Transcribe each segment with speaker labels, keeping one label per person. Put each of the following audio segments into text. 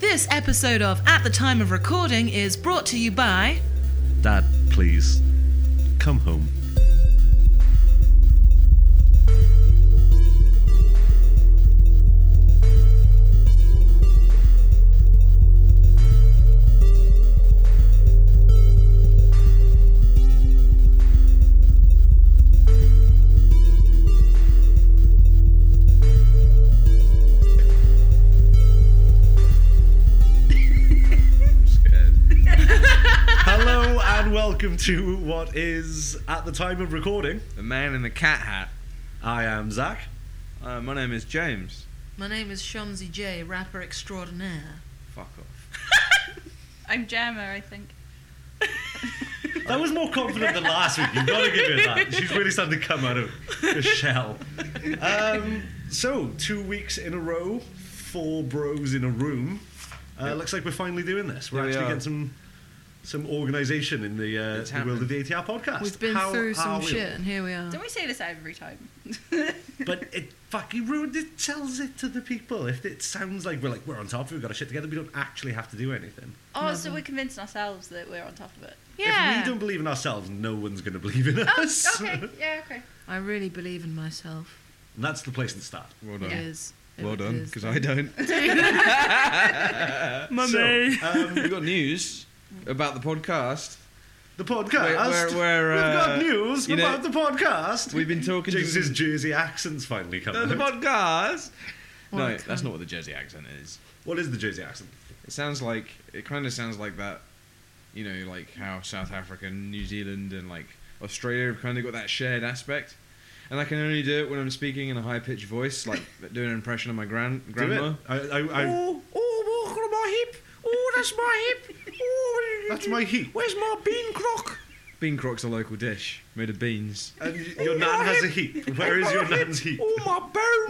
Speaker 1: This episode of At the Time of Recording is brought to you by.
Speaker 2: Dad, please, come home. I'm scared. Hello and welcome to what is, at the time of recording,
Speaker 3: The man in the cat hat.
Speaker 2: I am Zach.
Speaker 3: Uh, my name is James.
Speaker 1: My name is Shamsi J, rapper extraordinaire.
Speaker 3: Fuck off.
Speaker 4: I'm Gemma, I think.
Speaker 2: That was more confident than last week. You've got to give her that. She's really starting to come out of her shell. Um, so, two weeks in a row, four bros in a room. Uh, Looks like we're finally doing this. We're
Speaker 3: Here we
Speaker 2: actually
Speaker 3: are.
Speaker 2: getting some some organisation in the, uh,
Speaker 3: It's
Speaker 2: the world of
Speaker 3: happening.
Speaker 2: the ATR podcast.
Speaker 1: We've been
Speaker 2: How
Speaker 1: through
Speaker 2: are
Speaker 1: some
Speaker 2: we?
Speaker 1: shit, and here we are.
Speaker 4: Don't we say this every time?
Speaker 2: But it fucking ruined it. Tells it to the people. If it sounds like we're like we're on top, we've got our shit together. We don't actually have to do anything.
Speaker 4: oh, so we're convincing ourselves that we're on top of it.
Speaker 1: yeah.
Speaker 2: If we don't believe in ourselves, no one's going to believe in
Speaker 4: Oh,
Speaker 2: us.
Speaker 4: okay. Yeah, okay.
Speaker 1: I really believe in myself.
Speaker 2: And that's the place to start.
Speaker 3: Well
Speaker 1: It
Speaker 3: done.
Speaker 1: is. It
Speaker 3: Well done,
Speaker 1: is.
Speaker 3: because I don't.
Speaker 2: Mummy. So, um,
Speaker 3: We've got news about the podcast.
Speaker 2: the podcast.
Speaker 3: We're- we're- we're,
Speaker 2: We've got
Speaker 3: uh,
Speaker 2: news
Speaker 3: you know-
Speaker 2: about the podcast.
Speaker 3: We've been talking to
Speaker 2: James's
Speaker 3: some-
Speaker 2: Jersey accent's finally
Speaker 3: The, the
Speaker 2: coming. out.
Speaker 3: podcast.
Speaker 1: Well,
Speaker 3: no,
Speaker 1: it's
Speaker 3: that's
Speaker 1: coming.
Speaker 3: not what the Jersey accent is.
Speaker 2: What is the Jersey accent?
Speaker 3: It sounds like it kind of sounds like that. You know, like how South Africa, and New Zealand, and like Australia have kind of got that shared aspect. And I can only do it when I'm speaking in a high pitched voice, like doing an impression of my grand grandma.
Speaker 2: Do it. I, I, I,
Speaker 3: Oh, oh, walk on my hip. Oh, that's my hip. Oh,
Speaker 2: that's my heat.
Speaker 3: Where's my bean crock? Bean crock's a local dish made of beans.
Speaker 2: And y- your nan has a heat. Where is your nan's heat?
Speaker 3: Oh my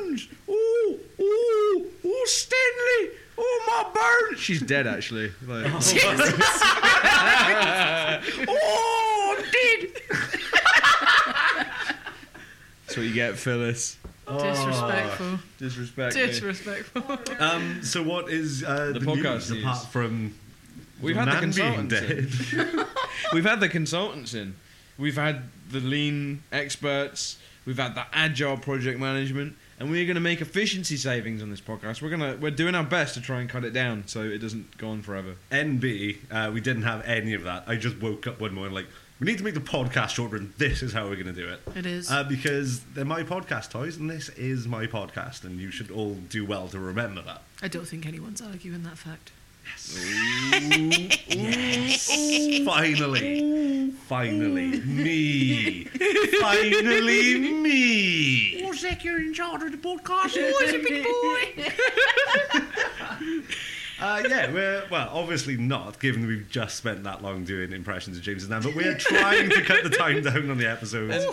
Speaker 3: bones! Oh, oh, oh, Stanley! Oh my bones! She's dead actually. Like, oh, I'm dead! That's what you get, Phyllis.
Speaker 1: Disrespectful.
Speaker 3: Disrespect. me.
Speaker 1: Disrespectful.
Speaker 2: Um, so what is uh, the,
Speaker 3: podcast
Speaker 2: news
Speaker 3: news.
Speaker 2: apart from
Speaker 3: We've
Speaker 2: your
Speaker 3: had the
Speaker 2: nan being
Speaker 3: consultants
Speaker 2: dead?
Speaker 3: in. We've had the consultants in. We've had the lean experts. We've had the agile project management, and we're going to make efficiency savings on this podcast. We're gonna we're doing our best to try and cut it down so it doesn't go on forever.
Speaker 2: NB, uh, we didn't have any of that. I just woke up one morning like, we need to make the podcast shorter, and this is how we're going to do it.
Speaker 1: It is.
Speaker 2: Uh, because they're my podcast toys, and this is my podcast, and you should all do well to remember that.
Speaker 1: I don't think anyone's arguing that fact.
Speaker 2: Yes! Finally! Finally! Me! Finally, me!
Speaker 3: Oh, Zach, you're in charge of the podcast.
Speaker 2: Uh, yeah, we're well, obviously not, given we've just spent that long doing impressions of James and Dan, but we're trying to cut the time down on the episodes.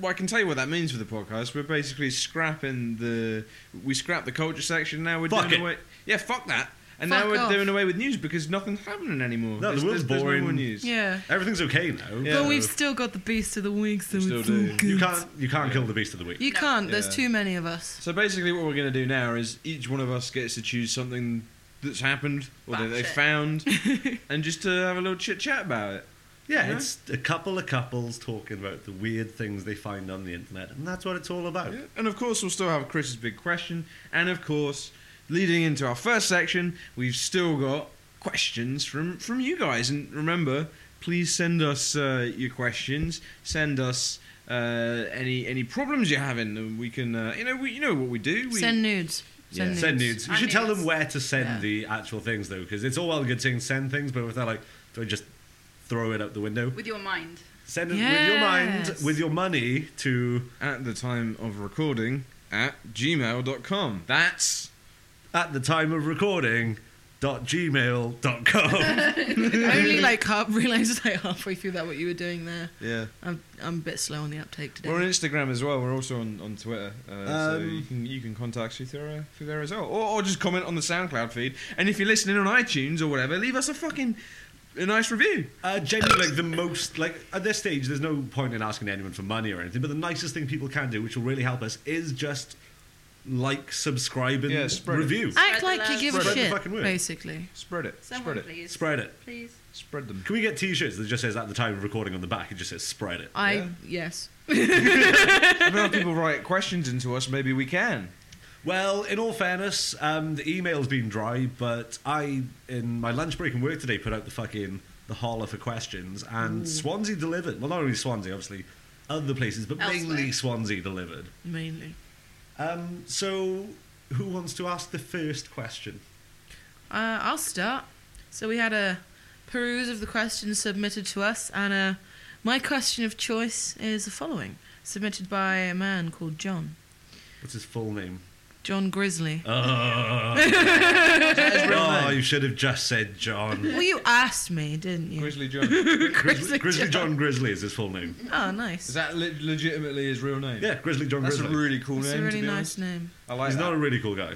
Speaker 3: well, I can tell you what that means for the podcast. We're basically scrapping the we scrapped the culture section. Now we're
Speaker 2: Fuck it.
Speaker 3: doing away. Yeah, fuck that. And
Speaker 1: Fuck
Speaker 3: now we're
Speaker 1: off.
Speaker 3: doing away with news because nothing's happening anymore.
Speaker 2: No, the
Speaker 3: There's-
Speaker 2: world's
Speaker 3: there's, There's
Speaker 2: boring.
Speaker 3: no more news.
Speaker 1: Yeah.
Speaker 2: Everything's okay now.
Speaker 3: Yeah.
Speaker 1: But we've still got the beast of the week, so
Speaker 3: We still
Speaker 1: it's all
Speaker 3: do. You
Speaker 1: good.
Speaker 2: You can't you can't kill the beast of the week.
Speaker 1: You can't. There's
Speaker 3: Yeah.
Speaker 1: too many of us.
Speaker 3: So basically, what we're going to do now is each one of us gets to choose something that's happened or that
Speaker 4: That's
Speaker 3: they
Speaker 4: it.
Speaker 3: found, and just to have a little chit chat about it.
Speaker 2: Yeah,
Speaker 3: Yeah.
Speaker 2: it's a couple of couples talking about the weird things they find on the internet, and that's what it's all about.
Speaker 3: And of course, we'll still have Chris's big question, and of course, leading into our first section, we've still got questions from from you guys. And remember, please send us uh, your questions. Send us. Uh, any any problems you're having, and we can uh, you know we you know what we do. We,
Speaker 1: Send nudes. Send
Speaker 3: Yeah.
Speaker 1: nudes.
Speaker 2: Send nudes. You
Speaker 4: And
Speaker 2: should tell them
Speaker 4: nudes.
Speaker 2: where to send
Speaker 1: Yeah.
Speaker 2: the actual things, though, because it's all well and good saying send things, but if they're like, do I just throw it out the window?
Speaker 4: With your mind.
Speaker 2: Send it with your mind,
Speaker 1: Yes.
Speaker 2: with your money to
Speaker 3: at the time of recording at gmail.com. That's
Speaker 2: at the time of recording. Dot gmail.com.
Speaker 1: I only like half realized like halfway through that what you were doing there.
Speaker 3: yeah.
Speaker 1: I'm I'm a bit slow on the uptake today.
Speaker 3: We're on Instagram as well. We're also on, on Twitter, uh, so
Speaker 2: Um,
Speaker 3: you can you can contact us through, uh, through there as well, or, or just comment on the SoundCloud feed. And if you're listening on iTunes or whatever, leave us a fucking a nice review.
Speaker 2: uh, genuinely, like the most, like at this stage, there's no point in asking anyone for money or anything. But the nicest thing people can do, which will really help us, is just like, subscribe, and
Speaker 3: Yeah, spread it.
Speaker 2: review.
Speaker 4: Spread
Speaker 1: Act
Speaker 4: the
Speaker 1: like
Speaker 4: love.
Speaker 1: you give
Speaker 2: Spread
Speaker 1: a
Speaker 2: the
Speaker 1: shit,
Speaker 2: fucking word.
Speaker 1: basically.
Speaker 3: Spread it.
Speaker 4: Someone,
Speaker 3: spread it.
Speaker 4: please.
Speaker 2: Spread it.
Speaker 4: Please.
Speaker 3: Spread them.
Speaker 2: Can we get T-shirts that just says at the time of recording on the back? It just says spread it.
Speaker 1: I
Speaker 3: Yeah.
Speaker 1: yes.
Speaker 3: if enough people write questions into us, maybe we can.
Speaker 2: Well, in all fairness, um, the email's been dry, but I, in my lunch break and work today, put out the fucking the holler for questions, and Swansea delivered. Well, not only Swansea, obviously, other places, but mainly
Speaker 4: Elsewhere.
Speaker 2: Swansea delivered.
Speaker 1: Mainly.
Speaker 2: Um, so, who wants to ask the first question?
Speaker 1: Uh, I'll start. So we had a peruse of the questions submitted to us, and uh, my question of choice is the following, submitted by a man called John,
Speaker 2: What's his full name?
Speaker 1: John Grizzly.
Speaker 2: Oh, oh you should have just said John.
Speaker 1: Well, you asked me, didn't you?
Speaker 3: Grizzly John.
Speaker 2: Grizzly, Grizzly John Grizzly is his full name.
Speaker 1: Oh,
Speaker 3: Is
Speaker 1: nice.
Speaker 3: that le- legitimately his real name?
Speaker 2: Yeah, Grizzly John
Speaker 3: That's a
Speaker 2: Grizzly.
Speaker 3: really cool
Speaker 1: It's
Speaker 3: name.
Speaker 1: a really
Speaker 3: to be
Speaker 1: nice
Speaker 3: honest.
Speaker 1: name.
Speaker 3: I like
Speaker 2: he's
Speaker 3: that.
Speaker 2: not a really cool guy.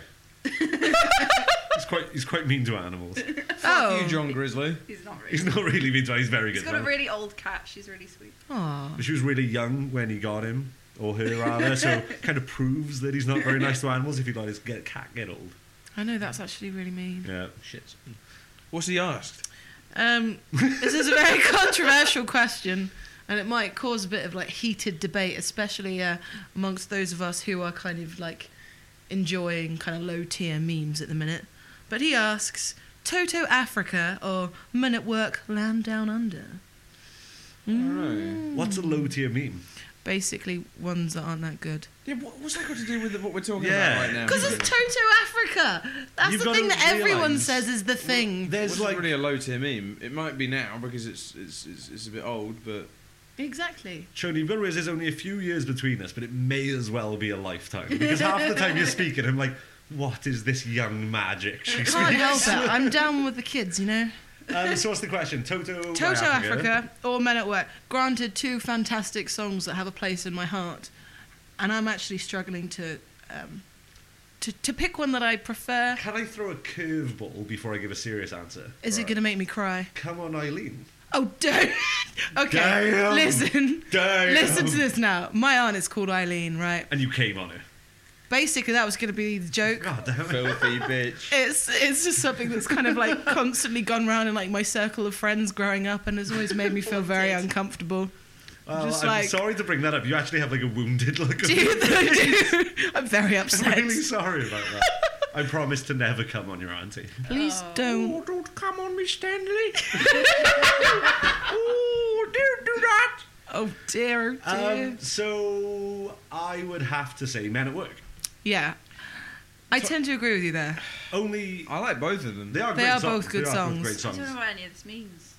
Speaker 2: he's quite he's quite mean to animals.
Speaker 1: oh,
Speaker 3: Fuck you, John Grizzly.
Speaker 4: He's not really.
Speaker 2: He's not really mean to He's very
Speaker 4: He's
Speaker 2: good.
Speaker 4: got a
Speaker 2: though.
Speaker 4: really old cat. She's really sweet.
Speaker 1: Aw.
Speaker 2: she was really young when he got him, or her rather, so kind of proves that he's not very nice to animals if he let his get, cat get old.
Speaker 1: I know that's actually really mean.
Speaker 2: Yeah.
Speaker 3: Shit. What's he asked?
Speaker 1: Um, this is a very controversial question, and it might cause a bit of like heated debate, especially uh, amongst those of us who are kind of like enjoying kind of low tier memes at the minute. But he asks, Toto Africa or Men at Work Land Down Under? Mm.
Speaker 3: Alright.
Speaker 2: What's a low tier meme?
Speaker 1: Basically, ones that aren't that good.
Speaker 3: Yeah, what, what's that got to do with what we're talking
Speaker 2: Yeah.
Speaker 3: about right now?
Speaker 1: Because it's Toto Africa. That's
Speaker 2: You've
Speaker 1: the
Speaker 2: got
Speaker 1: thing
Speaker 2: to
Speaker 1: that everyone
Speaker 2: realise-
Speaker 1: says is the thing.
Speaker 2: There's
Speaker 3: Wasn't
Speaker 2: like
Speaker 3: really a low tier meme. It might be now because it's it's, it's, it's a bit old, but
Speaker 1: Exactly.
Speaker 2: Shoni, you've got to realise there's only a few years between us, but it may as well be a lifetime. Because half the time you're speaking, I'm like, what is this young magic
Speaker 1: I
Speaker 2: she's
Speaker 1: can't help it. I'm down with the kids, you know.
Speaker 2: um, So what's the question? Toto by
Speaker 1: Toto Africa or Men at Work. Granted, two fantastic songs that have a place in my heart, and I'm actually struggling to um, to, to pick one that I prefer.
Speaker 2: Can I throw a curveball before I give a serious answer?
Speaker 1: Is it
Speaker 3: Right.
Speaker 1: going to make me cry?
Speaker 2: Come on, Eileen.
Speaker 1: Oh, don't. okay,
Speaker 2: Damn.
Speaker 1: listen.
Speaker 2: Damn.
Speaker 1: Listen to this now. My aunt is called Eileen, right?
Speaker 2: And you came on it.
Speaker 1: Basically, that was going to be the joke.
Speaker 2: God damn it.
Speaker 3: filthy bitch.
Speaker 1: It's it's just something that's kind of like constantly gone round in like my circle of friends growing up, and has always made me feel very uncomfortable.
Speaker 2: Well,
Speaker 1: Just
Speaker 2: I'm
Speaker 1: like-
Speaker 2: sorry to bring that up. You actually have like a wounded look. on your
Speaker 1: Dude, dude, I'm very upset.
Speaker 2: I'm really sorry about that. I promise to never come on your auntie. Oh,
Speaker 1: Please
Speaker 4: Oh.
Speaker 1: don't.
Speaker 3: don't come on me, Stanley. oh, don't do that.
Speaker 1: Oh dear, oh dear.
Speaker 2: Um, so I would have to say Men at Work.
Speaker 1: yeah. I tend to agree with you there.
Speaker 2: Only
Speaker 3: I like both of them.
Speaker 2: they are.
Speaker 1: They
Speaker 2: great
Speaker 1: are
Speaker 2: songs.
Speaker 1: both good
Speaker 2: they
Speaker 1: songs.
Speaker 2: Are both great
Speaker 4: I
Speaker 2: songs.
Speaker 4: don't know what any of this means.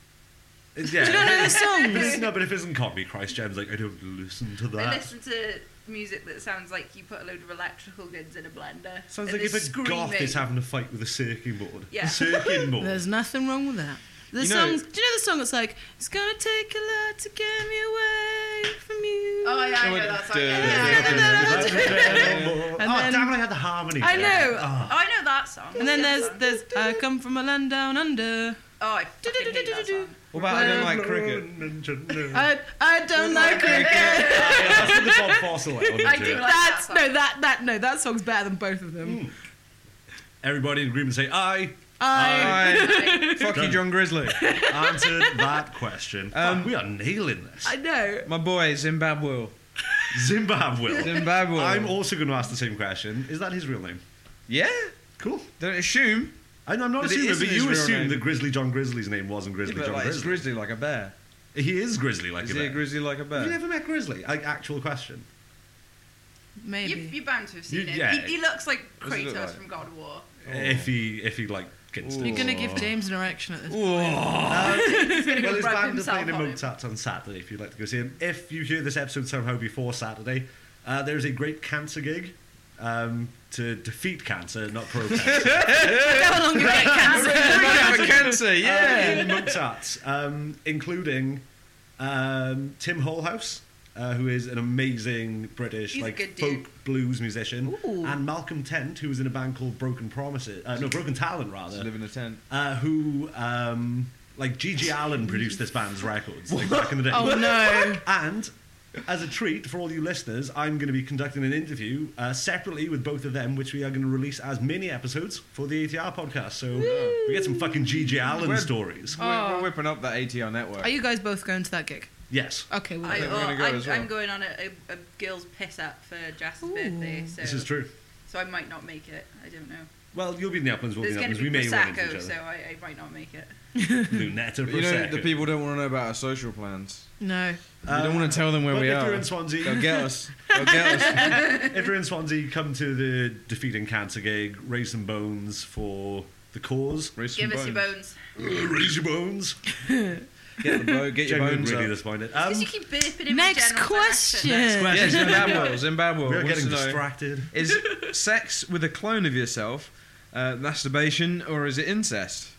Speaker 2: Yeah.
Speaker 1: Do you not know the
Speaker 2: But it's-
Speaker 1: songs?
Speaker 2: no, but if it isn't copy, Christ, James, like I don't listen to
Speaker 4: I
Speaker 2: that.
Speaker 4: listen to music that sounds like you put a load of electrical goods in a blender.
Speaker 2: Sounds
Speaker 4: and
Speaker 2: like if a
Speaker 4: they're screaming.
Speaker 2: goth is having a fight with a circuit board.
Speaker 4: Yeah.
Speaker 2: Circuit board.
Speaker 1: There's nothing wrong with that. The
Speaker 3: You know-
Speaker 1: songs. Do you know the song that's like, "It's gonna take a lot to get me away from you"?
Speaker 4: Oh yeah, I know that song. Yeah, yeah, yeah.
Speaker 2: That's a circuit board.
Speaker 1: And
Speaker 2: oh
Speaker 1: then-
Speaker 2: damn! it, I had the harmony.
Speaker 1: I
Speaker 2: there.
Speaker 1: know.
Speaker 4: Oh,
Speaker 2: Ah.
Speaker 4: I know that song.
Speaker 1: and then
Speaker 4: Yeah,
Speaker 1: there's
Speaker 4: that song.
Speaker 1: there's I come from a land down under.
Speaker 4: Oh, I fucking hate that song.
Speaker 3: What about I don't like cricket?
Speaker 1: I I don't like cricket.
Speaker 2: Yeah, that's what the Bob Fossil one
Speaker 4: I
Speaker 2: is,
Speaker 4: do
Speaker 2: yeah.
Speaker 4: like- Hmm.
Speaker 1: That's no that that no that song's better than both of them.
Speaker 2: Everybody in agreement say aye.
Speaker 1: I
Speaker 4: Uh,
Speaker 3: I fuck you, John Grizzly.
Speaker 2: Answered that question.
Speaker 3: Um,
Speaker 2: Fuck, we are nailing this.
Speaker 1: I know.
Speaker 3: My boy Zimbabwe.
Speaker 2: Zimbabwe.
Speaker 3: Zimbabwe.
Speaker 2: I'm also going to ask the same question. Is that his real name?
Speaker 3: yeah.
Speaker 2: Cool.
Speaker 3: Don't assume.
Speaker 2: I, I'm not
Speaker 3: But it
Speaker 2: assuming,
Speaker 3: isn't
Speaker 2: but
Speaker 3: his
Speaker 2: you
Speaker 3: real
Speaker 2: assume
Speaker 3: name.
Speaker 2: that Grizzly John Grizzly's name wasn't
Speaker 3: Yeah,
Speaker 2: Grizzly
Speaker 3: but
Speaker 2: John
Speaker 3: like, it's
Speaker 2: Grizzly.
Speaker 3: grizzly like a bear.
Speaker 2: He is Grizzly, like
Speaker 3: Is
Speaker 2: a
Speaker 3: he a
Speaker 2: bear.
Speaker 3: grizzly like a bear?
Speaker 2: Have you ever met Grizzly? Like actual question.
Speaker 1: Maybe.
Speaker 4: You, you're bound to have seen
Speaker 2: You-
Speaker 4: him.
Speaker 2: yeah.
Speaker 4: He, he looks like
Speaker 3: What does he
Speaker 4: Kratos
Speaker 3: look like?
Speaker 4: from God of War.
Speaker 2: If he, if he like gets.
Speaker 3: Ooh.
Speaker 1: You're gonna give James an erection at this.
Speaker 2: Well, his
Speaker 4: Rub
Speaker 2: band are
Speaker 4: himself
Speaker 2: playing in
Speaker 4: on him.
Speaker 2: Mozart on Saturday. If you'd like to go see him, if you hear this episode somehow before Saturday, uh, there is a great cancer gig um, to defeat cancer, not pro cancer.
Speaker 1: How long you get cancer?
Speaker 3: have a cancer,
Speaker 2: yeah. in Mozart, um, including um, Tim Holhouse, uh, who is an amazing British
Speaker 4: He's a
Speaker 2: like
Speaker 4: good dude.
Speaker 2: folk blues musician,
Speaker 1: Ooh.
Speaker 2: and Malcolm Tent, who was in a band called Broken Promises, uh, no Broken Talent
Speaker 3: Just
Speaker 2: rather,
Speaker 3: live in a tent.
Speaker 2: uh, who um, like Gigi Allen produced this band's records like back in the day.
Speaker 1: Oh no.
Speaker 2: And as a treat for all you listeners, I'm going to be conducting an interview uh, separately with both of them, which we are going to release as mini episodes for the ATR podcast. So uh, we get some fucking GG Allen
Speaker 3: We're-
Speaker 2: stories.
Speaker 3: We're,
Speaker 1: Oh.
Speaker 3: we're whipping up that ATR network.
Speaker 1: Are you guys both going to that gig?
Speaker 2: Yes.
Speaker 1: Okay, well,
Speaker 4: I,
Speaker 3: think we're gonna
Speaker 4: oh,
Speaker 3: go
Speaker 4: I'm,
Speaker 3: as well.
Speaker 4: I'm going on a, a, a girl's piss up for Jas's
Speaker 1: Ooh.
Speaker 4: birthday, so
Speaker 2: This is true.
Speaker 4: so I might not make it. I don't know.
Speaker 2: Well, you'll be in the uplands, we'll
Speaker 4: There's
Speaker 2: be in
Speaker 4: going
Speaker 2: the uplands. We
Speaker 4: to be
Speaker 2: may run into each
Speaker 4: prosecco,
Speaker 2: other.
Speaker 4: so I, I might not make it.
Speaker 2: Lunetta
Speaker 3: But you know,
Speaker 2: Prosecco.
Speaker 3: the people don't want to know about our social plans.
Speaker 1: no.
Speaker 3: We don't want to tell them where
Speaker 2: but
Speaker 3: we
Speaker 2: Uh, if
Speaker 3: are.
Speaker 2: you're in Swansea,
Speaker 3: They'll get us. They'll get us.
Speaker 2: if you're in Swansea, come to the Defeating Cancer gig, raise some bones for the cause.
Speaker 3: Raise some
Speaker 4: Give us your bones.
Speaker 2: raise your bones.
Speaker 3: Get, the bo- get your
Speaker 2: Genuinely
Speaker 3: bones
Speaker 2: really
Speaker 3: up.
Speaker 2: disappointed.
Speaker 4: Because
Speaker 2: Um,
Speaker 4: you keep burping in my
Speaker 1: Next
Speaker 4: general
Speaker 1: question.
Speaker 4: direction.
Speaker 2: question.
Speaker 3: Yeah, Zimbabwe. Zimbabwe.
Speaker 2: we are
Speaker 3: wants
Speaker 2: getting
Speaker 3: to know,
Speaker 2: distracted.
Speaker 3: Is sex with a clone of yourself uh, masturbation or is it incest?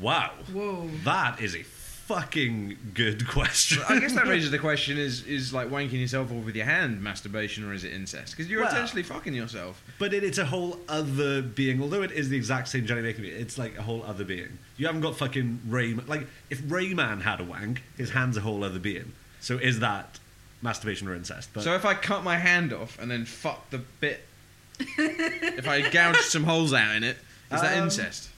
Speaker 2: Wow.
Speaker 1: Whoa.
Speaker 2: That is a fucking good question.
Speaker 3: I guess that raises the question: Is is like wanking yourself off with your hand masturbation or is it incest? Because you're
Speaker 2: Well-
Speaker 3: essentially fucking yourself.
Speaker 2: But it, it's a whole other being. Although it is the exact same Johnny Maker, it's like a whole other being. You haven't got fucking Rayman. Like, if Rayman had a wank, his hand's a whole other being. So is that masturbation or incest? But
Speaker 3: so if I cut my hand off and then fuck the bit, if I gouged some holes out in it, is that
Speaker 2: Um,
Speaker 3: incest?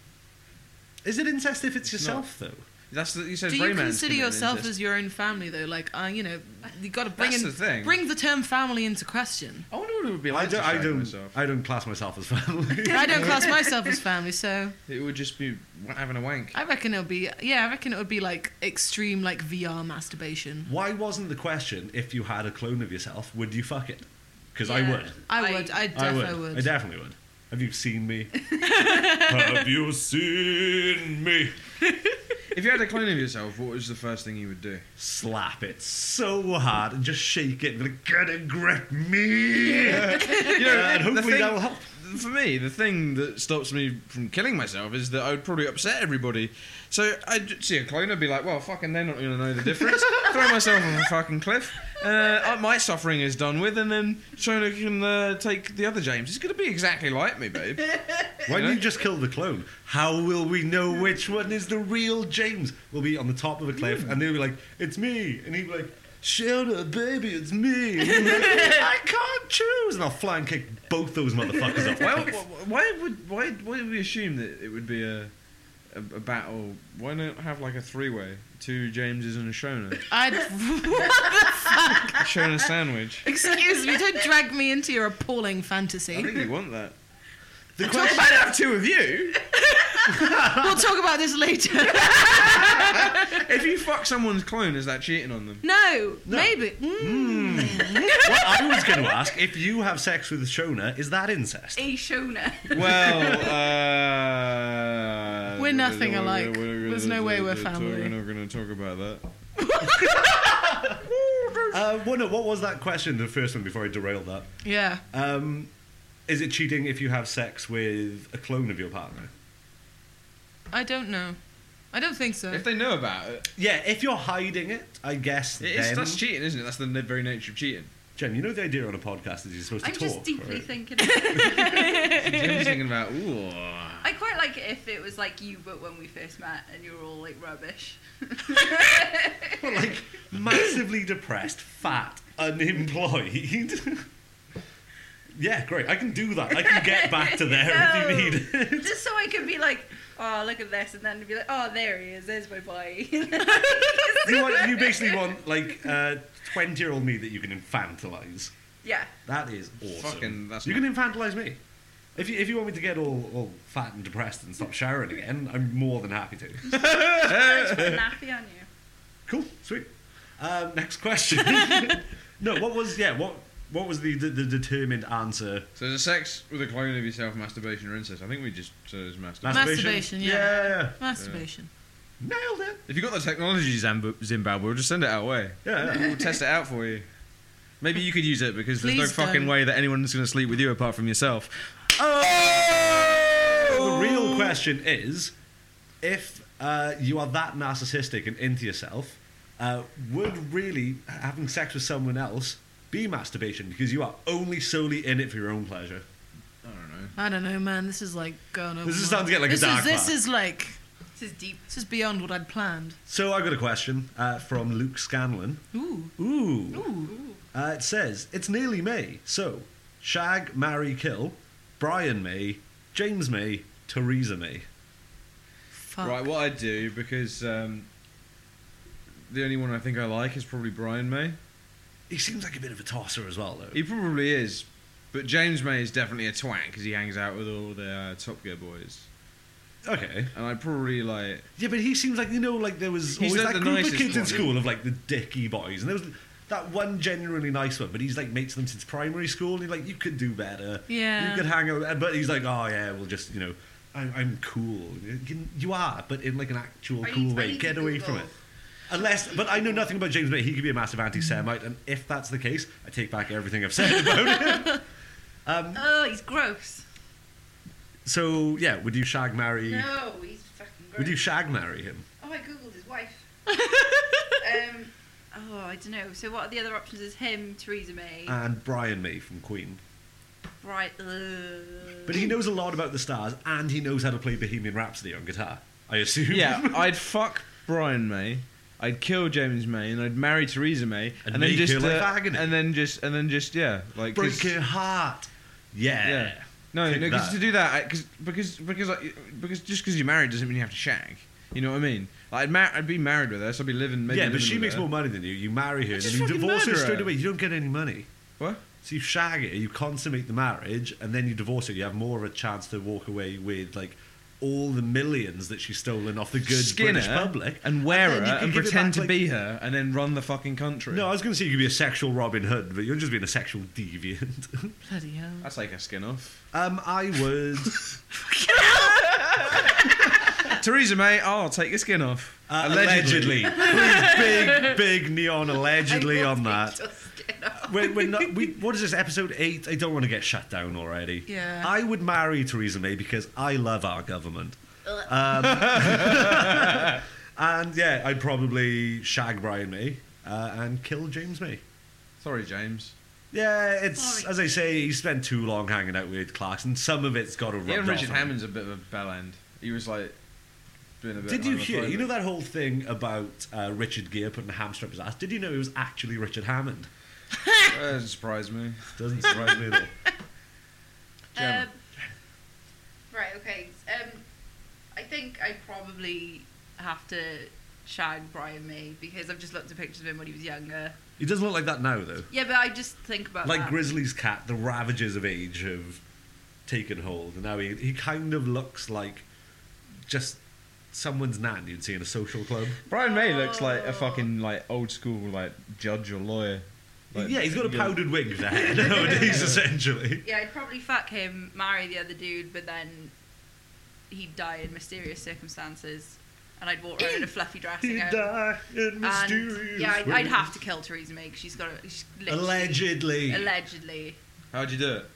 Speaker 2: is it incest if it's
Speaker 3: It's
Speaker 2: yourself, though?
Speaker 3: That's the, you said.
Speaker 1: Do you
Speaker 3: Rayman's
Speaker 1: consider
Speaker 3: committed
Speaker 1: yourself
Speaker 3: incest.
Speaker 1: as your own family though? Like, uh, you know, you got to bring
Speaker 3: That's
Speaker 1: in-
Speaker 3: the thing.
Speaker 1: bring the term family into question.
Speaker 3: I wonder what it would be like.
Speaker 2: I don't,
Speaker 3: to
Speaker 2: I,
Speaker 3: shag
Speaker 2: don't,
Speaker 3: Myself.
Speaker 2: I don't class myself as family.
Speaker 1: I don't class myself as family, so
Speaker 3: It would just be having a wank.
Speaker 1: I reckon it'll be yeah, I reckon it would be like extreme like VR masturbation.
Speaker 2: Why wasn't the question if you had a clone of yourself, would you fuck it? Because I
Speaker 4: Yeah.
Speaker 2: would.
Speaker 1: I
Speaker 4: I-
Speaker 1: would, I
Speaker 2: I would.
Speaker 1: definitely would.
Speaker 2: I definitely would. Have you seen me? Have you seen me?
Speaker 3: If you had a clone of yourself, what was the first thing you would do?
Speaker 2: Slap it so hard and just shake it. Like, get a grip, me.
Speaker 3: You know,
Speaker 2: and
Speaker 3: the
Speaker 2: hopefully
Speaker 3: thing-
Speaker 2: that will help.
Speaker 3: For me, the thing that stops me from killing myself is that I would probably upset everybody. So I'd see a clone, I'd be like, well, fucking, they're not going to know the difference. Throw myself off a fucking cliff. Uh, uh, my suffering is done with, and then Shona can uh, take the other James. It's going to be exactly like me, babe.
Speaker 2: Why
Speaker 3: know?
Speaker 2: don't you just kill the clone? How will we know which one is the real James? We'll be on the top of a cliff and they'll be like, it's me. And he'll be like, Shona, baby, it's me. And he'll be like, I can't choose. And I'll fly and kick both those motherfuckers off.
Speaker 3: Why, why would why, why would we assume that it would be a a, a battle? Why not have like a three way? Two Jameses and a Shona.
Speaker 1: I'd
Speaker 3: A Shona sandwich.
Speaker 1: excuse me, don't drag me into your appalling
Speaker 3: I
Speaker 1: fantasy.
Speaker 3: think you want that.
Speaker 2: The
Speaker 3: Talk
Speaker 2: question,
Speaker 3: about have two of you.
Speaker 1: We'll talk about this later.
Speaker 3: If you fuck someone's clone, is that cheating on them?
Speaker 1: No, maybe. Mm.
Speaker 2: what I was going to ask, if you have sex with Shona, is that incest?
Speaker 4: A Shona.
Speaker 3: Well, uh,
Speaker 1: We're nothing alike. There's no way we're family.
Speaker 3: We're not going to talk about that.
Speaker 2: Uh, well, no, what was that question? The first one before I derailed that.
Speaker 1: Yeah.
Speaker 2: Um, is it cheating if you have sex with a clone of your partner?
Speaker 1: I don't know. I don't think so.
Speaker 3: If they know about it,
Speaker 2: Yeah, if you're hiding it, I guess
Speaker 3: it is,
Speaker 2: then.
Speaker 3: that's cheating, isn't it? That's the very nature of cheating.
Speaker 2: Jen, you know the idea on a podcast is you're supposed to
Speaker 4: I'm
Speaker 2: talk.
Speaker 4: just deeply
Speaker 2: right?
Speaker 4: thinking. about it.
Speaker 3: Jim's thinking about ooh.
Speaker 4: I quite like it if it was like you, but when we first met and you were all like rubbish.
Speaker 2: But, like massively depressed, fat, unemployed. yeah, great. I can do that. I can get back to there if you need. it.
Speaker 4: No. Just so I could be like, oh, look at this, and then be like, oh, there he is, there's my boy.
Speaker 2: You, want, you basically want like a twenty-year-old me that you can infantilize.
Speaker 4: yeah.
Speaker 2: That is awesome.
Speaker 3: Fucking- that's
Speaker 2: you can infantilize me. If you, if you want me to get all, all fat and depressed and stop showering again, I'm more than happy to.
Speaker 4: I just put a nappy on you.
Speaker 2: Cool, sweet. Um, next question. no, what was yeah? What what was the the, the determined answer?
Speaker 3: So is it sex with a clone of yourself, masturbation or incest? I think we just said it's masturbation.
Speaker 1: Masturbation, yeah.
Speaker 2: yeah.
Speaker 1: Masturbation.
Speaker 2: Nailed it.
Speaker 3: if you've got the technology, Zamb- Zimbabwe, we'll just send it our way.
Speaker 2: Yeah.
Speaker 3: We'll test it out for you. Maybe you could use it because there's
Speaker 1: Please
Speaker 3: no fucking
Speaker 1: don't.
Speaker 3: way that anyone's going to sleep with you apart from yourself.
Speaker 2: Oh! the
Speaker 3: Oh.
Speaker 2: real question is, if uh, you are that narcissistic and into yourself, uh, would really having sex with someone else be masturbation? Because you are only solely in it for your own pleasure.
Speaker 3: I don't know.
Speaker 1: I don't know, man. This is like going over.
Speaker 2: This is
Speaker 1: my-
Speaker 2: starting to get like a
Speaker 1: this
Speaker 2: dark
Speaker 1: Is, this
Speaker 2: matter.
Speaker 1: is like
Speaker 4: This is deep.
Speaker 1: This is beyond what I'd planned.
Speaker 2: So I got a question uh, from Luke Scanlon.
Speaker 1: Ooh.
Speaker 2: Ooh.
Speaker 1: Ooh.
Speaker 2: Uh, it says, it's nearly May. So, Shag, marry, kill, Brian May, James May, Theresa May.
Speaker 1: Fuck.
Speaker 3: Right, what I do because um, the only one I think I like is probably Brian May.
Speaker 2: He seems like a bit of a tosser as well, though.
Speaker 3: He probably is, but James May is definitely a twat because he hangs out with all the uh, Top Gear boys.
Speaker 2: Okay.
Speaker 3: And I probably like
Speaker 2: Yeah, but he seems like, you know, like there was
Speaker 3: He's
Speaker 2: always
Speaker 3: not
Speaker 2: that
Speaker 3: the
Speaker 2: group of
Speaker 3: nicest
Speaker 2: kids in
Speaker 3: one.
Speaker 2: school of like the dicky boys. And there was that one genuinely nice one, but he's like mates with them since primary school. And he's like, you could do better.
Speaker 1: Yeah.
Speaker 2: You could hang out. But he's like, oh, yeah, we'll just, you know, I'm, I'm cool. You- You are, but in like an actual
Speaker 4: I need-
Speaker 2: cool
Speaker 4: I
Speaker 2: way.
Speaker 4: need to
Speaker 2: Get away from it.
Speaker 4: Google.
Speaker 2: Unless, but I know nothing about James May. He could be a massive anti-Semite, and if that's the case, I take back everything I've said about him. Um,
Speaker 4: Oh, he's gross.
Speaker 2: so yeah, would you shag marry?
Speaker 4: No, he's fucking gross.
Speaker 2: Would you shag marry him?
Speaker 4: Oh, I googled his wife. um, oh, I don't know. So what are the other options? Is him, Theresa May,
Speaker 2: And Brian May from Queen.
Speaker 4: right? Uh,
Speaker 2: But he knows a lot about the stars, and he knows how to play Bohemian Rhapsody on guitar. I assume.
Speaker 3: yeah, I'd fuck Brian May. I'd kill James May and I'd marry Theresa May
Speaker 2: And
Speaker 3: then
Speaker 2: make
Speaker 3: just
Speaker 2: her life
Speaker 3: uh,
Speaker 2: agony.
Speaker 3: and then just and then just yeah like 'cause-
Speaker 2: Break your heart. Yeah.
Speaker 3: yeah no
Speaker 2: Take
Speaker 3: no because
Speaker 2: that.
Speaker 3: to do that I, cause, because because I, because just because you're married doesn't mean you have to shag you know what I mean like I'd, mar- I'd be married with her so I'd be living maybe
Speaker 2: yeah, but
Speaker 3: living
Speaker 2: she
Speaker 3: with
Speaker 2: makes
Speaker 3: her.
Speaker 2: more money than you. You marry her, and then
Speaker 3: just
Speaker 2: you
Speaker 3: fucking
Speaker 2: divorce her
Speaker 3: murder
Speaker 2: straight
Speaker 3: her.
Speaker 2: away. You don't get any money.
Speaker 3: what
Speaker 2: So you shag it, you consummate the marriage, and then you divorce her. You have more of a chance to walk away with like all the millions that she's stolen off the good
Speaker 3: Skin
Speaker 2: British
Speaker 3: her
Speaker 2: public.
Speaker 3: and wear
Speaker 2: then you
Speaker 3: her
Speaker 2: could
Speaker 3: and
Speaker 2: give it
Speaker 3: pretend
Speaker 2: back,
Speaker 3: to
Speaker 2: like-
Speaker 3: be her and then run the fucking country.
Speaker 2: No, I was going to say you could be a sexual Robin Hood, but you're just being a sexual deviant.
Speaker 1: Bloody hell.
Speaker 3: that's like a skin off.
Speaker 2: um, I would.
Speaker 3: Theresa May, oh, I'll take your skin off.
Speaker 2: Uh, allegedly. Please, big, big neon allegedly on that.
Speaker 4: Uh,
Speaker 2: We're, we're not, we, what is this, episode 8? I don't want to get shut down already.
Speaker 1: Yeah.
Speaker 2: I would marry Theresa May because I love our government. Um, and yeah, I'd probably shag Brian May uh, and kill James May.
Speaker 3: Sorry, James.
Speaker 2: Yeah, it's,
Speaker 4: Alright.
Speaker 2: as I say, he spent too long hanging out with Clarkson. some of it's got to rub
Speaker 3: Yeah,
Speaker 2: off
Speaker 3: Richard
Speaker 2: on him.
Speaker 3: Hammond's a bit of a bell end. He was like doing a bit.
Speaker 2: Did you hear?
Speaker 3: homophobic.
Speaker 2: You know that whole thing about uh, Richard Gere putting a hamster up his ass? Did you know it was actually Richard Hammond?
Speaker 3: that doesn't surprise me.
Speaker 2: Doesn't surprise me at all.
Speaker 3: Gemma.
Speaker 4: right. Okay. Um, I think I probably have to shag Brian May because I've just looked at pictures of him when he was younger.
Speaker 2: He doesn't look like that now, though.
Speaker 4: Yeah, but I just think about
Speaker 2: Like
Speaker 4: that.
Speaker 2: Grizzly's cat, the ravages of age have taken hold, and now he, he kind of looks like just someone's nan you'd see in a social club.
Speaker 3: Brian May looks
Speaker 2: Oh.
Speaker 3: like a fucking like old school like judge or lawyer. Like,
Speaker 2: yeah, he's got a
Speaker 3: yeah.
Speaker 2: powdered wig for hair nowadays, essentially.
Speaker 4: Yeah, I'd probably fuck him, marry the other dude, but then he'd die in mysterious circumstances, and I'd walk around in a fluffy dressing
Speaker 2: He
Speaker 4: gown.
Speaker 2: died in mysterious
Speaker 4: And yeah, I'd, I'd
Speaker 2: ways.
Speaker 4: have to kill Theresa May because she's got a, she's literally-
Speaker 2: Allegedly.
Speaker 4: Allegedly,
Speaker 3: How'd you do it?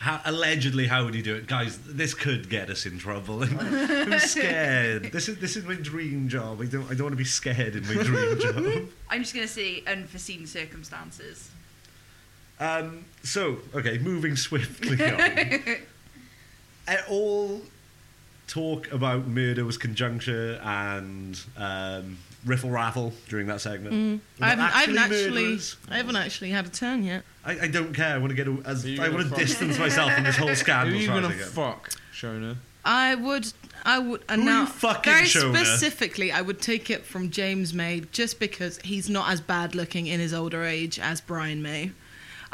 Speaker 2: How, allegedly, how would you do it, guys? This could get us in trouble. I'm scared. This is this is my dream job. I don't I don't want to be scared in my dream job.
Speaker 4: I'm just gonna say unforeseen circumstances.
Speaker 2: Um, so okay, moving swiftly on. At all talk about murder was conjuncture and um, riffle raffle during that segment. Were
Speaker 1: Mm. I haven't, I haven't
Speaker 2: actually
Speaker 1: actually,
Speaker 2: murderers?
Speaker 1: I haven't actually had a turn yet.
Speaker 2: I, I don't care. I want to get. A, as,
Speaker 3: Who you
Speaker 2: I want
Speaker 3: gonna
Speaker 2: to
Speaker 3: fuck?
Speaker 2: distance myself from this whole
Speaker 3: Who are
Speaker 2: scandal.
Speaker 3: you
Speaker 2: as far as
Speaker 3: gonna
Speaker 2: I go.
Speaker 3: fuck, Shona?
Speaker 1: I would, I would, and
Speaker 2: Who
Speaker 1: now
Speaker 2: you fucking
Speaker 1: very
Speaker 2: Shona?
Speaker 1: specifically, I would take it from James May just because he's not as bad looking in his older age as Brian May.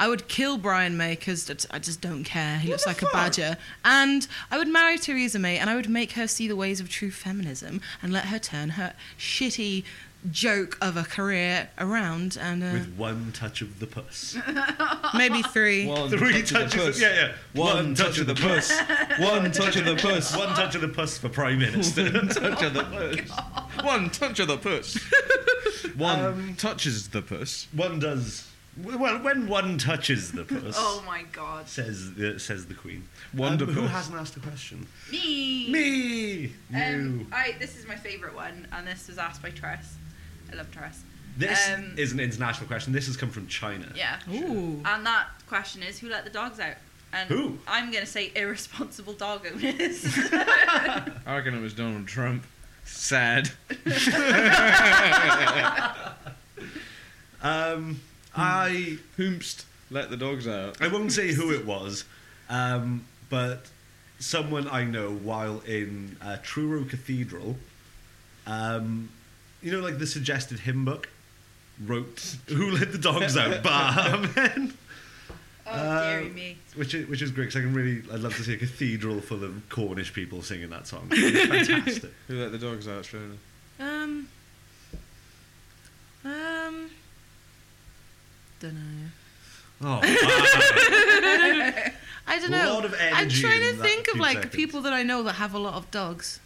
Speaker 1: I would kill Brian May because I just don't care. He looks like a badger. And I would marry Theresa May and I would make her see the ways of true feminism and let her turn her shitty joke of a career around and uh,
Speaker 2: With one touch of the puss.
Speaker 1: maybe three.
Speaker 3: One
Speaker 2: Three
Speaker 3: touch of the
Speaker 2: touches.
Speaker 3: puss.
Speaker 2: Yeah, yeah.
Speaker 3: One, touch, of the puss. One touch of the puss.
Speaker 2: One touch of the puss for Prime Minister.
Speaker 3: One touch of the
Speaker 2: Oh
Speaker 3: puss. One touch of the puss. One
Speaker 2: Um,
Speaker 3: touches the puss.
Speaker 2: one does. Well, when one touches the puss,
Speaker 4: Oh my god,
Speaker 2: says the says the Queen.
Speaker 3: Wonder
Speaker 2: Um, who
Speaker 3: puss.
Speaker 2: hasn't asked a question?
Speaker 4: me.
Speaker 2: Me.
Speaker 4: Um,
Speaker 2: you.
Speaker 4: I this is my favourite one, and this was asked by Tress. I love Tress.
Speaker 2: This
Speaker 4: um,
Speaker 2: is an international question. This has come from China.
Speaker 4: Yeah.
Speaker 1: Ooh.
Speaker 4: And that question is who let the dogs out? And
Speaker 2: Who?
Speaker 4: I'm going to say irresponsible dog owners.
Speaker 3: I reckon it was Donald Trump. Sad.
Speaker 2: Um,
Speaker 4: Hmm.
Speaker 2: I
Speaker 3: Hoomst let the dogs out.
Speaker 2: I won't say who it was, um, but someone I know while in uh, Truro Cathedral, um, you know, like the suggested hymn book, wrote "Who Let the Dogs Out" by Amen,
Speaker 4: Oh,
Speaker 2: Uh,
Speaker 4: dearie me.
Speaker 2: which is, which is great because I can really I'd love to see a cathedral full of Cornish people singing that song. It's fantastic.
Speaker 3: Who let the dogs out, Shona?
Speaker 1: Um. Um. Don't know.
Speaker 2: Oh, wow.
Speaker 1: I don't know.
Speaker 2: Lot of
Speaker 1: I'm
Speaker 2: energy
Speaker 1: trying
Speaker 2: in
Speaker 1: to
Speaker 2: that
Speaker 1: think of
Speaker 2: few
Speaker 1: like
Speaker 2: seconds.
Speaker 1: people that I know that have a lot of dogs,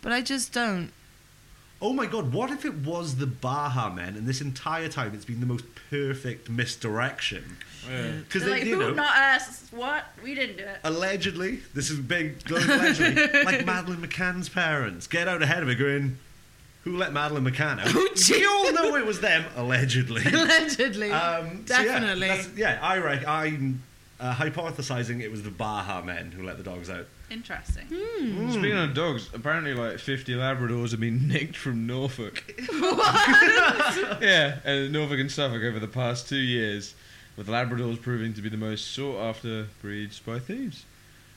Speaker 1: but I just don't.
Speaker 2: oh my god! What if it was the Baha Men, and this entire time it's been the most perfect misdirection?
Speaker 3: Oh,
Speaker 2: Because
Speaker 4: They're like, who? Not us. What? We didn't do it.
Speaker 2: allegedly, this is big, glowing allegedly, like Madeline McCann's parents. Get out ahead of it, going, who let Madeline McCann out?
Speaker 1: Oh, gee.
Speaker 2: we all know it was them, allegedly.
Speaker 1: Allegedly.
Speaker 2: Um, so yeah,
Speaker 1: Definitely.
Speaker 2: that's- yeah, I rec- I'm uh, hypothesizing it was the Baja men who let the dogs out.
Speaker 4: Interesting.
Speaker 3: Hmm?
Speaker 2: Hmm.
Speaker 3: Speaking of dogs, apparently like 50 Labradors have been nicked from Norfolk. yeah, and Norfolk and Suffolk over the past two years, with Labradors proving to be the most sought after breeds by thieves.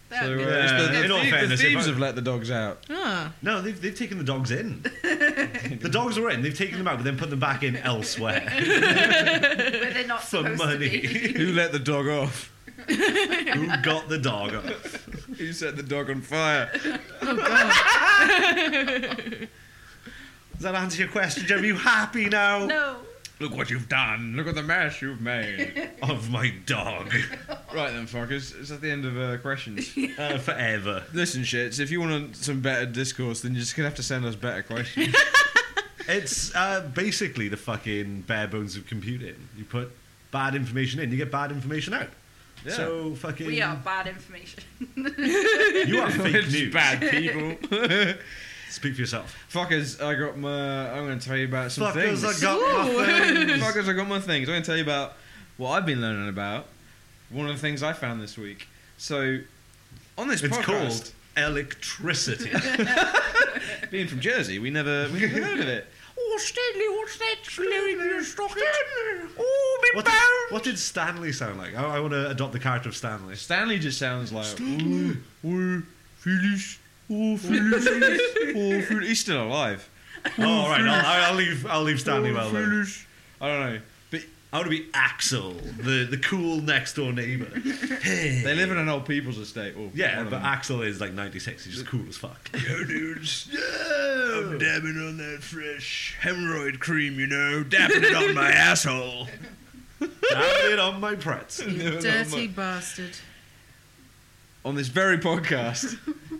Speaker 4: That
Speaker 3: so
Speaker 4: would
Speaker 3: uh,
Speaker 4: be
Speaker 2: Yeah.
Speaker 3: it's the, the,
Speaker 2: In all
Speaker 3: thie- the
Speaker 2: fairness, if
Speaker 3: thieves
Speaker 2: I-
Speaker 3: have let the dogs out.
Speaker 1: Ah.
Speaker 2: No, they've, they've taken the dogs in. the dogs were in, they've taken them out, but then put them back in elsewhere
Speaker 4: where they're not
Speaker 2: for
Speaker 4: supposed to be.
Speaker 2: money.
Speaker 3: Who let the dog off?
Speaker 2: who got the dog off?
Speaker 3: Who set the dog on fire?
Speaker 1: Oh god.
Speaker 2: Does that answer your question, Jim? Are you happy now?
Speaker 4: No.
Speaker 3: Look what you've done. Look at the mess you've made.
Speaker 2: Of my dog.
Speaker 3: right then, fuckers. It's at the end of uh, questions.
Speaker 2: Uh, forever.
Speaker 3: Listen, shits, if you want some better discourse, then you're just going to have to send us better questions.
Speaker 2: It's uh, basically the fucking bare bones of computing. You put bad information in, you get bad information out.
Speaker 3: Yeah.
Speaker 2: So fucking,
Speaker 4: We are bad information.
Speaker 2: you are fake
Speaker 3: It's
Speaker 2: news.
Speaker 3: bad people.
Speaker 2: Speak for yourself.
Speaker 3: Fuckers, I got my. I'm going to tell you about some
Speaker 2: Fuckers,
Speaker 3: things.
Speaker 2: I got my things.
Speaker 3: Fuckers, I got my things. I'm going to tell you about what I've been learning about. One of the things I found this week. So, on this
Speaker 2: It's
Speaker 3: podcast,
Speaker 2: called electricity.
Speaker 3: being from Jersey, we never we never heard of it.
Speaker 1: Oh Stanley, what's that glowing in your socket?
Speaker 3: Oh,
Speaker 2: what, did, what did Stanley sound like? I, I want to adopt the character of Stanley.
Speaker 3: Stanley just sounds like. "Oh, oh, Phyllis, oh, Phyllis, oh, Phyllis." He's still alive.
Speaker 2: Oh, all right, I'll, I'll leave. I'll leave Stanley
Speaker 3: "Oh,
Speaker 2: well then.
Speaker 3: Phyllis. I don't know. But
Speaker 2: I want to be Axel, the the cool next door neighbor. Hey.
Speaker 3: they live in an old people's estate. Well, one
Speaker 2: Yeah,
Speaker 3: of
Speaker 2: but
Speaker 3: them.
Speaker 2: Axel is like 96. He's just cool as fuck.
Speaker 5: Yo, dudes. I'm dabbing on that fresh hemorrhoid cream, you know. Dabbing it on my asshole.
Speaker 2: Dabbing it on my pretz.
Speaker 1: You
Speaker 3: no,
Speaker 1: dirty
Speaker 3: my-
Speaker 1: bastard.
Speaker 3: on this very podcast,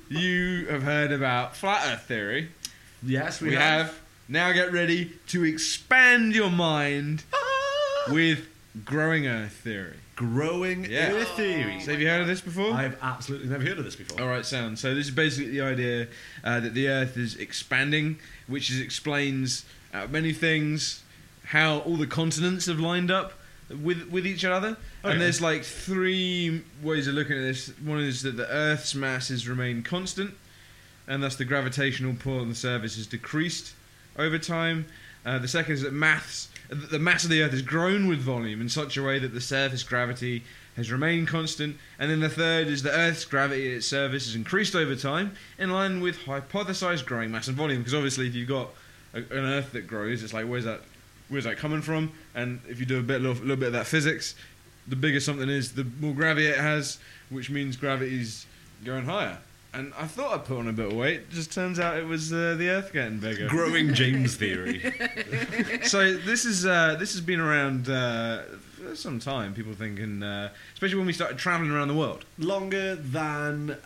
Speaker 3: you have heard about flat Earth theory.
Speaker 2: Yes,
Speaker 3: We have now get ready to expand your mind with growing Earth theory.
Speaker 2: Ah! growing
Speaker 3: Yeah.
Speaker 2: ear theory.
Speaker 5: Oh.
Speaker 3: So, have you heard of this before?
Speaker 2: I've absolutely never heard of this before.
Speaker 3: All right, sound. So this is basically the idea uh, that the Earth is expanding, which is, explains uh, many things, how all the continents have lined up with with each other.
Speaker 2: Okay.
Speaker 3: And there's like three ways of looking at this. One is that the Earth's mass has remained constant, and thus the gravitational pull on the surface has decreased over time. Uh, the second is that maths, that the mass of the Earth has grown with volume in such a way that the surface gravity has remained constant. And then the third is the Earth's gravity at its surface has increased over time in line with hypothesized growing mass and volume. Because obviously, if you've got a, an Earth that grows, it's like where's that, where's that coming from? And if you do a bit, little, little bit of that physics, the bigger something is, the more gravity it has, which means gravity's going higher. And I thought I put on a bit of weight. Just turns out it was uh, the Earth getting bigger
Speaker 2: Growing James theory.
Speaker 3: so this is uh, this has been around uh, for some time. People thinking, uh, especially when we started traveling around the world.
Speaker 2: Longer than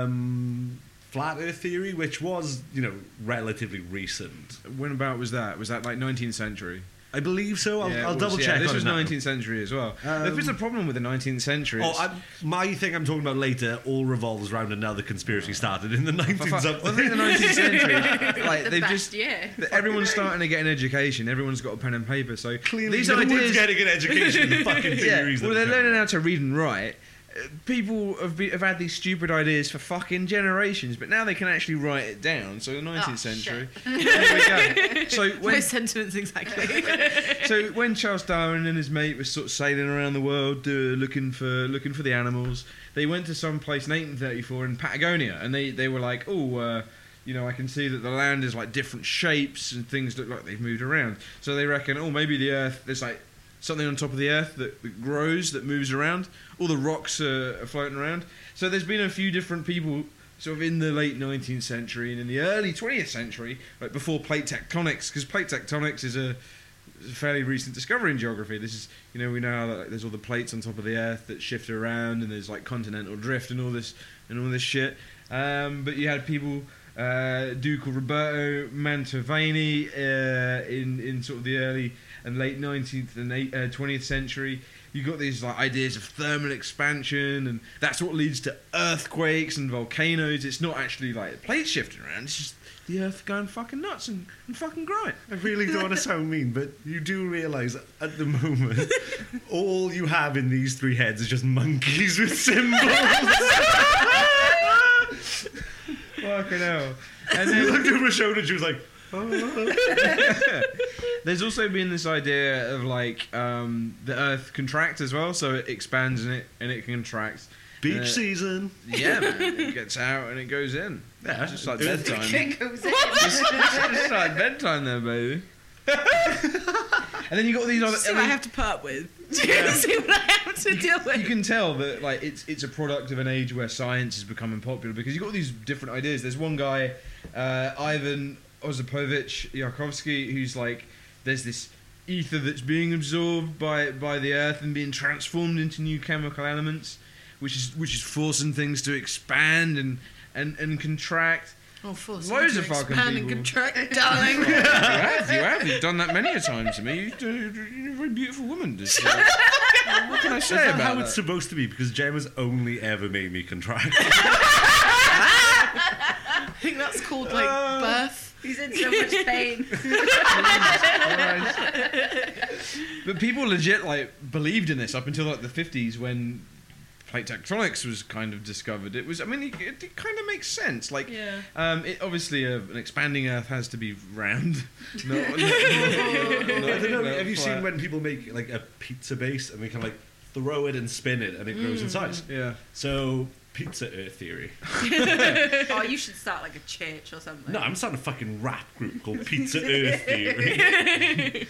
Speaker 2: um, flat earth theory, which was, you know, relatively recent.
Speaker 3: When about was that? Was that like 19th century?
Speaker 2: I believe so. I'll,
Speaker 3: Yeah, it
Speaker 2: I'll
Speaker 3: was,
Speaker 2: double
Speaker 3: yeah,
Speaker 2: check.
Speaker 3: This
Speaker 2: on
Speaker 3: was
Speaker 2: it now.
Speaker 3: 19th century as well.
Speaker 2: Um,
Speaker 3: there was a problem with the 19th century.
Speaker 2: Oh,
Speaker 3: It's-
Speaker 2: I, my thing I'm talking about later all revolves around another conspiracy started in the 19
Speaker 3: Well,
Speaker 2: something.
Speaker 3: I think the 19th century, Uh, like
Speaker 4: The
Speaker 3: they've
Speaker 4: best
Speaker 3: just
Speaker 4: year.
Speaker 3: th- everyone's starting to get an education. Everyone's got a pen and paper. So
Speaker 2: Clearly,
Speaker 3: these
Speaker 2: no one's
Speaker 3: ideas,
Speaker 2: getting an education in the fucking
Speaker 3: yeah,
Speaker 2: theories.
Speaker 3: well,
Speaker 2: that
Speaker 3: they're
Speaker 2: we're
Speaker 3: learning how to read and write. uh, people have, be, have had these stupid ideas for fucking generations, but now they can actually write it down. So the 19th
Speaker 4: Oh,
Speaker 3: century. There we go. So
Speaker 1: My
Speaker 3: when
Speaker 1: sentiments exactly.
Speaker 3: so when Charles Darwin and his mate were sort of sailing around the world, uh, looking for looking for the animals, they went to some place in 1834 in Patagonia, and they they were like, oh. Uh, you know, I can see that the land is like different shapes and things look like they've moved around. So they reckon, oh, maybe the earth, there's like something on top of the earth that, that grows, that moves around. All the rocks are, are floating around. So there's been a few different people sort of in the late 19th century and in the early 20th century, like before plate tectonics, because plate tectonics is a it's a fairly recent discovery in geography. This is, you know, we know how that, like, there's all the plates on top of the Earth that shift around, and there's like continental drift and all this and all this shit. Um, but you had people, uh, Duke Roberto Mantovani, uh, in in sort of the early and late 19th and eight, uh, 20th century. You got these like ideas of thermal expansion, and that's what leads to earthquakes and volcanoes. It's not actually like the plates shifting around; it's just the Earth going fucking nuts and, and fucking growing.
Speaker 2: I really don't want to sound mean, but you do realise at the moment, all you have in these three heads is just monkeys with symbols.
Speaker 3: Fucking hell! And
Speaker 2: you
Speaker 3: then
Speaker 2: looked over her shoulder and she was like, oh.
Speaker 3: There's also been this idea of like um, the Earth contracts as well, so it expands and it and it contracts.
Speaker 2: Beach
Speaker 3: Uh,
Speaker 2: season.
Speaker 3: Yeah, man, it gets out and it goes in.
Speaker 2: Yeah.
Speaker 3: It's just like
Speaker 2: Earth-
Speaker 3: bedtime.
Speaker 4: goes in.
Speaker 3: it's like bedtime there, baby. and then you got these other.
Speaker 1: See
Speaker 3: and
Speaker 1: what I
Speaker 3: then
Speaker 1: have to put up with. See what I have to deal
Speaker 3: you
Speaker 1: with.
Speaker 3: can tell that like it's it's a product of an age where science is becoming popular because you've got all these different ideas. There's one guy, uh, Ivan Ozapovich Yarkovsky, who's like there's this ether that's being absorbed by by the earth and being transformed into new chemical elements, which is which is forcing things to expand and and, and contract.
Speaker 1: Oh, for
Speaker 3: Loads of fucking
Speaker 1: expand and
Speaker 3: people.
Speaker 1: contract, darling.
Speaker 3: you have, you have, you've done that many a time to me. You, are a very beautiful woman. Just, like, what can I
Speaker 2: Is
Speaker 3: say
Speaker 2: that
Speaker 3: about
Speaker 2: how
Speaker 3: that?
Speaker 2: it's supposed to be? Because Gemma's only ever made me contract.
Speaker 1: I think that's called like
Speaker 3: Uh,
Speaker 1: birth.
Speaker 4: He's in so much pain.
Speaker 3: But people legit like believed in this up until like the fifties when plate tectonics was kind of discovered. It was, I mean, it, it, kind of makes sense. Like,
Speaker 1: Yeah.
Speaker 3: um, it, obviously, uh, an expanding Earth has to be round. No, no, no,
Speaker 2: I don't know.
Speaker 3: no,
Speaker 2: Have you
Speaker 3: flat.
Speaker 2: seen when people make like a pizza base and they can like throw it and spin it and it grows in size?
Speaker 3: Yeah.
Speaker 2: So pizza earth theory.
Speaker 4: oh, you should start like a church or something.
Speaker 2: No, I'm starting a fucking rap group called Pizza Earth Theory.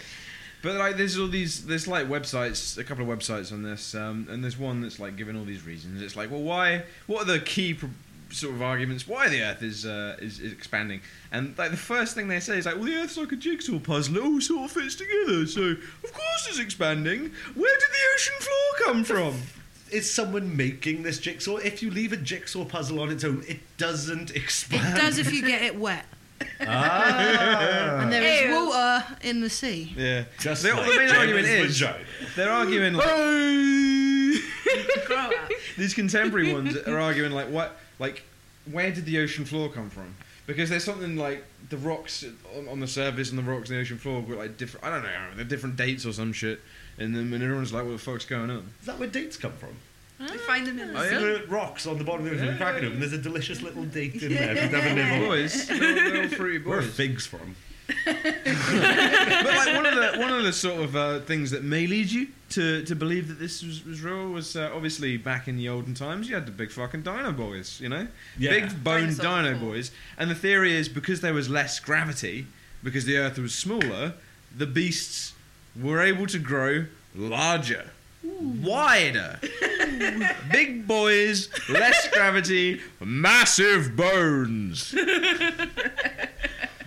Speaker 3: But like, there's all these, there's like websites, a couple of websites on this, um, and there's one that's like giving all these reasons. It's like, well, why? What are the key pro- sort of arguments why the Earth is, uh, is is expanding? And like the first thing they say is like, well, the Earth's like a jigsaw puzzle; it all sort of fits together. So of course it's expanding. Where did the ocean floor come from?
Speaker 2: Is someone making this jigsaw? If you leave a jigsaw puzzle on its own, it doesn't
Speaker 1: It
Speaker 2: expand.
Speaker 1: does if you get it wet.
Speaker 2: Ah,
Speaker 1: And there is
Speaker 4: Ew.
Speaker 1: water in the sea.
Speaker 3: Yeah,
Speaker 2: just
Speaker 3: Their-
Speaker 2: like
Speaker 3: the main argument
Speaker 2: Gemma's
Speaker 3: is
Speaker 2: vagina.
Speaker 3: they're arguing like.
Speaker 4: Grow up.
Speaker 3: these contemporary ones are arguing like what like where did the ocean floor come from because there's something like the rocks on, on the surface and the rocks in the ocean floor were like different i don't know they're different dates or some shit and then when everyone's like what the fuck's going on
Speaker 2: Is that where dates come from?
Speaker 4: You find them in the
Speaker 3: Oh,
Speaker 4: sea.
Speaker 3: yeah?
Speaker 2: There are rocks on the bottom of the ocean, you crack it open, there's a delicious little date in there. that never live on.
Speaker 3: boys little, little fruity
Speaker 2: Where are
Speaker 3: boys
Speaker 2: figs from?
Speaker 3: but like one of the one of the sort of uh, things that may lead you to, to believe that this was, was real was uh, obviously back in the olden times you had the big fucking dino boys you know
Speaker 2: Yeah.
Speaker 3: big bone
Speaker 4: Dinosaurs were
Speaker 3: dino
Speaker 4: cool.
Speaker 3: boys and the theory is because there was less gravity because the earth was smaller the beasts were able to grow larger
Speaker 1: Hmm.
Speaker 3: wider big boys less gravity massive bones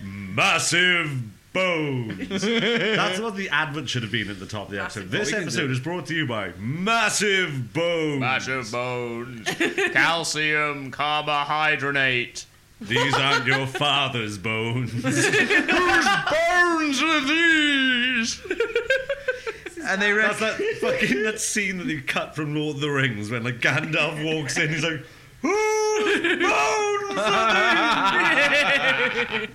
Speaker 2: Massive bones. That's what the advert should have been at the top of the episode.
Speaker 4: Massive
Speaker 2: This
Speaker 3: bones. We can
Speaker 2: episode
Speaker 3: do
Speaker 2: is brought to you by Massive Bones.
Speaker 6: Massive bones, calcium carbohydrate.
Speaker 2: These aren't your father's bones.
Speaker 3: bones are these and they reckon
Speaker 2: That's that fucking that scene that they cut from Lord of the Rings when like Gandalf walks in, he's like, "Whose bones are these?"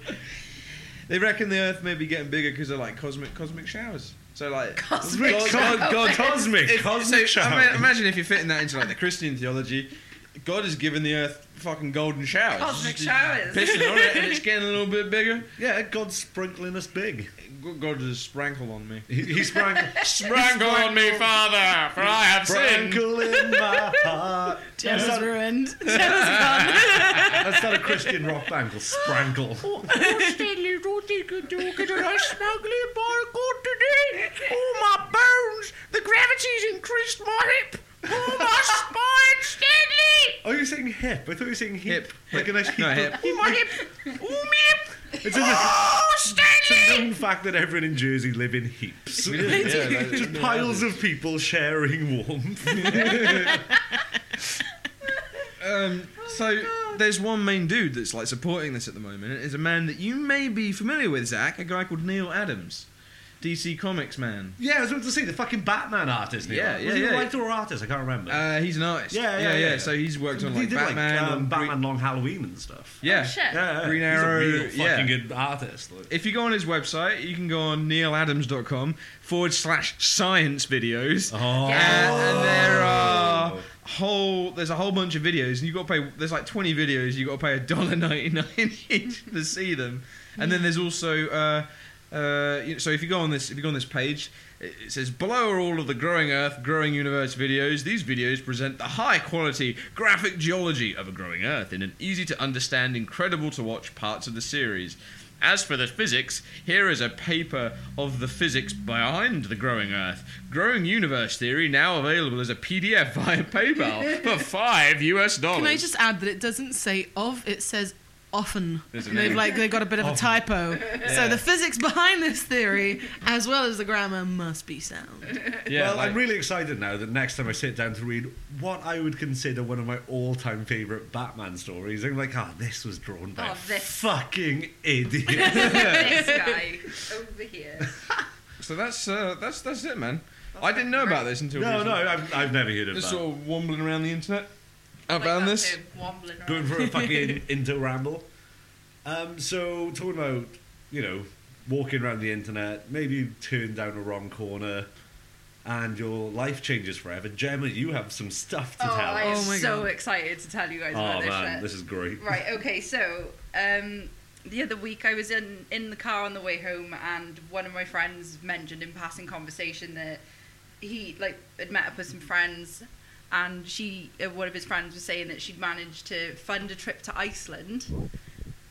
Speaker 3: They reckon the Earth may be getting bigger because of like cosmic cosmic showers. So like
Speaker 1: Cosmic
Speaker 2: God,
Speaker 3: God-
Speaker 1: showers.
Speaker 2: God, cosmic,
Speaker 3: if-
Speaker 2: cosmic
Speaker 3: so, I
Speaker 2: shower.
Speaker 3: mean, imagine if you're fitting that into like the Christian theology. God has given the Earth fucking golden showers.
Speaker 4: Cosmic
Speaker 3: Just
Speaker 4: showers.
Speaker 3: Pissing on it and it's getting a little bit bigger.
Speaker 2: yeah, God's sprinkling us big.
Speaker 3: G- God has sprankled on me.
Speaker 2: He, he sprankled,
Speaker 6: Sprinkle on me, Father, for I have sinned.
Speaker 2: sprinkle in my heart.
Speaker 1: Gemma's
Speaker 2: That's not-
Speaker 1: ruined. Gemma's gone.
Speaker 2: That's not a Christian rock band called Sprankle. oh, Oh, you're saying hip. I thought you were saying hip.
Speaker 3: Hip.
Speaker 2: Like a nice hip.
Speaker 3: No, hip.
Speaker 2: It's just a, it's a known fact that everyone in Jersey live in heaps.
Speaker 3: Yeah, like-
Speaker 2: Just piles of people sharing warmth.
Speaker 3: Um,
Speaker 4: Oh
Speaker 3: so there's one main dude that's like supporting this at the moment. It's a man that you may be familiar with, Zach, a guy called Neil Adams, DC Comics man.
Speaker 2: yeah, I was about to say the fucking Batman artist. Neil.
Speaker 3: Yeah,
Speaker 2: was
Speaker 3: yeah,
Speaker 2: he a
Speaker 3: yeah.
Speaker 2: writer or artist? I can't remember.
Speaker 3: Uh, he's an artist.
Speaker 2: Yeah, yeah, yeah.
Speaker 3: So he's worked on
Speaker 2: he
Speaker 3: like
Speaker 2: did
Speaker 3: Batman,
Speaker 2: like um,
Speaker 3: on Gre-
Speaker 2: Batman Long Halloween and stuff.
Speaker 3: Yeah.
Speaker 4: Oh, shit.
Speaker 2: Yeah,
Speaker 3: Green
Speaker 2: he's
Speaker 3: Arrow,
Speaker 2: a real fucking
Speaker 3: yeah.
Speaker 2: good artist. Like.
Speaker 3: If you go on his website, you can go on neiladams.com forward slash science videos.
Speaker 2: Oh,
Speaker 3: And, and there are whole there's a whole bunch of videos and you got to pay there's like 20 videos you got to pay a dollar 99 each to see them and then there's also uh, uh, you know, so if you go on this if you go on this page it it says below are all of the growing earth growing universe videos these videos present the high quality graphic geology of a growing earth in an easy to understand incredible to watch parts of the series as for the physics, here is a paper of the physics behind the growing Earth. Growing Universe Theory now available as a PDF via PayPal for five US dollars.
Speaker 1: Can I just add that it doesn't say of, it says often.
Speaker 3: There's an
Speaker 1: They've
Speaker 3: A.
Speaker 1: like they got a bit of a typo. So the physics behind this theory, as well as the grammar, must be sound.
Speaker 3: Yeah,
Speaker 2: well,
Speaker 3: like-
Speaker 2: I'm really excited now that next time I sit down to read what I would consider one of my all-time favorite Batman stories, I'm like, ah, this was drawn by
Speaker 4: Oh,
Speaker 2: a
Speaker 4: this.
Speaker 2: fucking idiot.
Speaker 4: this guy over here.
Speaker 3: so that's uh, that's that's it, man. I didn't know about this until
Speaker 2: no, no,
Speaker 3: recently.
Speaker 2: I've, I've never heard of
Speaker 3: Just
Speaker 2: that.
Speaker 3: sort of wambling around the internet. I
Speaker 4: Like,
Speaker 3: found
Speaker 4: that's
Speaker 3: this.
Speaker 4: him wobbling around.
Speaker 2: Going for a fucking into ramble. Um, so talking about you know walking around the internet, maybe you turn down a wrong corner, and your life changes forever. Gemma, you have some stuff to
Speaker 4: Oh,
Speaker 2: tell.
Speaker 4: I am
Speaker 1: Oh my
Speaker 4: so
Speaker 1: God.
Speaker 4: excited to tell you guys
Speaker 2: oh
Speaker 4: about this
Speaker 2: man,
Speaker 4: shit.
Speaker 2: this is great.
Speaker 4: Right, okay, so um, the other week I was in, in the car on the way home and one of my friends mentioned in passing conversation that he like had met up with some friends and she uh, one of his friends was saying that she'd managed to fund a trip to Iceland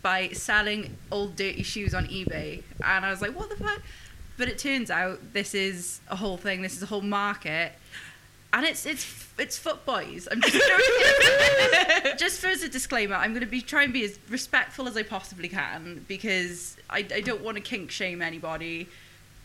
Speaker 4: by selling old dirty shoes on eBay and I was like, What the fuck? But it turns out this is a whole thing, this is a whole market. And it's it's it's foot boys. I'm just just for as a disclaimer, I'm going to be try and be as respectful as I possibly can because I, I don't want to kink shame anybody,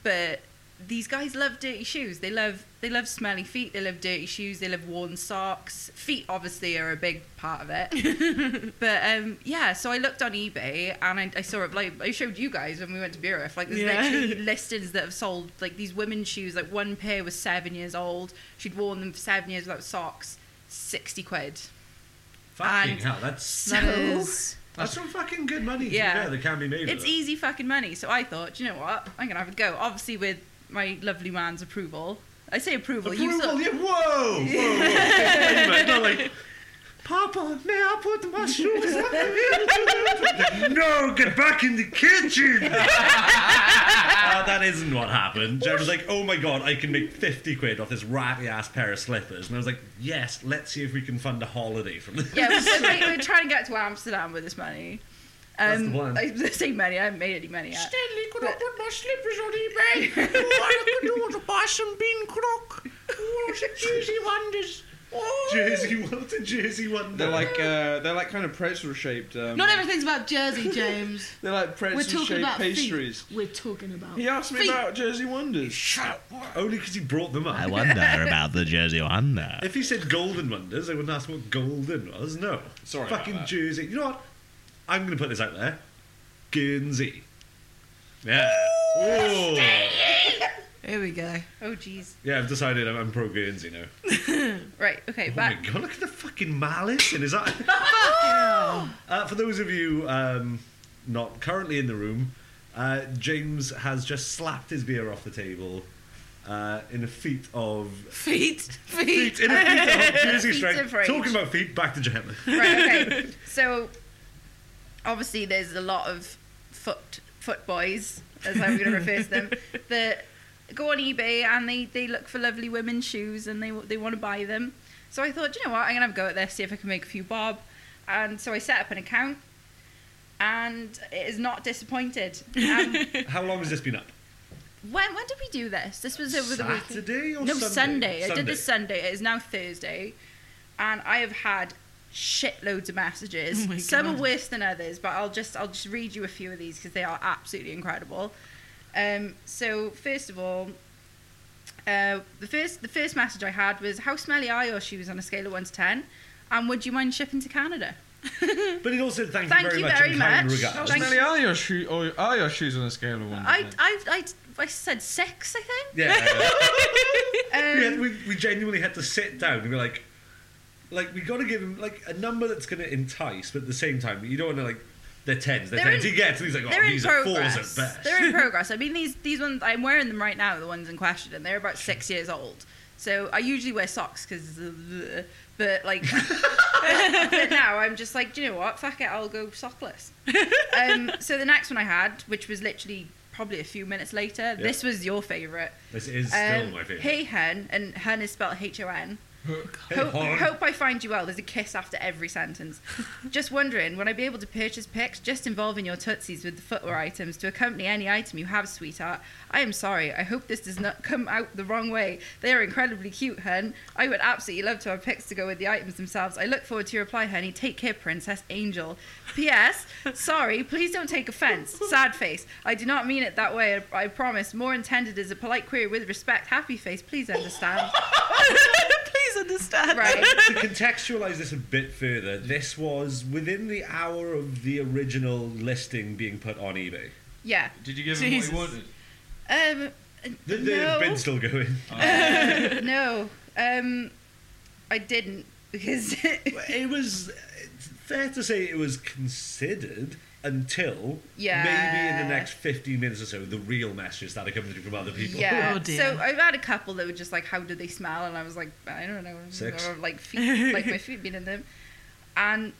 Speaker 4: but these guys love dirty shoes. They love they love smelly feet. They love dirty shoes. They love worn socks. Feet obviously are a big part of it. but um, yeah, so I looked on eBay and I, I saw it like I showed you guys when we went to Bureau. Like there's
Speaker 1: Yeah.
Speaker 4: literally listings that have sold like these women's shoes. Like one pair was seven years old. She'd worn them for seven years without socks. Sixty quid.
Speaker 2: Fucking
Speaker 4: And-
Speaker 2: hell, that's
Speaker 4: So.
Speaker 1: That is
Speaker 2: that's some fucking good money. Yeah,
Speaker 4: Yeah.
Speaker 2: that can be made. with
Speaker 4: It's
Speaker 2: it.
Speaker 4: easy fucking money. So I thought, "Do you know what? I'm gonna have a go. Obviously with my lovely man's approval. I say approval. you
Speaker 2: Approval,
Speaker 4: saw,
Speaker 2: yeah, whoa, whoa, whoa. Wait a minute, not like, Papa, may I put my shoes on? no, get back in the kitchen. Uh, that isn't what happened. Jared was like, oh my god, I can make 50 quid off this ratty ass pair of slippers. And I was like, yes, let's see if we can fund a holiday from this.
Speaker 4: yeah, we're, we're, we're trying to get to Amsterdam with this money. Um,
Speaker 2: That's the one.
Speaker 4: I I say money. I haven't made any money yet.
Speaker 6: Stanley, could
Speaker 4: I
Speaker 6: put my slippers on eBay? I could want to buy some bean crock. Oh, Jersey wonders.
Speaker 2: Jersey, what a Jersey one.
Speaker 3: They're like uh, they're like kind of pretzel shaped. Um,
Speaker 1: not everything's about Jersey, James.
Speaker 3: they're like
Speaker 1: We're
Speaker 3: pretzel
Speaker 1: talking
Speaker 3: shaped
Speaker 1: about
Speaker 3: pastries.
Speaker 1: feet. We're talking about.
Speaker 3: He asked me
Speaker 1: feet.
Speaker 3: about Jersey Wonders.
Speaker 2: shut up. Only because he brought them up.
Speaker 6: wonder about the Jersey wonder.
Speaker 2: If he said golden wonders, I wouldn't ask what golden was. No.
Speaker 3: Sorry about
Speaker 2: Fucking
Speaker 3: that.
Speaker 2: Jersey. You know what? I'm going to put this out there. Guernsey. Yeah. Ooh.
Speaker 1: Here we go.
Speaker 4: Oh jeez.
Speaker 2: Yeah, I've decided I'm, I'm pro Guernsey now.
Speaker 4: Right. Okay.
Speaker 2: Oh my
Speaker 4: Back.
Speaker 2: god, look at the fucking malice in his eye.
Speaker 1: Fucking hell.
Speaker 2: Uh, for those of you um, not currently in the room, Uh, James has just slapped his beer off the table uh, in a feat of.
Speaker 1: Feet, feet.
Speaker 2: Feet, in a feat of piercing
Speaker 4: Feats
Speaker 2: strength.
Speaker 4: of rage.
Speaker 2: Talking about feet, back to Gemma.
Speaker 4: right, okay. So obviously there's a lot of foot foot boys, as I'm gonna refer to them, that go on eBay and they, they look for lovely women's shoes and they they want to buy them. So I thought, "Do you know what, I'm gonna have a go at this, see if I can make a few bob. And so I set up an account and it is not disappointed. And
Speaker 2: How long has this been up?
Speaker 4: when when did we do this? This was over the weekend.
Speaker 2: Saturday or
Speaker 4: no
Speaker 2: Sunday?
Speaker 4: Sunday. I did this Sunday. It is now Thursday, and I have had shitloads of messages.
Speaker 1: Oh my
Speaker 4: Some
Speaker 1: God.
Speaker 4: are worse than others, but I'll just I'll just read you a few of these because they are absolutely incredible. Um, so first of all, uh, the first the first message I had was how smelly are your shoes on a scale of one to ten, and would you mind shipping to Canada?
Speaker 2: But it also thank,
Speaker 4: Thank
Speaker 2: you very
Speaker 4: you
Speaker 2: much
Speaker 4: very
Speaker 2: in kind
Speaker 4: much.
Speaker 2: regards.
Speaker 4: Thank-
Speaker 3: Smelly, are your, shoe, or are your shoes on a scale
Speaker 1: Oh
Speaker 3: of one? to
Speaker 4: I,
Speaker 3: ten?
Speaker 4: I I I said six, I think.
Speaker 2: Yeah, yeah, yeah.
Speaker 4: Um,
Speaker 2: we, had, we, we genuinely had to sit down and be like, like we got to give him like a number that's going to entice, but at the same time you don't want to like they're tens, they're,
Speaker 4: They're
Speaker 2: tens.
Speaker 4: in-
Speaker 2: he gets and he's like,
Speaker 4: They're
Speaker 2: oh,
Speaker 4: in
Speaker 2: these are fours
Speaker 4: progress.
Speaker 2: at best.
Speaker 4: They're in progress. I mean, these these ones I'm wearing them right now. The ones in question, and they're about six years old. So I usually wear socks because, but like, but now I'm just like, do you know what? Fuck it, I'll go sockless. Um, so the next one I had, which was literally probably a few minutes later, this was your favourite.
Speaker 2: This is
Speaker 4: Um,
Speaker 2: still my favorite.
Speaker 4: hey hen, and hen is spelled H O N.
Speaker 2: Hey,
Speaker 4: Hope,
Speaker 2: hon.
Speaker 4: hope I find you well. There's a kiss after every sentence. just wondering, would I be able to purchase pics just involving your tootsies with the footwear items to accompany any item you have, sweetheart? I am sorry. I hope this does not come out the wrong way. They are incredibly cute, hun. I would absolutely love to have pics to go with the items themselves. I look forward to your reply, honey. Take care, Princess Angel. P.S. Sorry, please don't take offense. Sad face. I do not mean it that way. I, I promise. More intended as a polite query with respect. Happy face. Please understand.
Speaker 1: Please understand.
Speaker 4: Right.
Speaker 2: to contextualize this a bit further, this was within the hour of the original listing being put on eBay.
Speaker 4: Yeah.
Speaker 3: Did you give
Speaker 1: Jesus.
Speaker 3: him what he wanted?
Speaker 4: Um,
Speaker 2: The, the
Speaker 4: no,
Speaker 2: bid's still going.
Speaker 4: no, um, I didn't because
Speaker 2: It was it's fair to say it was considered until
Speaker 4: Yeah.
Speaker 2: maybe in the next 15 minutes or so, the real messages started coming through from other people.
Speaker 4: yeah.
Speaker 1: Oh, dear.
Speaker 4: so I've had a couple that were just like, "How do they smell?" And I was like, "I don't know."
Speaker 2: Six.
Speaker 4: Or like feet, like my feet being in them, and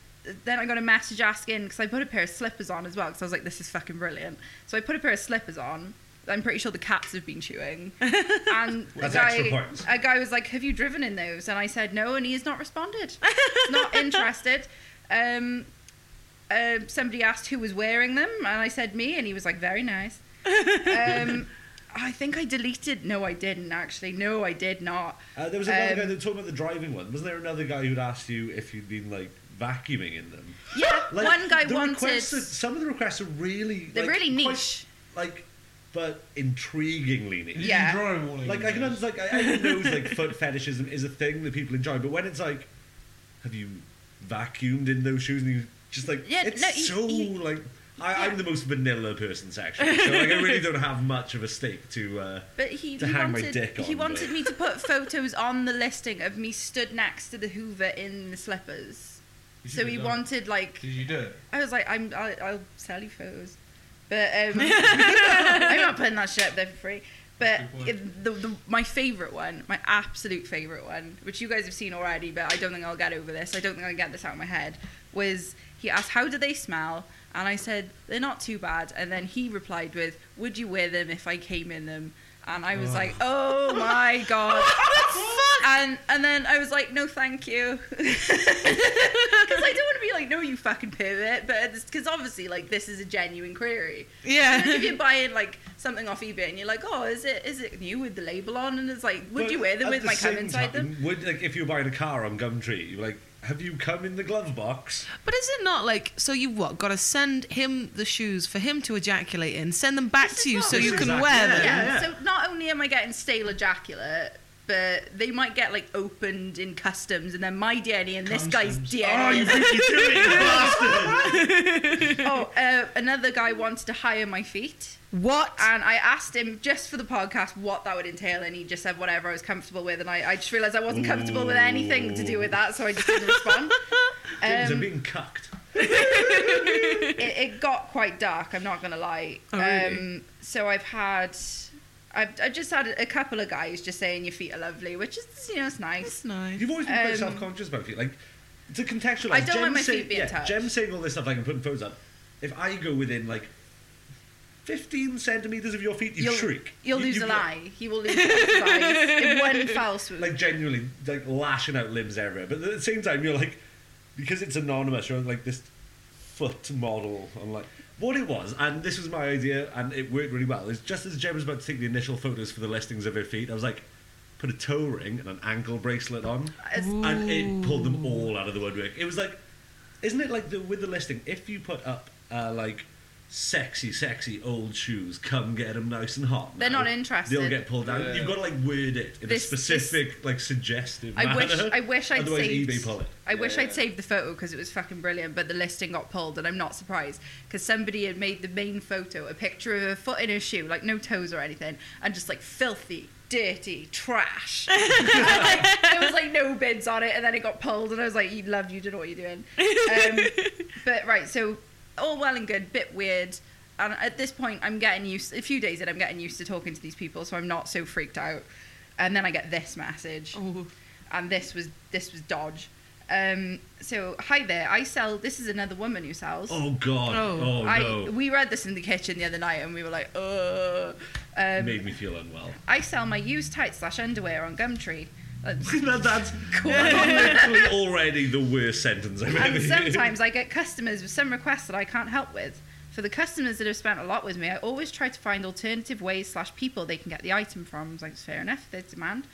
Speaker 4: then I got a message asking because I put a pair of slippers on as well because I was like, "This is fucking brilliant." So I put a pair of slippers on. I'm pretty sure the cats have been chewing. And
Speaker 2: That's
Speaker 4: a,
Speaker 2: extra
Speaker 4: guy,
Speaker 2: points.
Speaker 4: a guy was like, Have you driven in those? And I said, No, and he has not responded. He's not interested. Um, uh, somebody asked who was wearing them, and I said me, and he was like, very nice. Um, I think I deleted. No, I didn't actually. No, I did not.
Speaker 2: Uh, there was another
Speaker 4: Um,
Speaker 2: guy that was talking about the driving one. Wasn't there another guy who'd asked you if you'd been like vacuuming in them?
Speaker 4: Yeah,
Speaker 2: Like,
Speaker 4: one guy
Speaker 2: the
Speaker 4: wanted.
Speaker 2: requests are- some of the requests are really
Speaker 4: They're
Speaker 2: like,
Speaker 4: really
Speaker 2: quite,
Speaker 4: niche.
Speaker 2: like, but intriguingly niche.
Speaker 3: You
Speaker 4: Yeah.
Speaker 3: didn't draw him all in
Speaker 2: Like I can
Speaker 3: yours.
Speaker 2: understand, like I, I know like foot fetishism is a thing that people enjoy, but when it's like, have you vacuumed in those shoes? And you just like,
Speaker 4: Yeah,
Speaker 2: it's
Speaker 4: no, you-
Speaker 2: so
Speaker 4: you-
Speaker 2: like. I,
Speaker 4: yeah.
Speaker 2: I'm the most vanilla person, actually. So like, I really don't have much of a stake to. Uh,
Speaker 4: But he,
Speaker 2: to
Speaker 4: he
Speaker 2: hang my
Speaker 4: wanted,
Speaker 2: dick
Speaker 4: he
Speaker 2: on,
Speaker 4: wanted
Speaker 2: but-
Speaker 4: me to put photos on the listing of me stood next to the Hoover in the slippers.
Speaker 3: You
Speaker 4: So
Speaker 3: should've
Speaker 4: he
Speaker 3: done it.
Speaker 4: wanted like
Speaker 3: Did you do it?
Speaker 4: I was like I'm I'll, I'll sell you photos, but um, I'm not putting that shit up there for free. But
Speaker 3: Good point.
Speaker 4: it, the, the, my favourite one, my absolute favourite one, which you guys have seen already, but I don't think I'll get over this. I don't think I'll get this out of my head. Was he asked how do they smell? And I said they're not too bad. And then he replied with, "Would you wear them if I came in them?" And I was like, "Oh my god!" And and then I was like, "No, thank you," because I don't want to be like, "No, you fucking pervert," but because obviously, like, this is a genuine query.
Speaker 1: Yeah.
Speaker 4: Like, if you're buying like something off eBay and you're like, oh, is it is it new with the label on? And it's like, would
Speaker 2: but
Speaker 4: you wear them
Speaker 2: at
Speaker 4: with
Speaker 2: the
Speaker 4: my cum
Speaker 2: same
Speaker 4: inside them?
Speaker 2: time, Would like if you were buying a car on Gumtree, you're like, have you come in the glove box?
Speaker 1: But is it not like so? You what? Got to send him the shoes for him to ejaculate in. Send them back
Speaker 4: This is
Speaker 1: to you
Speaker 4: what
Speaker 1: so
Speaker 2: we
Speaker 1: you
Speaker 2: do.
Speaker 1: can
Speaker 2: Exactly.
Speaker 1: wear
Speaker 4: Yeah,
Speaker 1: them.
Speaker 2: Yeah.
Speaker 4: So not only am I getting stale ejaculate, but they might get like opened in customs, and then my DNA and this guy's
Speaker 2: Oh, you
Speaker 4: DNA.
Speaker 2: think you're doing it, you bastard!
Speaker 4: Oh, uh, another guy wanted to hire my feet.
Speaker 1: What?
Speaker 4: And I asked him just for the podcast what that would entail, and he just said whatever I was comfortable with. And I, I just realised I wasn't comfortable with anything to do with that, so I just didn't respond.
Speaker 2: James, I'm
Speaker 4: Um,
Speaker 2: being cucked.
Speaker 4: it, it got quite dark. I'm not gonna lie.
Speaker 1: Oh, really?
Speaker 4: Um, so I've had, I've, I've just had a couple of guys just saying your feet are lovely, which is you know it's nice.
Speaker 1: That's nice.
Speaker 2: You've always been quite
Speaker 4: Um,
Speaker 2: self-conscious about feet. Like to contextualize,
Speaker 4: I don't
Speaker 2: Jem
Speaker 4: like my
Speaker 2: say-
Speaker 4: feet being
Speaker 2: yeah,
Speaker 4: touched.
Speaker 2: Jem saying all this stuff, like I'm putting photos up. If I go within like 15 centimeters of your feet, you
Speaker 4: You'll-
Speaker 2: shriek.
Speaker 4: You'll
Speaker 2: You-
Speaker 4: lose
Speaker 2: you-
Speaker 4: an eye. You will lose both eyes in one foul swoop.
Speaker 2: Like genuinely, like lashing out limbs everywhere. But at the same time, you're like, because it's anonymous, you're on, like this foot model. I'm like. What it was, and this was my idea, and it worked really well. Is just as Jem was about to take the initial photos for the listings of her feet, I was like, put a toe ring and an ankle bracelet on.
Speaker 4: It's-
Speaker 2: and it pulled them all out of the woodwork. It was like, isn't it like the with the listing? If you put up uh, like sexy, sexy old shoes, come get them nice and hot.
Speaker 4: They're
Speaker 2: now,"
Speaker 4: not interested.
Speaker 2: They'll get pulled down.
Speaker 3: Yeah.
Speaker 2: You've got to like word it in
Speaker 4: This-
Speaker 2: a specific, like suggestive
Speaker 4: I
Speaker 2: manner.
Speaker 4: wish I wish I'd
Speaker 2: Otherwise, E
Speaker 4: saved.
Speaker 2: eBay pull it.
Speaker 4: I wish
Speaker 3: E Yeah.
Speaker 4: I'd saved the photo because it was fucking brilliant, but the listing got pulled, and I'm not surprised because somebody had made the main photo a picture of a foot in a shoe, like no toes or anything, and just like filthy, dirty trash. And, like, there was like no bids on it, and then it got pulled, and I was like, "You loved, you did what you're doing." Um, but right, so all well and good, bit weird. And at this point, I'm getting used. A few days in, I'm getting used to talking to these people, so I'm not so freaked out. And then I get this message
Speaker 1: Oh,
Speaker 4: and this was this was dodge. Um, so hi there, I sell. This is another woman who sells.
Speaker 2: Oh God!
Speaker 1: Oh.
Speaker 2: Oh,
Speaker 4: I
Speaker 2: no!
Speaker 4: we read this in the kitchen the other night, and we were like, uh.
Speaker 2: It
Speaker 4: Um,
Speaker 2: made me feel unwell.
Speaker 4: I sell my used tights slash underwear on Gumtree. That's-
Speaker 2: that, that's literally already the worst sentence I've ever.
Speaker 4: and
Speaker 2: heard.
Speaker 4: sometimes I get customers with some requests that I can't help with. For the customers that have spent a lot with me, I always try to find alternative ways slash people they can get the item from. I was like, fair enough, there's demand.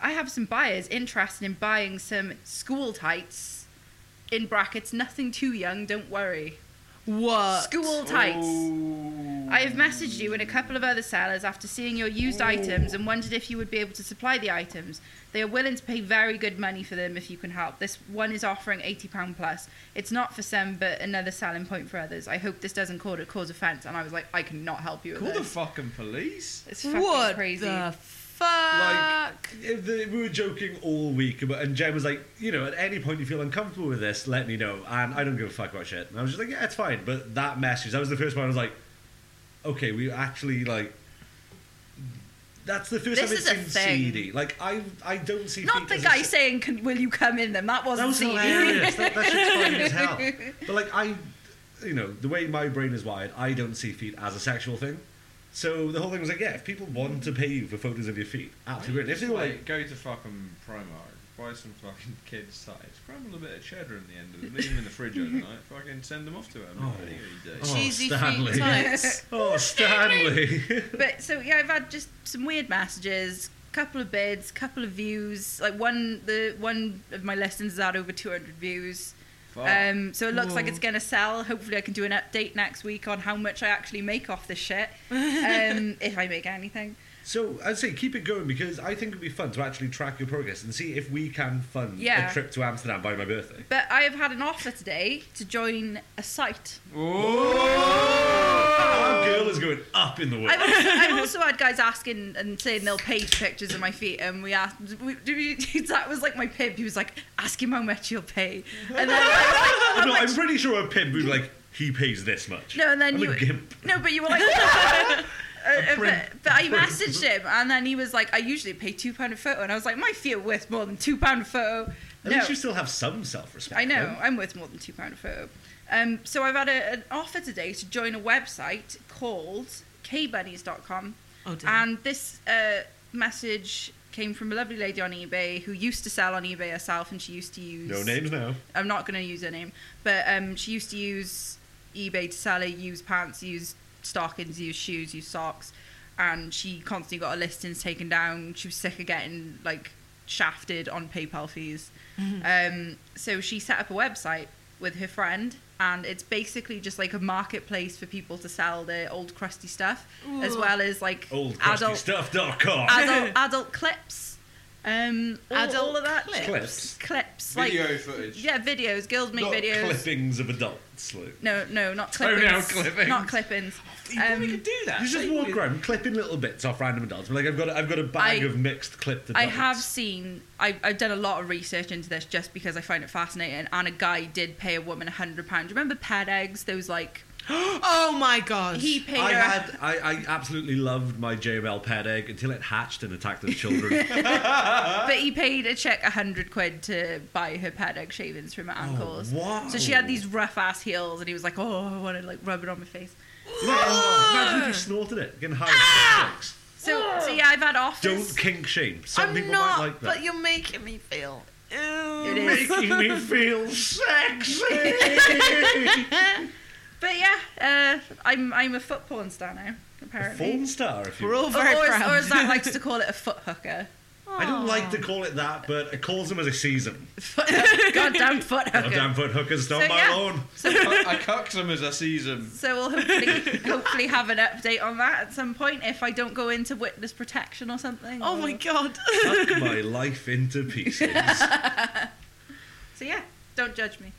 Speaker 4: I have some buyers interested in buying some school tights, in brackets, nothing too young, don't worry.
Speaker 1: what?
Speaker 4: School tights. I have messaged you and a couple of other sellers after seeing your used items and wondered if you would be able to supply the items. They are willing to pay very good money for them if you can help. This one is offering £80 plus. It's not for some, but another selling point for others. I hope this doesn't cause, cause offence. And I was like, I cannot help you with
Speaker 3: Call the
Speaker 4: this.
Speaker 3: fucking police.
Speaker 4: it's fucking
Speaker 1: What
Speaker 4: crazy.
Speaker 1: the fuck?
Speaker 2: If the- we were joking all week about, and Jen was like, you know, at any point you feel uncomfortable with this, let me know, and I don't give a fuck about shit. And I was just like, yeah, it's fine. But that message, that was the first one. I was like, okay, we actually like. That's the first
Speaker 4: This
Speaker 2: time it's
Speaker 4: is a
Speaker 2: been
Speaker 4: thing.
Speaker 2: seedy. Like I, I don't see.
Speaker 4: not
Speaker 2: feet
Speaker 4: the
Speaker 2: as
Speaker 4: guy
Speaker 2: a,
Speaker 4: saying, can, will you come in them? That
Speaker 2: That
Speaker 4: wasn't
Speaker 2: was
Speaker 4: seen.
Speaker 2: hilarious. that, that shit's funny as hell. But like I, you know, the way my brain is wired, I don't see feet as a sexual thing. So the whole thing was like, yeah, if people want to pay you for photos of your feet, absolutely. If they were like,
Speaker 3: Like, go to fucking Primark, buy some fucking kids' tights, crumble a bit of cheddar in the end of them, leave them in the fridge overnight, fucking send them off to her.
Speaker 2: Oh.
Speaker 3: Any day.
Speaker 2: Oh,
Speaker 1: Cheesy
Speaker 2: Stanley.
Speaker 1: feet tights.
Speaker 2: Oh, Stanley.
Speaker 4: But so yeah, I've had just some weird messages, couple of bids, couple of views. Like one, the one of my lessons had over 200 views.
Speaker 3: Fuck.
Speaker 4: Um, so it looks like
Speaker 1: Whoa.
Speaker 4: it's gonna sell. Hopefully, I can do an update next week on how much I actually make off this shit, um, if I make anything.
Speaker 2: so I'd say keep it going because I think it'd be fun to actually track your progress and see if we can fund
Speaker 4: Yeah.
Speaker 2: a trip to Amsterdam by my birthday.
Speaker 4: But I have had an offer today to join a site.
Speaker 2: Our girl is going up in the world.
Speaker 4: I've also, I've also had guys asking and saying they'll pay for pictures of my feet, and we asked. We, do we, that was like my pimp. He was like, "Ask him how much he'll pay," and then I was like,
Speaker 2: I'm, not, I'm pretty sure a pimp would be like, he pays this much.
Speaker 4: No, and then
Speaker 2: I'm
Speaker 4: you.
Speaker 2: a gimp.
Speaker 4: No, but you were like. Uh, uh,
Speaker 2: print-
Speaker 4: but, but I
Speaker 2: a print.
Speaker 4: messaged him, and then he was like, "I usually pay two pound a photo," and I was like, "My feet are worth more than two pound a photo."
Speaker 2: At
Speaker 4: no,
Speaker 2: least you still have some self-respect.
Speaker 4: I know
Speaker 2: then.
Speaker 4: I'm worth more than two pound a photo. Um, so I've had a, an offer today to join a website called kbunnies.com,
Speaker 1: Oh dear.
Speaker 4: and this uh, message came from a lovely lady on eBay who used to sell on eBay herself, and she used to use
Speaker 2: No names now.
Speaker 4: I'm not going to use her name, but um, she used to use eBay to sell her used pants, used stockings, used shoes, used socks, and she constantly got her listings taken down. She was sick of getting like shafted on PayPal fees. Um, so she set up a website with her friend, and it's basically just like a marketplace for people to sell their old crusty stuff, as
Speaker 1: Ooh.
Speaker 4: well as like adult
Speaker 2: Oldcrustystuff.com.
Speaker 4: adult adult clips. Um, all,
Speaker 1: Adult
Speaker 4: all of that
Speaker 2: Clips.
Speaker 4: clips like
Speaker 3: Video footage.
Speaker 4: yeah, videos. Girls make
Speaker 2: Not
Speaker 4: videos.
Speaker 2: clippings of adults. Like.
Speaker 4: No, no, not
Speaker 3: Oh,
Speaker 4: clippings.
Speaker 3: no, clippings.
Speaker 4: Not clippings.
Speaker 3: You
Speaker 4: Um,
Speaker 3: probably could do that.
Speaker 2: You just
Speaker 3: Like,
Speaker 2: walk around clipping little bits off random adults. Like I've got, a, I've got a bag
Speaker 4: I-
Speaker 2: of mixed clipped adults.
Speaker 4: I have seen. I, I've done a lot of research into this just because I find it fascinating. And a guy did pay a woman a hundred pounds. Remember pad eggs? Those like
Speaker 1: oh my god.
Speaker 4: He paid
Speaker 2: I
Speaker 4: her.
Speaker 2: had I, I absolutely loved my JML pet egg until it hatched and attacked the children. Uh,
Speaker 4: But he paid a check a hundred quid to buy her paddock shavings from her ankles.
Speaker 2: Oh, wow.
Speaker 4: So she had these rough ass heels, and he was like, "Oh, I want to like rub it on my face."
Speaker 2: Imagine
Speaker 1: Oh!
Speaker 2: if you snorted it, getting high with sex.
Speaker 4: So, so yeah, I've had offers.
Speaker 2: Ah, Don't kink shame. Some
Speaker 1: Ah! I'm
Speaker 2: people
Speaker 1: not,
Speaker 2: might like
Speaker 1: but
Speaker 2: that.
Speaker 1: you're making me feel. ill.
Speaker 4: It is.
Speaker 2: Making me feel sexy.
Speaker 4: But yeah, uh, I'm I'm a foot porn star now. Apparently,
Speaker 2: Porn star, if you
Speaker 1: We're
Speaker 2: will.
Speaker 1: all very
Speaker 4: or, or, as,
Speaker 1: proud.
Speaker 4: or as Zach likes to call it, a foot hooker.
Speaker 2: I don't like to call it that, but it calls them as a season.
Speaker 4: Goddamn foot hooker.
Speaker 2: Goddamn foot hookers down
Speaker 4: So,
Speaker 2: my
Speaker 4: yeah.
Speaker 2: lawn.
Speaker 3: I cuck them as I seize them.
Speaker 4: So we'll hopefully hopefully have an update on that at some point if I don't go into witness protection or something.
Speaker 1: oh my god.
Speaker 2: Cut my life into pieces.
Speaker 4: So yeah, don't judge me.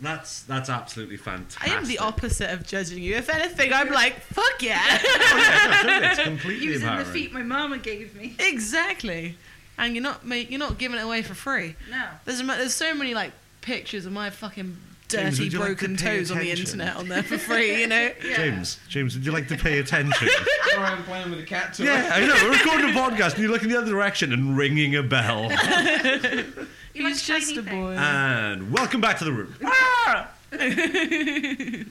Speaker 2: That's that's absolutely
Speaker 1: I
Speaker 2: fantastic.
Speaker 1: am the opposite of judging you. If anything, I'm like, fuck yeah.
Speaker 2: It's completely
Speaker 4: Using the
Speaker 2: empowering.
Speaker 4: feet my mama gave me.
Speaker 1: exactly. And you're not ma- you're not giving it away for free.
Speaker 4: No.
Speaker 1: There's mo- there's so many like pictures of my fucking
Speaker 2: James,
Speaker 1: dirty
Speaker 2: would you like to
Speaker 1: broken
Speaker 2: pay
Speaker 1: toes on the
Speaker 2: attention?
Speaker 1: internet on there for free, you know.
Speaker 4: Yeah.
Speaker 2: James, James, would you like to pay attention?
Speaker 3: Sorry, I'm playing with a cat toy.
Speaker 2: yeah, I know. We're recording a podcast, and you look in the other direction and ringing a bell.
Speaker 4: You like
Speaker 1: He's just
Speaker 4: tiny
Speaker 1: a
Speaker 4: things.
Speaker 1: boy.
Speaker 2: Uh,
Speaker 1: Ah!
Speaker 2: and welcome back to the room.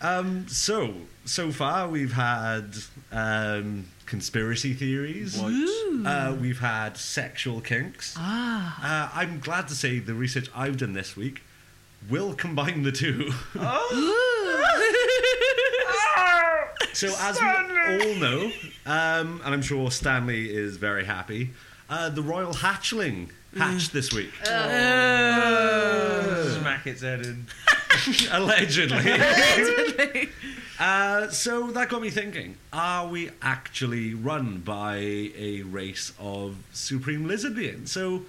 Speaker 2: Um, so so far we've had um, conspiracy theories. Uh, we've had sexual kinks.
Speaker 1: ah.
Speaker 2: Uh, I'm glad to say the research I've done this week will combine the two.
Speaker 1: Oh. Ah.
Speaker 2: so, as we all know, um, and I'm sure Stanley is very happy, uh, the royal hatchling
Speaker 1: Mm.
Speaker 2: hatched this week,
Speaker 3: Smack its head in.
Speaker 2: allegedly. Uh, so that got me thinking: Are we actually run by a race of supreme lizard beings? So,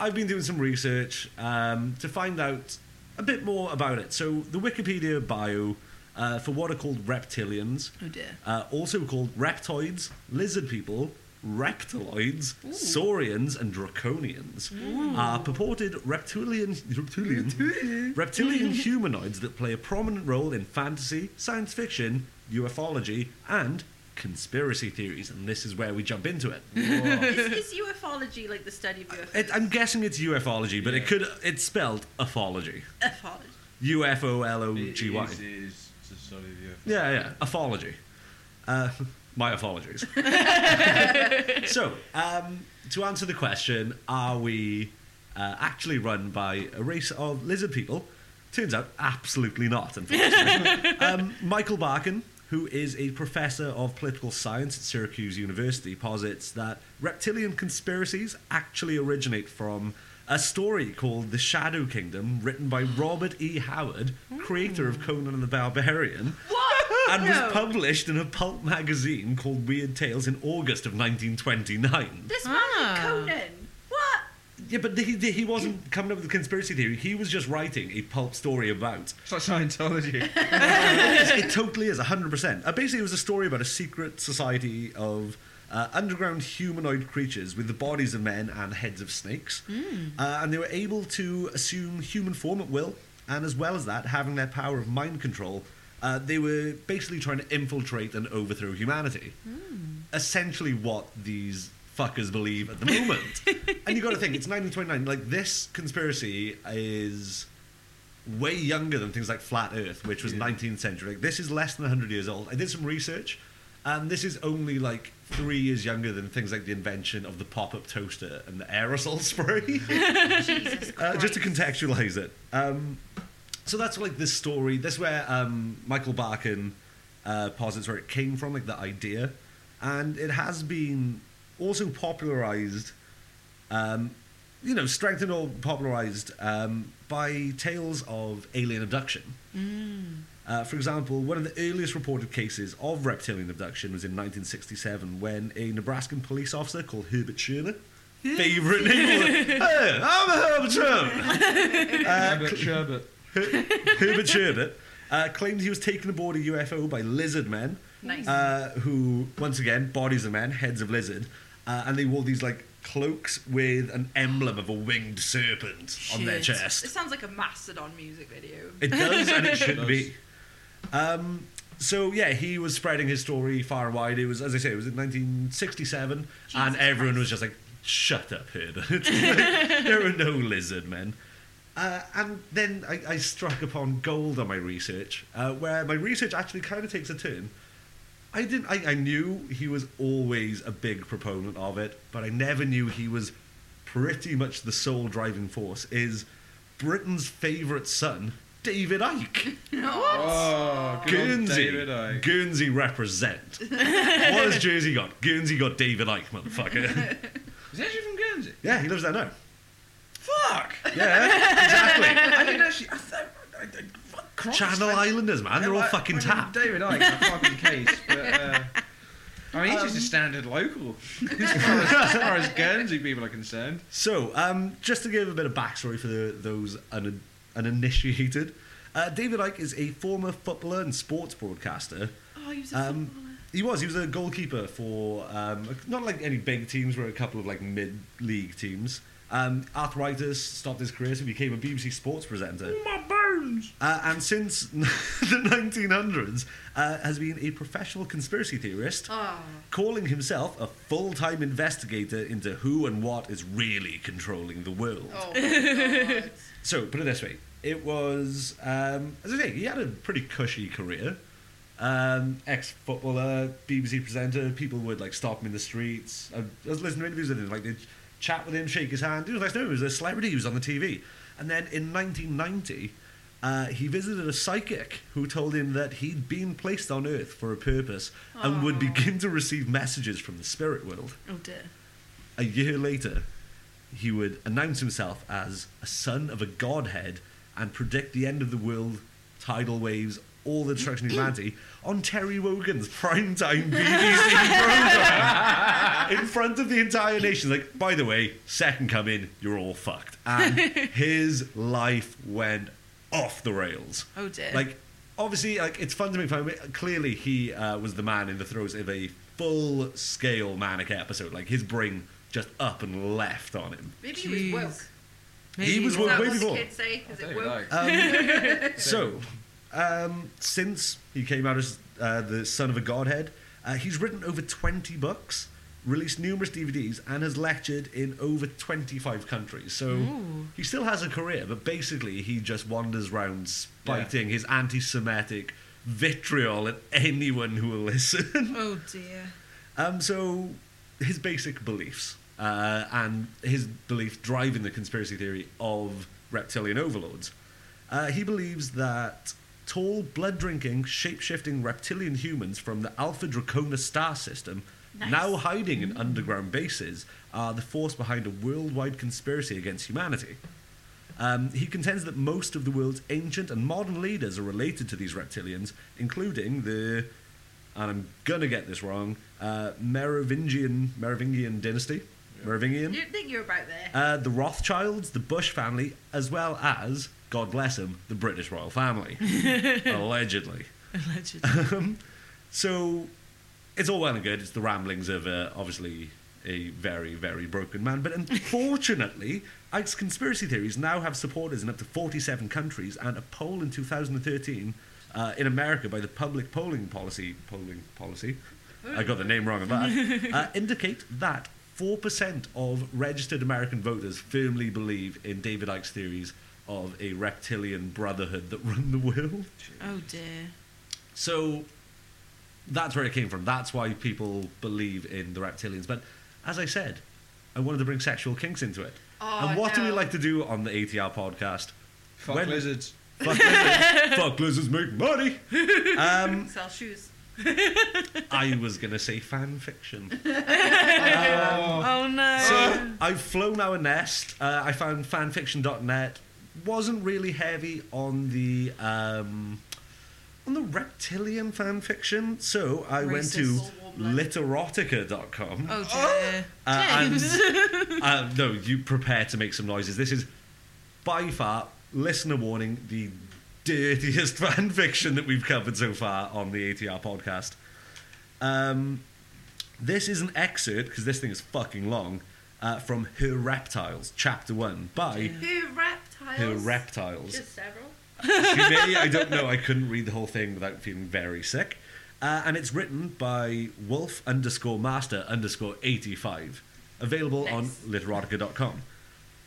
Speaker 2: I've been doing some research um, to find out a bit more about it. So, the Wikipedia bio uh, for what are called reptilians,
Speaker 1: Oh dear.
Speaker 2: uh, also called reptoids, lizard people, reptiloids, saurians, and draconians, are purported reptilian, reptilian, reptilian humanoids that play a prominent role in fantasy, science fiction, ufology, and conspiracy theories. And this is where we jump into it.
Speaker 4: is, is ufology like the study of UFOs?
Speaker 2: it I'm guessing it's ufology, but it could it's spelled ufology.
Speaker 4: ufology.
Speaker 2: U F O L O
Speaker 3: It
Speaker 2: G Y.
Speaker 3: is- it is just solid,
Speaker 2: Yeah,
Speaker 3: yeah.
Speaker 2: yeah. Apology. Uh, my apologies. so, um, to answer the question, are we uh, actually run by a race of lizard people? Turns out, absolutely not, unfortunately. um, Michael Barkin, who is a professor of political science at Syracuse University, posits that reptilian conspiracies actually originate from a story called The Shadow Kingdom, written by Robert E. Howard, creator of Conan the Barbarian and was published in a pulp magazine called Weird Tales in August of 1929.
Speaker 4: This man
Speaker 1: Ah.
Speaker 4: Conan. What?
Speaker 2: Yeah, but he, he wasn't coming up with a conspiracy theory. He was just writing a pulp story about.
Speaker 3: It's like Scientology.
Speaker 2: it totally is, 100%. Uh, basically, it was a story about a secret society of uh, underground humanoid creatures with the bodies of men and heads of snakes. Uh, and they were able to assume human form at will, and as well as that, having their power of mind control, uh, they were basically trying to infiltrate and overthrow humanity. Essentially, what these fuckers believe at the moment. and you got to think, it's 1929. Like, this conspiracy is way younger than things like Flat Earth, which was 19th century. Like, this is less than 100 years old. I did some research, and this is only like three years younger than things like the invention of the pop up toaster and the aerosol spray. uh, just to contextualize it. Um, so that's like this story. That's where um, Michael Barkin uh, posits where it came from, like the idea, and it has been also popularized um, you know, strengthened or popularized um, by tales of alien abduction. Uh, for example, one of the earliest reported cases of reptilian abduction was in 1967 when a Nebraskan police officer called Herbert Sherman, favorite name, hey, I'm Herbert Sherman.
Speaker 3: Sherbet, sherbet.
Speaker 2: Herbert Sherbert uh, claimed he was taken aboard a UFO by lizard men.
Speaker 4: Nice.
Speaker 2: Uh, who, once again, bodies of men, heads of lizard, uh, and they wore these like cloaks with an emblem of a winged serpent on their
Speaker 1: Shit.
Speaker 2: chest.
Speaker 4: It sounds like a Mastodon music video.
Speaker 2: It does, and it
Speaker 3: It
Speaker 2: shouldn't
Speaker 3: does.
Speaker 2: be. Um, so yeah, he was spreading his story far and wide. It was, as I say, it was in 1967, and everyone was just like, "Shut up, Herder! It's like, there are no lizard men." Uh, and then I, I struck upon gold on my research, uh, where my research actually kind of takes a turn. I didn't. I, I knew he was always a big proponent of it, but I never knew he was pretty much the sole driving force. Is Britain's favourite son, David Icke.
Speaker 3: Oh, good old
Speaker 2: Guernsey,
Speaker 3: David Icke.
Speaker 2: Guernsey represent. what has Jersey got? Guernsey got David Ike, motherfucker.
Speaker 3: Is he actually from Guernsey?
Speaker 2: yeah, he lives there now.
Speaker 3: Fuck!
Speaker 2: Yeah, exactly.
Speaker 3: I didn't actually. I thought, I, I, fuck Christ,
Speaker 2: Channel
Speaker 3: I-
Speaker 2: Islanders, man, they're all
Speaker 3: I-
Speaker 2: fucking
Speaker 3: I mean,
Speaker 2: tapped.
Speaker 3: David Icke, a fucking case. But, uh, I mean, he's just a standard local. As far as, as far as Guernsey people are concerned.
Speaker 2: So, um, just to give a bit of backstory for the, those un, uninitiated, uh, David Icke is a former footballer and sports broadcaster.
Speaker 1: Oh, he was a
Speaker 2: Um,
Speaker 1: footballer.
Speaker 2: he was. He was a goalkeeper for um, not like any big teams, but a couple of like mid-league teams. Um, arthritis stopped his career, so he became a BBC Sports presenter.
Speaker 1: Oh,
Speaker 6: My bones.
Speaker 2: Uh, and since the 1900s, uh, has been a professional conspiracy theorist, calling himself a full-time investigator into who and what is really controlling the world.
Speaker 4: Oh, my God.
Speaker 2: So put it this way: it was, um, as I say, he had a pretty cushy career. Um, ex-footballer, BBC presenter. People would like stop him in the streets. I I was listening to interviews with him, like they'd chat with him, shake his hand. He was like, no, he was a celebrity. He was on the TV. And then in 1990, uh, he visited a psychic who told him that he'd been placed on Earth for a purpose and would begin to receive messages from the spirit world
Speaker 1: Oh dear.
Speaker 2: a year later, he would announce himself as a son of a godhead and predict the end of the world, tidal waves, all the destruction of humanity on Terry Wogan's primetime BBC program in front of the entire nation. Like, by the way, second coming, you're all fucked. And his life went off the rails.
Speaker 1: Oh dear.
Speaker 2: Like, obviously, like it's fun to make fun of it. Clearly, he uh, was the man in the throes of a full-scale manic episode. Like his brain just up and left on him.
Speaker 4: Maybe
Speaker 1: Jeez.
Speaker 4: he was woke.
Speaker 2: he was
Speaker 4: Is
Speaker 2: woke
Speaker 4: that
Speaker 2: way
Speaker 4: what
Speaker 2: before.
Speaker 4: the kids say? Is it
Speaker 3: David
Speaker 4: woke?
Speaker 3: Icke.
Speaker 2: Um, so, um, since he came out as uh, the son of a godhead, uh, he's written over 20 books, released numerous DVDs, and has lectured in over 25 countries. So, he still has a career, but basically, he just wanders around spiting his anti Semitic vitriol at anyone who will listen.
Speaker 1: oh dear.
Speaker 2: Um, so his basic beliefs uh, and his belief driving the conspiracy theory of reptilian overlords. Uh, he believes that tall, blood drinking, shape shifting reptilian humans from the Alpha Draconis star system, now hiding in underground bases, are the force behind a worldwide conspiracy against humanity. Um, he contends that most of the world's ancient and modern leaders are related to these reptilians, including the, and I'm gonna get this wrong, uh, Merovingian Merovingian dynasty, Merovingian,
Speaker 4: You'd think you're about there.
Speaker 2: uh, the Rothschilds, the Bush family, as well as, God bless them, the British royal family, allegedly.
Speaker 1: Allegedly.
Speaker 2: So it's all well and good. It's the ramblings of uh, obviously a very, very broken man. But unfortunately, Ike's conspiracy theories now have supporters in up to 47 countries, and a poll in 2013 uh, in America by the Public Polling Policy polling policy. I got the name wrong on that. Uh, indicate that. 4% of registered American voters firmly believe in David Icke's theories of a reptilian brotherhood that run the world.
Speaker 1: oh dear.
Speaker 2: So that's where it came from. That's why people believe in the reptilians. But as I said, I wanted to bring sexual kinks into it.
Speaker 4: Oh,
Speaker 2: and what do we
Speaker 4: no.
Speaker 2: like to do on the ATR podcast?
Speaker 3: Fuck
Speaker 2: When-
Speaker 3: lizards.
Speaker 2: Fuck lizards, Fuck lizards make money. Um,
Speaker 4: Sell shoes.
Speaker 2: I was going to say fan fiction.
Speaker 1: Oh no.
Speaker 2: So I've flown our nest. Uh, I found fanfiction.net. Wasn't really heavy on the um, on the reptilian fanfiction, so I went to
Speaker 4: Racist.
Speaker 2: literotica.com.
Speaker 1: oh dear.
Speaker 2: Uh, and-
Speaker 1: James.
Speaker 2: Uh, no, you prepare to make some noises. This is by far, listener warning, the dirtiest fan fiction that we've covered so far on the ATR podcast. Um, this is an excerpt, because this thing is fucking long, uh, from Her Reptiles, Chapter 1, by
Speaker 4: Who reptiles?
Speaker 2: Her Reptiles.
Speaker 4: Just several.
Speaker 2: Maybe I don't know. I couldn't read the whole thing without feeling very sick. Uh, and it's written by Wolf underscore Master underscore eighty five, available
Speaker 4: Nice.
Speaker 2: on literotica.com.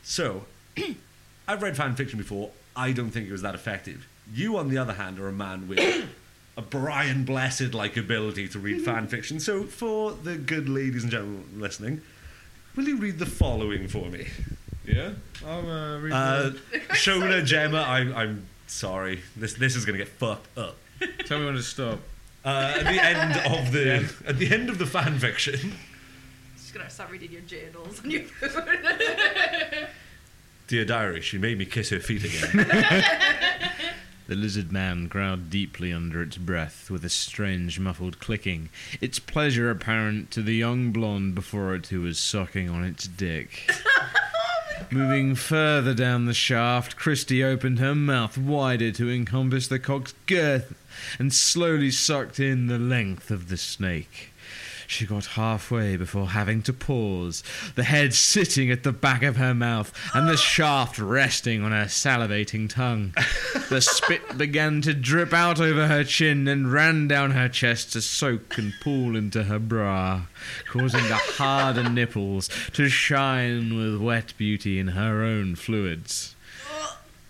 Speaker 2: So, I've read fan fiction before. I don't think it was that effective. You, on the other hand, are a man with a Brian Blessed like ability to read fan fiction. So, for the good ladies and gentlemen listening, will you read the following for me?
Speaker 7: Yeah? I'll uh, read
Speaker 2: Uh, Shona Gemma, I'm, I'm sorry. This this is gonna get fucked up.
Speaker 7: the- Tell me when to stop.
Speaker 2: Uh, at the end of the at the end of the fan fiction.
Speaker 4: Just gonna start reading your journals on your phone.
Speaker 2: Dear diary, she made me kiss her feet again.
Speaker 3: The lizard man growled deeply under its breath with a strange muffled clicking, its pleasure apparent to the young blonde before it who was sucking on its dick. Moving further down the shaft, Christie opened her mouth wider to encompass the cock's girth and slowly sucked in the length of the snake. She got halfway before having to pause, the head sitting at the back of her mouth and the shaft resting on her salivating tongue. The spit began to drip out over her chin and ran down her chest to soak and pool into her bra, causing the harder nipples to shine with wet beauty in her own fluids.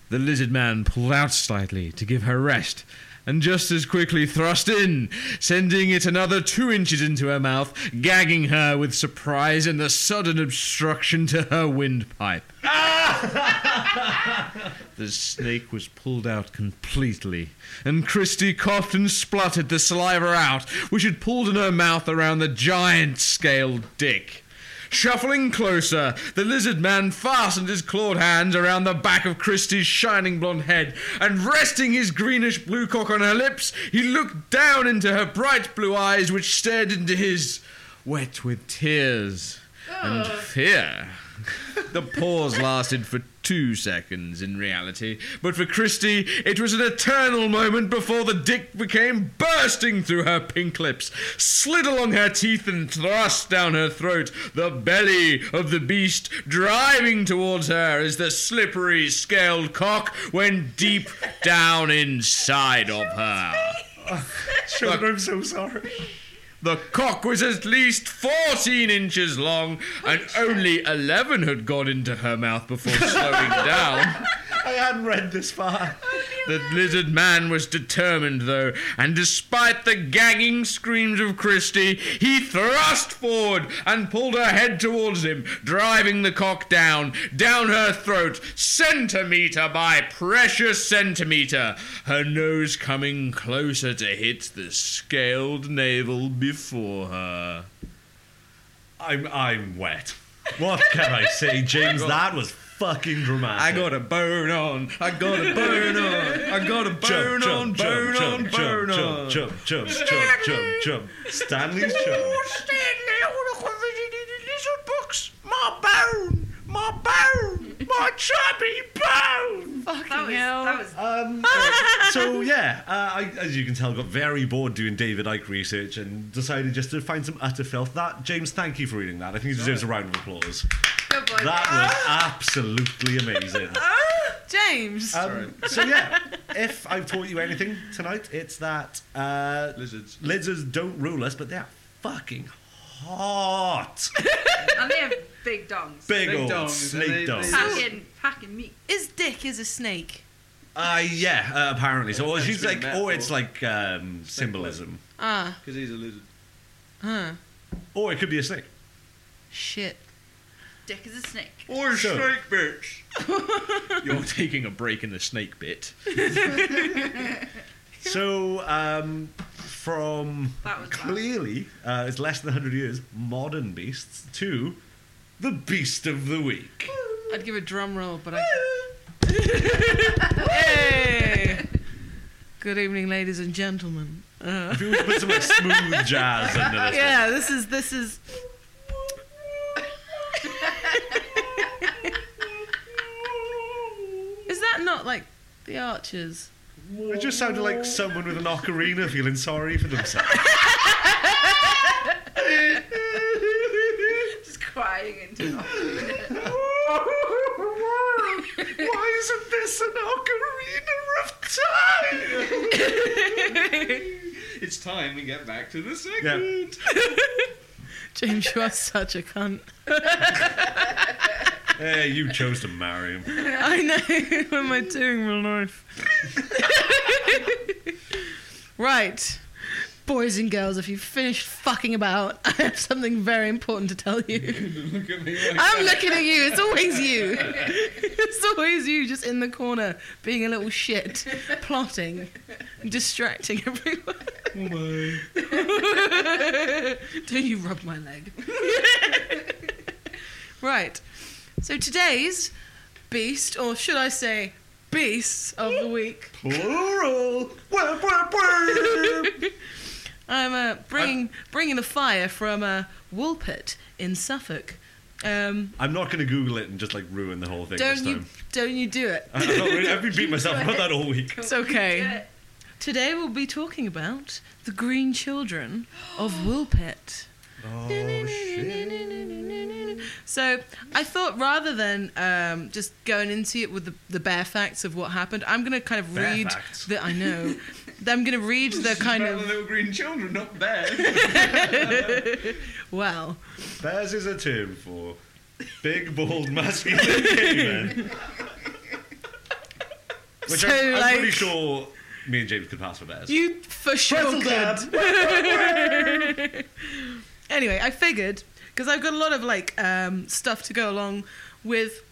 Speaker 3: The lizard man pulled out slightly to give her rest, and just as quickly thrust in, sending it another two inches into her mouth, gagging her with surprise and the sudden obstruction to her windpipe. The snake was pulled out completely, and Christie coughed and spluttered the saliva out, which had pooled in her mouth around the giant scaled dick. Shuffling closer, the lizard man fastened his clawed hands around the back of Christie's shining blonde head, and resting his greenish blue cock on her lips, he looked down into her bright blue eyes, which stared into his, wet with tears and fear. The pause lasted for two seconds in reality, but for Christie, it was an eternal moment before the dick became bursting through her pink lips, slid along her teeth, and thrust down her throat, the belly of the beast driving towards her as the slippery scaled cock went deep down inside of her.
Speaker 2: Shona, I'm so sorry.
Speaker 3: The cock was at least 14 inches long, and only 11 had gone into her mouth before slowing down.
Speaker 2: I hadn't read this far.
Speaker 3: The lizard man was determined, though, and despite the gagging screams of Christie, he thrust forward and pulled her head towards him, driving the cock down, down her throat, centimetre by precious centimetre, her nose coming closer to hit the scaled navel before her.
Speaker 2: I'm I'm wet. What can I say, James? That was fucking dramatic.
Speaker 3: I got a burn on. I got a burn on. I got a burn on. Burn on. burn on.
Speaker 2: jump, jump, jump, jump, jump, jump. Stanley's jump.
Speaker 8: Stanley, I want to go visiting the lizard books. My bone, my bone, my chubby bone.
Speaker 1: Fucking
Speaker 4: That was,
Speaker 1: hell.
Speaker 4: that was
Speaker 2: Um, so yeah, uh, I, as you can tell, got very bored doing David Icke research and decided just to find some utter filth. That James, thank you for reading that. I think he deserves a round of applause.
Speaker 4: good boy.
Speaker 2: That was absolutely amazing.
Speaker 1: James.
Speaker 2: Um, so yeah, if I've taught you anything tonight, it's that uh,
Speaker 7: Lizards.
Speaker 2: lizards don't rule us, but they're fucking hot.
Speaker 4: and they have big dongs.
Speaker 2: Big,
Speaker 7: Big
Speaker 2: old
Speaker 7: dongs, and they-
Speaker 2: snake dogs.
Speaker 7: they-
Speaker 4: Packing, packing meat.
Speaker 1: His dick is a snake.
Speaker 2: Uh, yeah, uh, apparently. So or
Speaker 7: That's
Speaker 2: she's
Speaker 7: been
Speaker 2: like,
Speaker 7: met
Speaker 2: or
Speaker 7: for.
Speaker 2: it's like um, symbolism,
Speaker 1: Ah,
Speaker 7: Because he's a lizard.
Speaker 1: huh.
Speaker 2: or it could be a snake.
Speaker 1: Shit.
Speaker 4: Dick is a snake.
Speaker 7: Or a
Speaker 2: So-
Speaker 7: snake bitch.
Speaker 3: You're taking a break in the snake bit.
Speaker 2: So, um, from
Speaker 4: That was bad.
Speaker 2: clearly, uh, it's less than 100 years, modern beasts to the beast of the week.
Speaker 1: I'd give a drum roll, but I. hey! Good evening, ladies and gentlemen. Uh,
Speaker 2: If you would put some like, smooth jazz under this. one.
Speaker 1: yeah, this is this is. is that not like the Archers?
Speaker 2: It just sounded like someone with an ocarina feeling sorry for themselves.
Speaker 4: Just crying into
Speaker 2: Why isn't this an ocarina of
Speaker 3: It's time we get back to the segment.
Speaker 2: Yeah.
Speaker 1: James, you are such a cunt.
Speaker 2: Hey, you chose to marry him.
Speaker 1: I know. What am I doing with my life? right. Boys and girls, if you've finished fucking about, I have something very important to tell you.
Speaker 3: Look at me like
Speaker 1: I'm looking at you. It's always you. It's always you just in the corner being a little shit, plotting, distracting everyone.
Speaker 3: oh my.
Speaker 1: Do you rub my leg? right. So today's beast, or should I say beasts of the week,
Speaker 2: Plural. Wah, wah, wah.
Speaker 1: I'm uh, bringing bringing the fire from uh, Woolpit in Suffolk. Um,
Speaker 2: I'm not going to Google it and just like ruin the whole thing
Speaker 1: don't
Speaker 2: this
Speaker 1: you
Speaker 2: time.
Speaker 1: don't you do it?
Speaker 2: I don't know, really, I've been beating myself about that all week.
Speaker 1: It's okay. Today we'll be talking about the Green Children of Woolpit.
Speaker 2: Oh, shit.
Speaker 1: So I thought rather than um, just going into it with the, the bare facts of what happened, I'm going to kind of
Speaker 2: Bare
Speaker 1: read
Speaker 2: facts.
Speaker 1: the I know. I'm going to read the kind
Speaker 3: About the
Speaker 1: of
Speaker 3: little green children, not bears.
Speaker 1: well.
Speaker 2: Bears is a term for big, bald, masculine gay men. Which
Speaker 1: So,
Speaker 2: I'm, I'm
Speaker 1: like-
Speaker 2: pretty sure me and James could pass for bears.
Speaker 1: You for sure could. anyway, I figured because I've got a lot of like um, stuff to go along with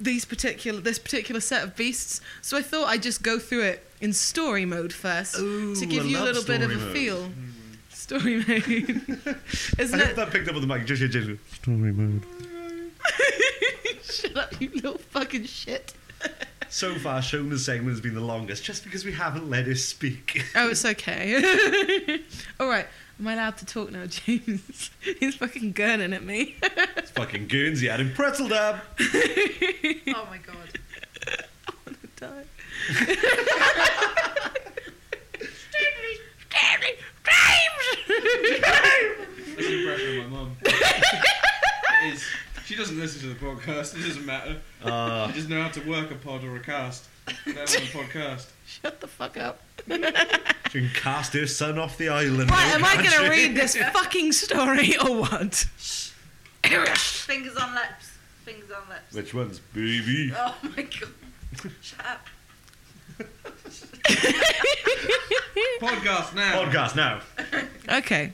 Speaker 1: these particular this particular set of beasts, so I thought I'd just go through it in story mode first
Speaker 2: Ooh,
Speaker 1: to give
Speaker 2: I
Speaker 1: you a
Speaker 2: love
Speaker 1: little bit of a
Speaker 2: story mode.
Speaker 1: feel. Story mode,
Speaker 2: I
Speaker 1: isn't
Speaker 2: hope
Speaker 1: it?
Speaker 2: that picked up on the mic. Just hear James. go, Story mode.
Speaker 1: Shut up, you little fucking shit.
Speaker 2: So far, Shona's segment has been the longest, just because we haven't let her speak.
Speaker 1: Oh, it's okay. All right, am I allowed to talk now, James? He's fucking gurning at me.
Speaker 2: It's fucking Guernsey out in Pretzel Dab.
Speaker 4: Oh my god.
Speaker 1: die.
Speaker 3: That's the impression of my mum. It is. She doesn't listen to the podcast. It doesn't matter.
Speaker 2: Uh,
Speaker 3: She doesn't know how to work a pod or a cast. Let alone a podcast.
Speaker 1: Shut the fuck up.
Speaker 2: she can cast her son off the island.
Speaker 1: Right, am I
Speaker 2: can't
Speaker 1: going to
Speaker 2: she?
Speaker 1: read this fucking story or what?
Speaker 4: Fingers on lips. Fingers on lips.
Speaker 2: Which one's baby?
Speaker 4: Oh my god. Shut up.
Speaker 3: Podcast now.
Speaker 2: Podcast now.
Speaker 1: Okay.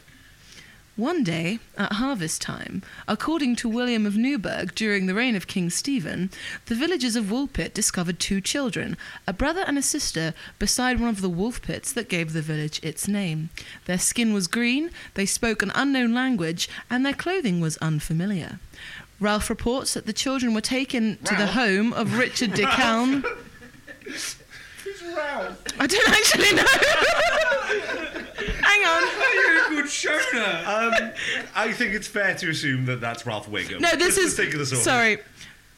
Speaker 1: One day, at harvest time, according to William of Newburgh, during the reign of King Stephen, the villagers of Woolpit discovered two children, a brother and a sister, beside one of the wolf pits that gave the village its name. Their skin was green, they spoke an unknown language, and their clothing was unfamiliar. Ralph reports that the children were taken to the home of Richard de Calne. I don't actually know. Hang on.
Speaker 3: You're a good Shona.
Speaker 2: Um, I think it's fair to assume that that's Ralph Wiggum.
Speaker 1: No, this
Speaker 2: Just for
Speaker 1: is
Speaker 2: the sake of the story.
Speaker 1: sorry,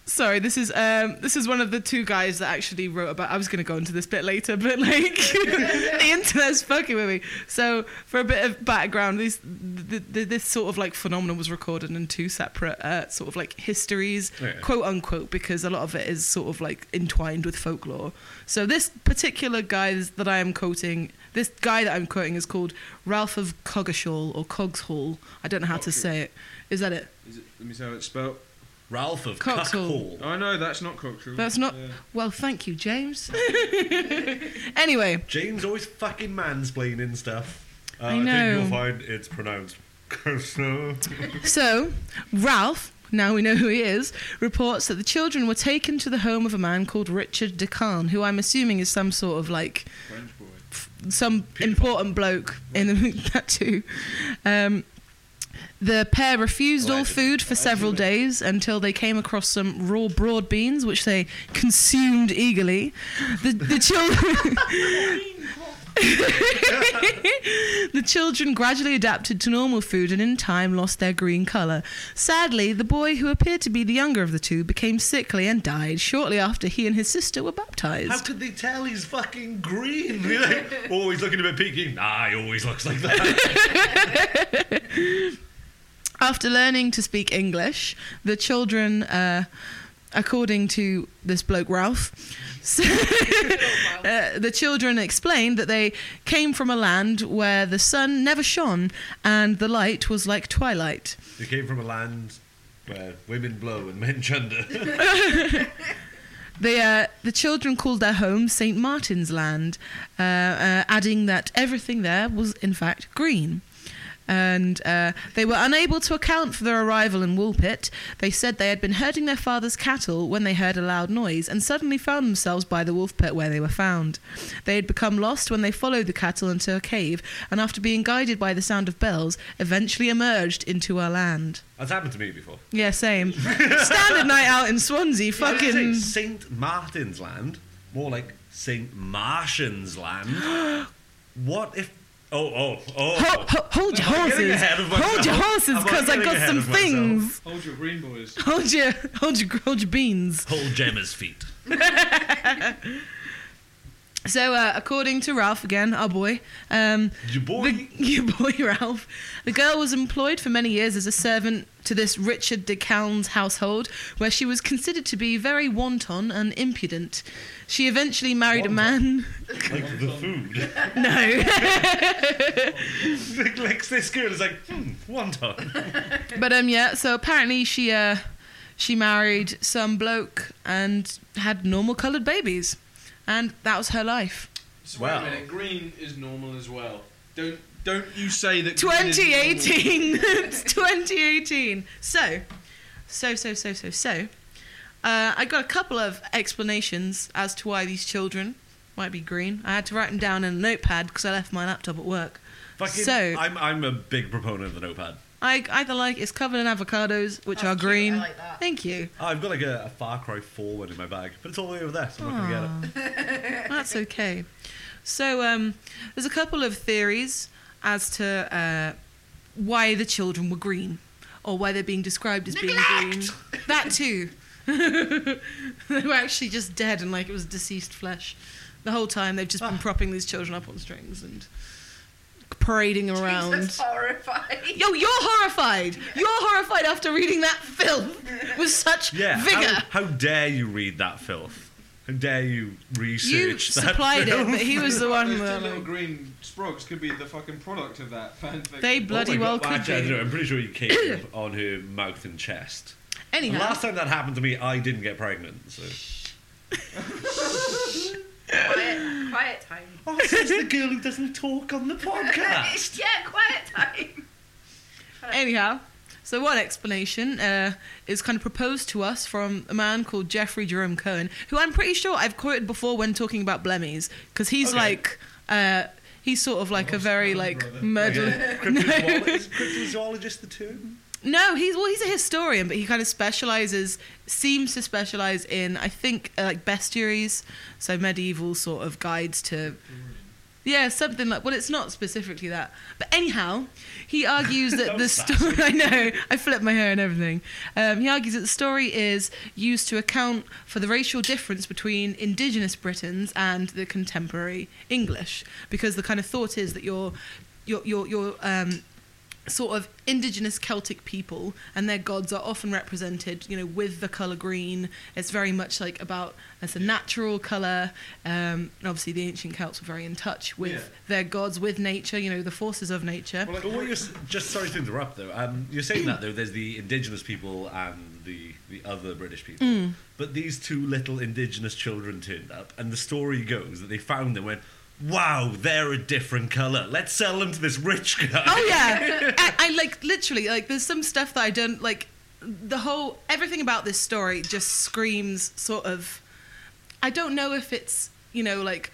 Speaker 1: sorry. This is um, this is one of the two guys that actually wrote about. I was going to go into this bit later, but like the internet's fucking with me. So for a bit of background, these th th this sort of like phenomenon was recorded in two separate uh, sort of like histories,
Speaker 2: Yeah.
Speaker 1: quote unquote, because a lot of it is sort of like entwined with folklore. So this particular guy that I am quoting. This guy that I'm quoting is called Ralph of Coggeshall or Cogshall. I don't know how to say it. Is that it?
Speaker 3: Is it, let me see how it's spelled.
Speaker 2: Ralph of
Speaker 1: Coxall.
Speaker 2: Cuck Hall.
Speaker 3: Oh no, that's not cocktail.
Speaker 1: That's not.
Speaker 3: Yeah.
Speaker 1: Well, thank you, James. anyway,
Speaker 2: James always fucking mansplaining stuff. Uh,
Speaker 1: I
Speaker 2: think
Speaker 1: know.
Speaker 2: you'll find it's pronounced Kushner.
Speaker 1: so Ralph, now we know who he is, reports that the children were taken to the home of a man called Richard de Khan, who I'm assuming is some sort of like
Speaker 3: French boy.
Speaker 1: some important bloke in the, that too. Um, the pair refused all food for several days until they came across some raw broad beans, which they consumed eagerly. The, the children. the children gradually adapted to normal food and in time lost their green colour. Sadly, the boy who appeared to be the younger of the two became sickly and died shortly after he and his sister were baptized.
Speaker 2: How could they tell he's fucking green? You're like, oh, he's looking a bit peaky. Nah, he always looks like that.
Speaker 1: After learning to speak English, the children uh, according to this bloke Ralph, so, uh, the children explained that they came from a land where the sun never shone and the light was like twilight.
Speaker 2: They came from a land where women blow and men chunder.
Speaker 1: The, uh, the children called their home St. Martin's Land, uh, uh, adding that everything there was, in fact, green. And uh, they were unable to account for their arrival in Woolpit. They said they had been herding their father's cattle when they heard a loud noise and suddenly found themselves by the wolf pit where they were found. They had become lost when they followed the cattle into a cave and, after being guided by the sound of bells, eventually emerged into our land.
Speaker 2: That's happened to me before.
Speaker 1: Yeah, same. Standard night out in Swansea, fucking.
Speaker 2: St. Martin's Land, more like St. Martian's Land. what if? Oh, oh, oh!
Speaker 1: Ho- ho- hold your
Speaker 2: Am I getting
Speaker 1: horses.
Speaker 2: ahead of
Speaker 1: Hold your
Speaker 2: myself?
Speaker 1: horses,
Speaker 2: Am I
Speaker 1: because I
Speaker 2: getting
Speaker 1: got
Speaker 2: ahead
Speaker 1: some
Speaker 2: of myself?
Speaker 1: things.
Speaker 3: Hold your green boys.
Speaker 1: Hold your, hold your, hold your beans.
Speaker 2: Hold Gemma's feet.
Speaker 1: So, uh, according to Ralph again, our boy, um,
Speaker 2: Your boy.
Speaker 1: the, your boy Ralph, the girl was employed for many years as a servant to this Richard de Calne's household, where she was considered to be very wanton and impudent. She eventually married a man.
Speaker 2: like the food.
Speaker 1: No.
Speaker 2: like, like this girl is like, hmm, one time.
Speaker 1: But um, yeah. So apparently she uh, she married some bloke and had normal coloured babies, and that was her life.
Speaker 3: So
Speaker 2: Wow.
Speaker 3: wait a minute, green is normal as well. Don't don't you say that. green is normal.
Speaker 1: 2018. it's 2018. So, so so so so so. Uh, I got a couple of explanations as to why these children might be green. I had to write them down in a notepad because I left my laptop at work.
Speaker 2: Fucking,
Speaker 1: So-
Speaker 2: I'm, I'm a big proponent of the notepad.
Speaker 1: I either like it's covered in avocados, which
Speaker 4: That's
Speaker 1: are
Speaker 4: cute,
Speaker 1: green.
Speaker 4: I like that.
Speaker 1: Thank you.
Speaker 2: I've got like a, a Far Cry 4 one in my bag, but it's all the way over there, so I'm not going to get it.
Speaker 1: That's okay. So um, there's a couple of theories as to uh, why the children were green, or why they're being described as being green. That too. they were actually just dead, and like it was deceased flesh. The whole time they've just been propping these children up on strings and parading them around.
Speaker 4: Jesus, horrified.
Speaker 1: Yo, you're horrified. You're horrified after reading that filth with such
Speaker 2: Yeah.
Speaker 1: vigor.
Speaker 2: How, how dare you read that filth? How dare you research
Speaker 1: you
Speaker 2: that
Speaker 1: supplied it,
Speaker 2: filth?
Speaker 1: but he was the one um,
Speaker 3: Those
Speaker 1: that.
Speaker 3: two little
Speaker 1: like-
Speaker 3: green sprogs could be the fucking product of that fanfic.
Speaker 1: They bloody well
Speaker 2: Oh God,
Speaker 1: could
Speaker 2: actually, I don't
Speaker 1: be.
Speaker 2: know, I'm pretty sure you came on her mouth and chest. The
Speaker 1: Anyhow,
Speaker 2: last time that happened to me, I didn't get pregnant. So.
Speaker 4: quiet, quiet time.
Speaker 2: Oh, she's the girl who doesn't talk on the podcast.
Speaker 4: yeah, quiet time.
Speaker 1: anyhow, so one explanation uh, is kind of proposed to us from a man called Jeffrey Jerome Cohen, who I'm pretty sure I've quoted before when talking about Blemmies, because he's
Speaker 2: Okay.
Speaker 1: like, uh, he's sort of like a very like murder.
Speaker 2: Cryptozoologist, is cryptozoologist the term?
Speaker 1: No, he's well, he's a historian, but he kind of specializes, seems to specialize in, I think, uh, like bestiaries, so medieval sort of guides to. Yeah, something like. Well, it's not specifically that, but anyhow, he argues that the story. I know I flipped my hair and everything. Um, he argues that the story is used to account for the racial difference between indigenous Britons and the contemporary English, because the kind of thought is that your, your, your, your um, sort of indigenous Celtic people and their gods are often represented, you know, with the color green. It's very much like about it's a natural color. Um, and obviously, the ancient Celts were very in touch with
Speaker 3: Yeah.
Speaker 1: their gods, with nature, you know, the forces of nature.
Speaker 2: But what you're s- just sorry to interrupt though. Um, you're saying that though. There's the indigenous people and the the other British people.
Speaker 1: Mm.
Speaker 2: But these two little indigenous children turned up, and the story goes that they found them went. Wow, they're a different color. Let's sell them to this rich guy.
Speaker 1: oh yeah I, I like literally like there's some stuff that i don't like the whole everything about this story just screams sort of i don't know if it's you know like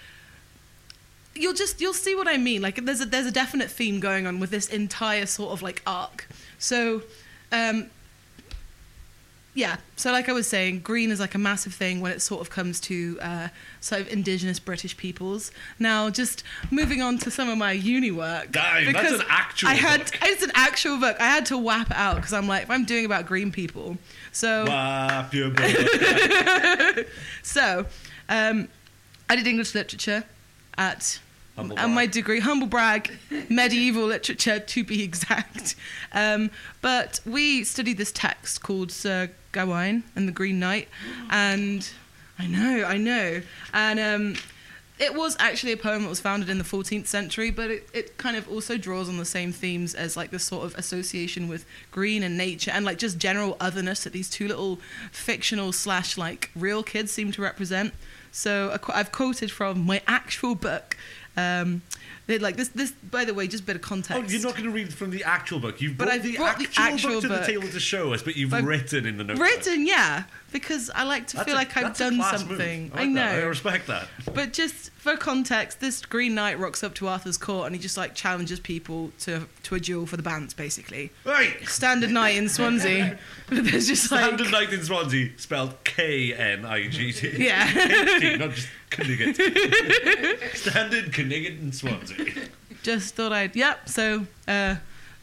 Speaker 1: you'll just you'll see what i mean like there's a there's a definite theme going on with this entire sort of like arc so um yeah so like i was saying green is like a massive thing when it sort of comes to uh, sort of indigenous british peoples now just moving on to some of my uni work
Speaker 2: Damn, that's an actual
Speaker 1: i had
Speaker 2: book.
Speaker 1: it's an actual book i had to whap it out because i'm like if i'm doing about green people so
Speaker 2: Wap your butt.
Speaker 1: so, um, I did English literature at
Speaker 2: Humble
Speaker 1: and my
Speaker 2: brag.
Speaker 1: degree, humble brag, medieval literature to be exact. Um, but we studied this text called Sir Gawain and the Green Knight, and I know, I know, and um, it was actually a poem that was founded in the 14th century, but it, it kind of also draws on the same themes as like the sort of association with green and nature and like just general otherness that these two little fictional slash like real kids seem to represent. So a qu- I've quoted from my actual book. Um, they- like this, this by the way, just a bit of
Speaker 2: Oh,
Speaker 1: context.
Speaker 2: you're not going to read from the actual book. You've
Speaker 1: But
Speaker 2: brought,
Speaker 1: I've
Speaker 2: the,
Speaker 1: brought the
Speaker 2: actual
Speaker 1: actual
Speaker 2: book to
Speaker 1: book.
Speaker 2: the table to show us, but you've
Speaker 1: I've
Speaker 2: written in the notebook.
Speaker 1: Written, yeah, because I like to
Speaker 2: That's
Speaker 1: feel
Speaker 2: a-
Speaker 1: like I've
Speaker 2: that's a
Speaker 1: done
Speaker 2: class move.
Speaker 1: something.
Speaker 2: I, like
Speaker 1: know.
Speaker 2: That. I respect that.
Speaker 1: But just for context, this Green Knight rocks up to Arthur's court and he just like challenges people to to a duel for the bants, basically.
Speaker 2: Right.
Speaker 1: Standard night in Swansea, but there's just like
Speaker 2: Standard Knight in Swansea, spelled K N I G T.
Speaker 1: yeah,
Speaker 2: Not just Knigget. Standard Knigget in Swansea.
Speaker 1: just thought I'd yep. So uh,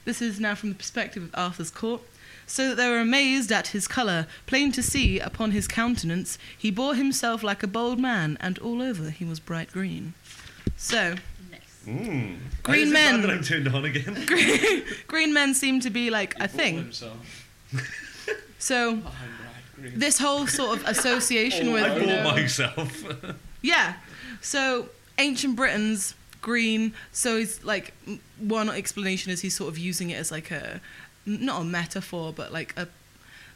Speaker 1: this is now from the perspective of Arthur's court. So that they were amazed at his colour, plain to see upon his countenance, he bore himself like a bold man, and all over he was bright green. So
Speaker 4: Nice.
Speaker 2: Mm.
Speaker 1: Green
Speaker 2: Is it
Speaker 1: men.
Speaker 2: bad that I'm turned on again.
Speaker 1: green, green men seem to be like a thing.
Speaker 5: Himself.
Speaker 1: So this whole sort of association with
Speaker 2: Oh, I bore myself.
Speaker 1: yeah so ancient britain's green so it's like m- one explanation is he's sort of using it as like a not a metaphor but like a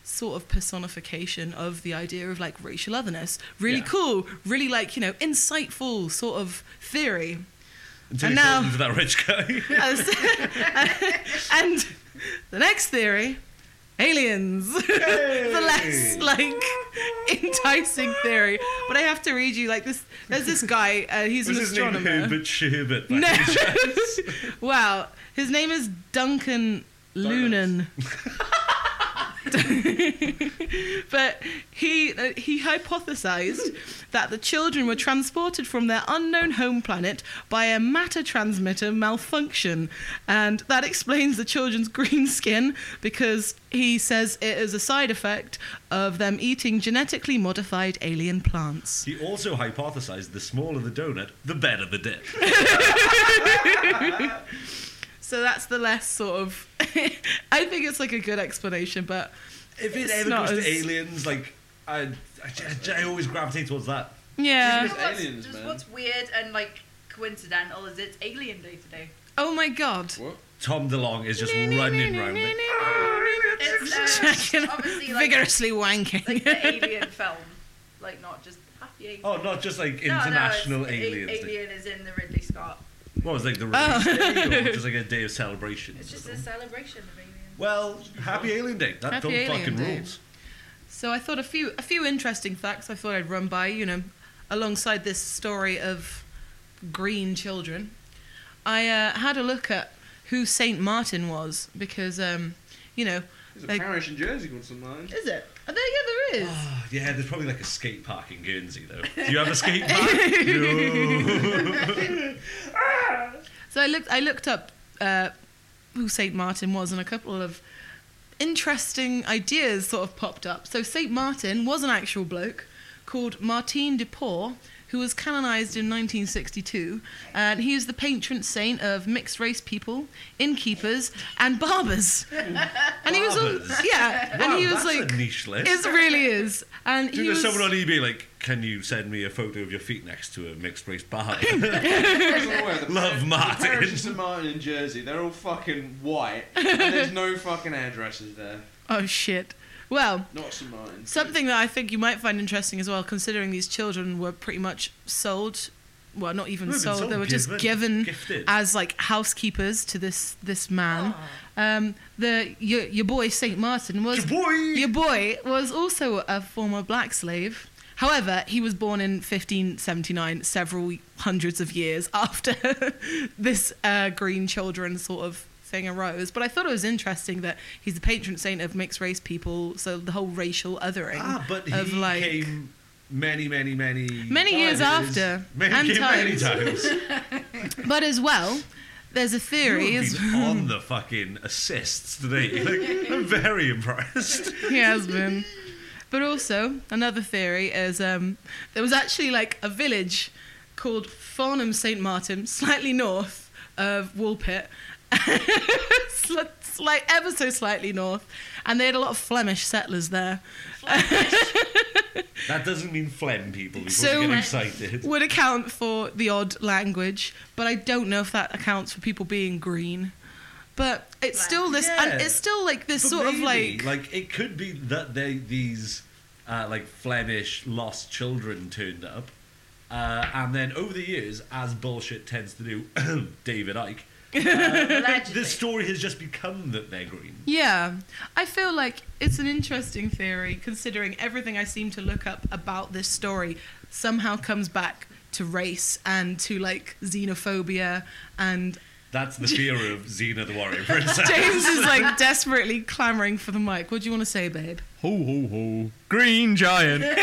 Speaker 1: sort of personification of the idea of like racial otherness really
Speaker 3: Yeah.
Speaker 1: cool really like you know insightful sort of theory
Speaker 2: Until
Speaker 1: And
Speaker 2: you
Speaker 1: now-
Speaker 2: now, into that rich guy.
Speaker 1: As- and the next theory aliens the less like enticing theory but i have to read you like this there's this guy uh, he's
Speaker 2: Was
Speaker 1: an
Speaker 2: his name
Speaker 1: astronomer
Speaker 2: Herbert Sherbert?
Speaker 1: no wow his name is duncan lunan but he uh, he hypothesized that the children were transported from their unknown home planet by a matter transmitter malfunction, and that explains the children's green skin because he says it is a side effect of them eating genetically modified alien plants.
Speaker 2: He also hypothesized the smaller the donut, the better the dip.
Speaker 1: So that's the less sort of. I think it's like a good explanation, but
Speaker 2: If it
Speaker 1: It's
Speaker 2: ever
Speaker 1: not
Speaker 2: goes to
Speaker 1: as-
Speaker 2: aliens, like I, I, I- I always gravitate towards that.
Speaker 1: yeah.
Speaker 4: Just what's,
Speaker 3: aliens,
Speaker 4: just
Speaker 3: man.
Speaker 4: what's weird and like coincidental is it's Alien Day today.
Speaker 1: Oh my god.
Speaker 2: Tom DeLong is just running around. It.
Speaker 4: It's
Speaker 1: Checking-
Speaker 4: um, obviously like,
Speaker 1: Vigorously wanking.
Speaker 4: like the Alien film, like not just happy Alien.
Speaker 2: Oh, not just like
Speaker 4: No, no, it's-
Speaker 2: international
Speaker 4: a-
Speaker 2: aliens. thing.
Speaker 4: Alien is in the Ridley Scott.
Speaker 2: What was like the
Speaker 1: Oh.
Speaker 2: release day, or just like a day of celebration?
Speaker 4: It's just a celebration of aliens.
Speaker 2: Well, happy Alien Day. That
Speaker 1: Happy
Speaker 2: film
Speaker 1: Alien
Speaker 2: fucking
Speaker 1: Day.
Speaker 2: rules.
Speaker 1: So I thought a few a few interesting facts I thought I'd run by, you know, alongside this story of green children. I uh, had a look at who Saint Martin was because, um, you know,
Speaker 3: There's a
Speaker 1: Like-
Speaker 3: parish in Jersey called St. Martin's.
Speaker 1: is it? Oh, there, yeah, there is.
Speaker 2: Ah, yeah, there's probably like a skate park in Guernsey though. Do you have a skate park? no.
Speaker 1: So I looked I looked up uh, who Saint Martin was, and a couple of interesting ideas sort of popped up. So Saint Martin was an actual bloke called Martin de Port. Who was canonized in 1962, and he is the patron saint of mixed race people, innkeepers, and barbers. And he was, all,
Speaker 2: Barbers?
Speaker 1: yeah, and
Speaker 2: Wow,
Speaker 1: he was
Speaker 2: that's
Speaker 1: like,
Speaker 2: a niche list.
Speaker 1: it really is. And
Speaker 2: Do
Speaker 1: he
Speaker 2: there's
Speaker 1: was,
Speaker 2: someone on eBay like, can you send me a photo of your feet next to a mixed race bar? Love
Speaker 3: The parish
Speaker 2: Martin.
Speaker 3: of St. Martin in Jersey, they're all fucking white. and there's no fucking addresses there.
Speaker 1: oh shit. Well,
Speaker 3: Not St. Martin's.
Speaker 1: Something that I think you might find interesting as well, considering these children were pretty much sold. Well, not even
Speaker 2: They've been
Speaker 1: sold.
Speaker 2: sold,
Speaker 1: They were just
Speaker 2: given,
Speaker 1: given
Speaker 2: gifted.
Speaker 1: as like housekeepers to this this man. Um, the your, your boy Saint Martin was
Speaker 2: Boy.
Speaker 1: your boy was also a former black slave. However, he was born in 1579, several hundreds of years after this uh, green children sort of thing arose. But I thought it was interesting that he's the patron saint of mixed race people, so the whole racial othering
Speaker 2: Ah, but
Speaker 1: of
Speaker 2: he
Speaker 1: like
Speaker 2: came many, many, many.
Speaker 1: many years
Speaker 2: times.
Speaker 1: after
Speaker 2: Many,
Speaker 1: and
Speaker 2: came
Speaker 1: times.
Speaker 2: Many times.
Speaker 1: But as well, there's a theory.
Speaker 2: You've
Speaker 1: Is,
Speaker 2: been on the fucking assists today. Like, I'm very impressed.
Speaker 1: he has been. But also, another theory is um, there was actually like a village called Farnham St. Martin, slightly north of Woolpit. Sl- like ever so slightly north, and they had a lot of Flemish settlers there.
Speaker 2: That doesn't mean phlegm people. Before
Speaker 1: So-
Speaker 2: we get excited.
Speaker 1: Would account for the odd language, but I don't know if that accounts for people being green. But it's still this, and
Speaker 2: Yeah.
Speaker 1: it's still like this
Speaker 2: But
Speaker 1: sort of
Speaker 2: maybe,
Speaker 1: like,
Speaker 2: like it could be that they these uh, like Flemish lost children turned up, uh, and then over the years, as bullshit tends to do, David Ike.
Speaker 4: Allegedly.
Speaker 2: This story has just become that they're green.
Speaker 1: yeah. I feel like it's an interesting theory considering everything I seem to look up about this story somehow comes back to race and to like xenophobia and
Speaker 2: That's the fear of Xena the Warrior Princess.
Speaker 1: James is like desperately clamoring for the mic. What do you want to say, babe?
Speaker 9: Ho ho ho. Green giant.
Speaker 2: Are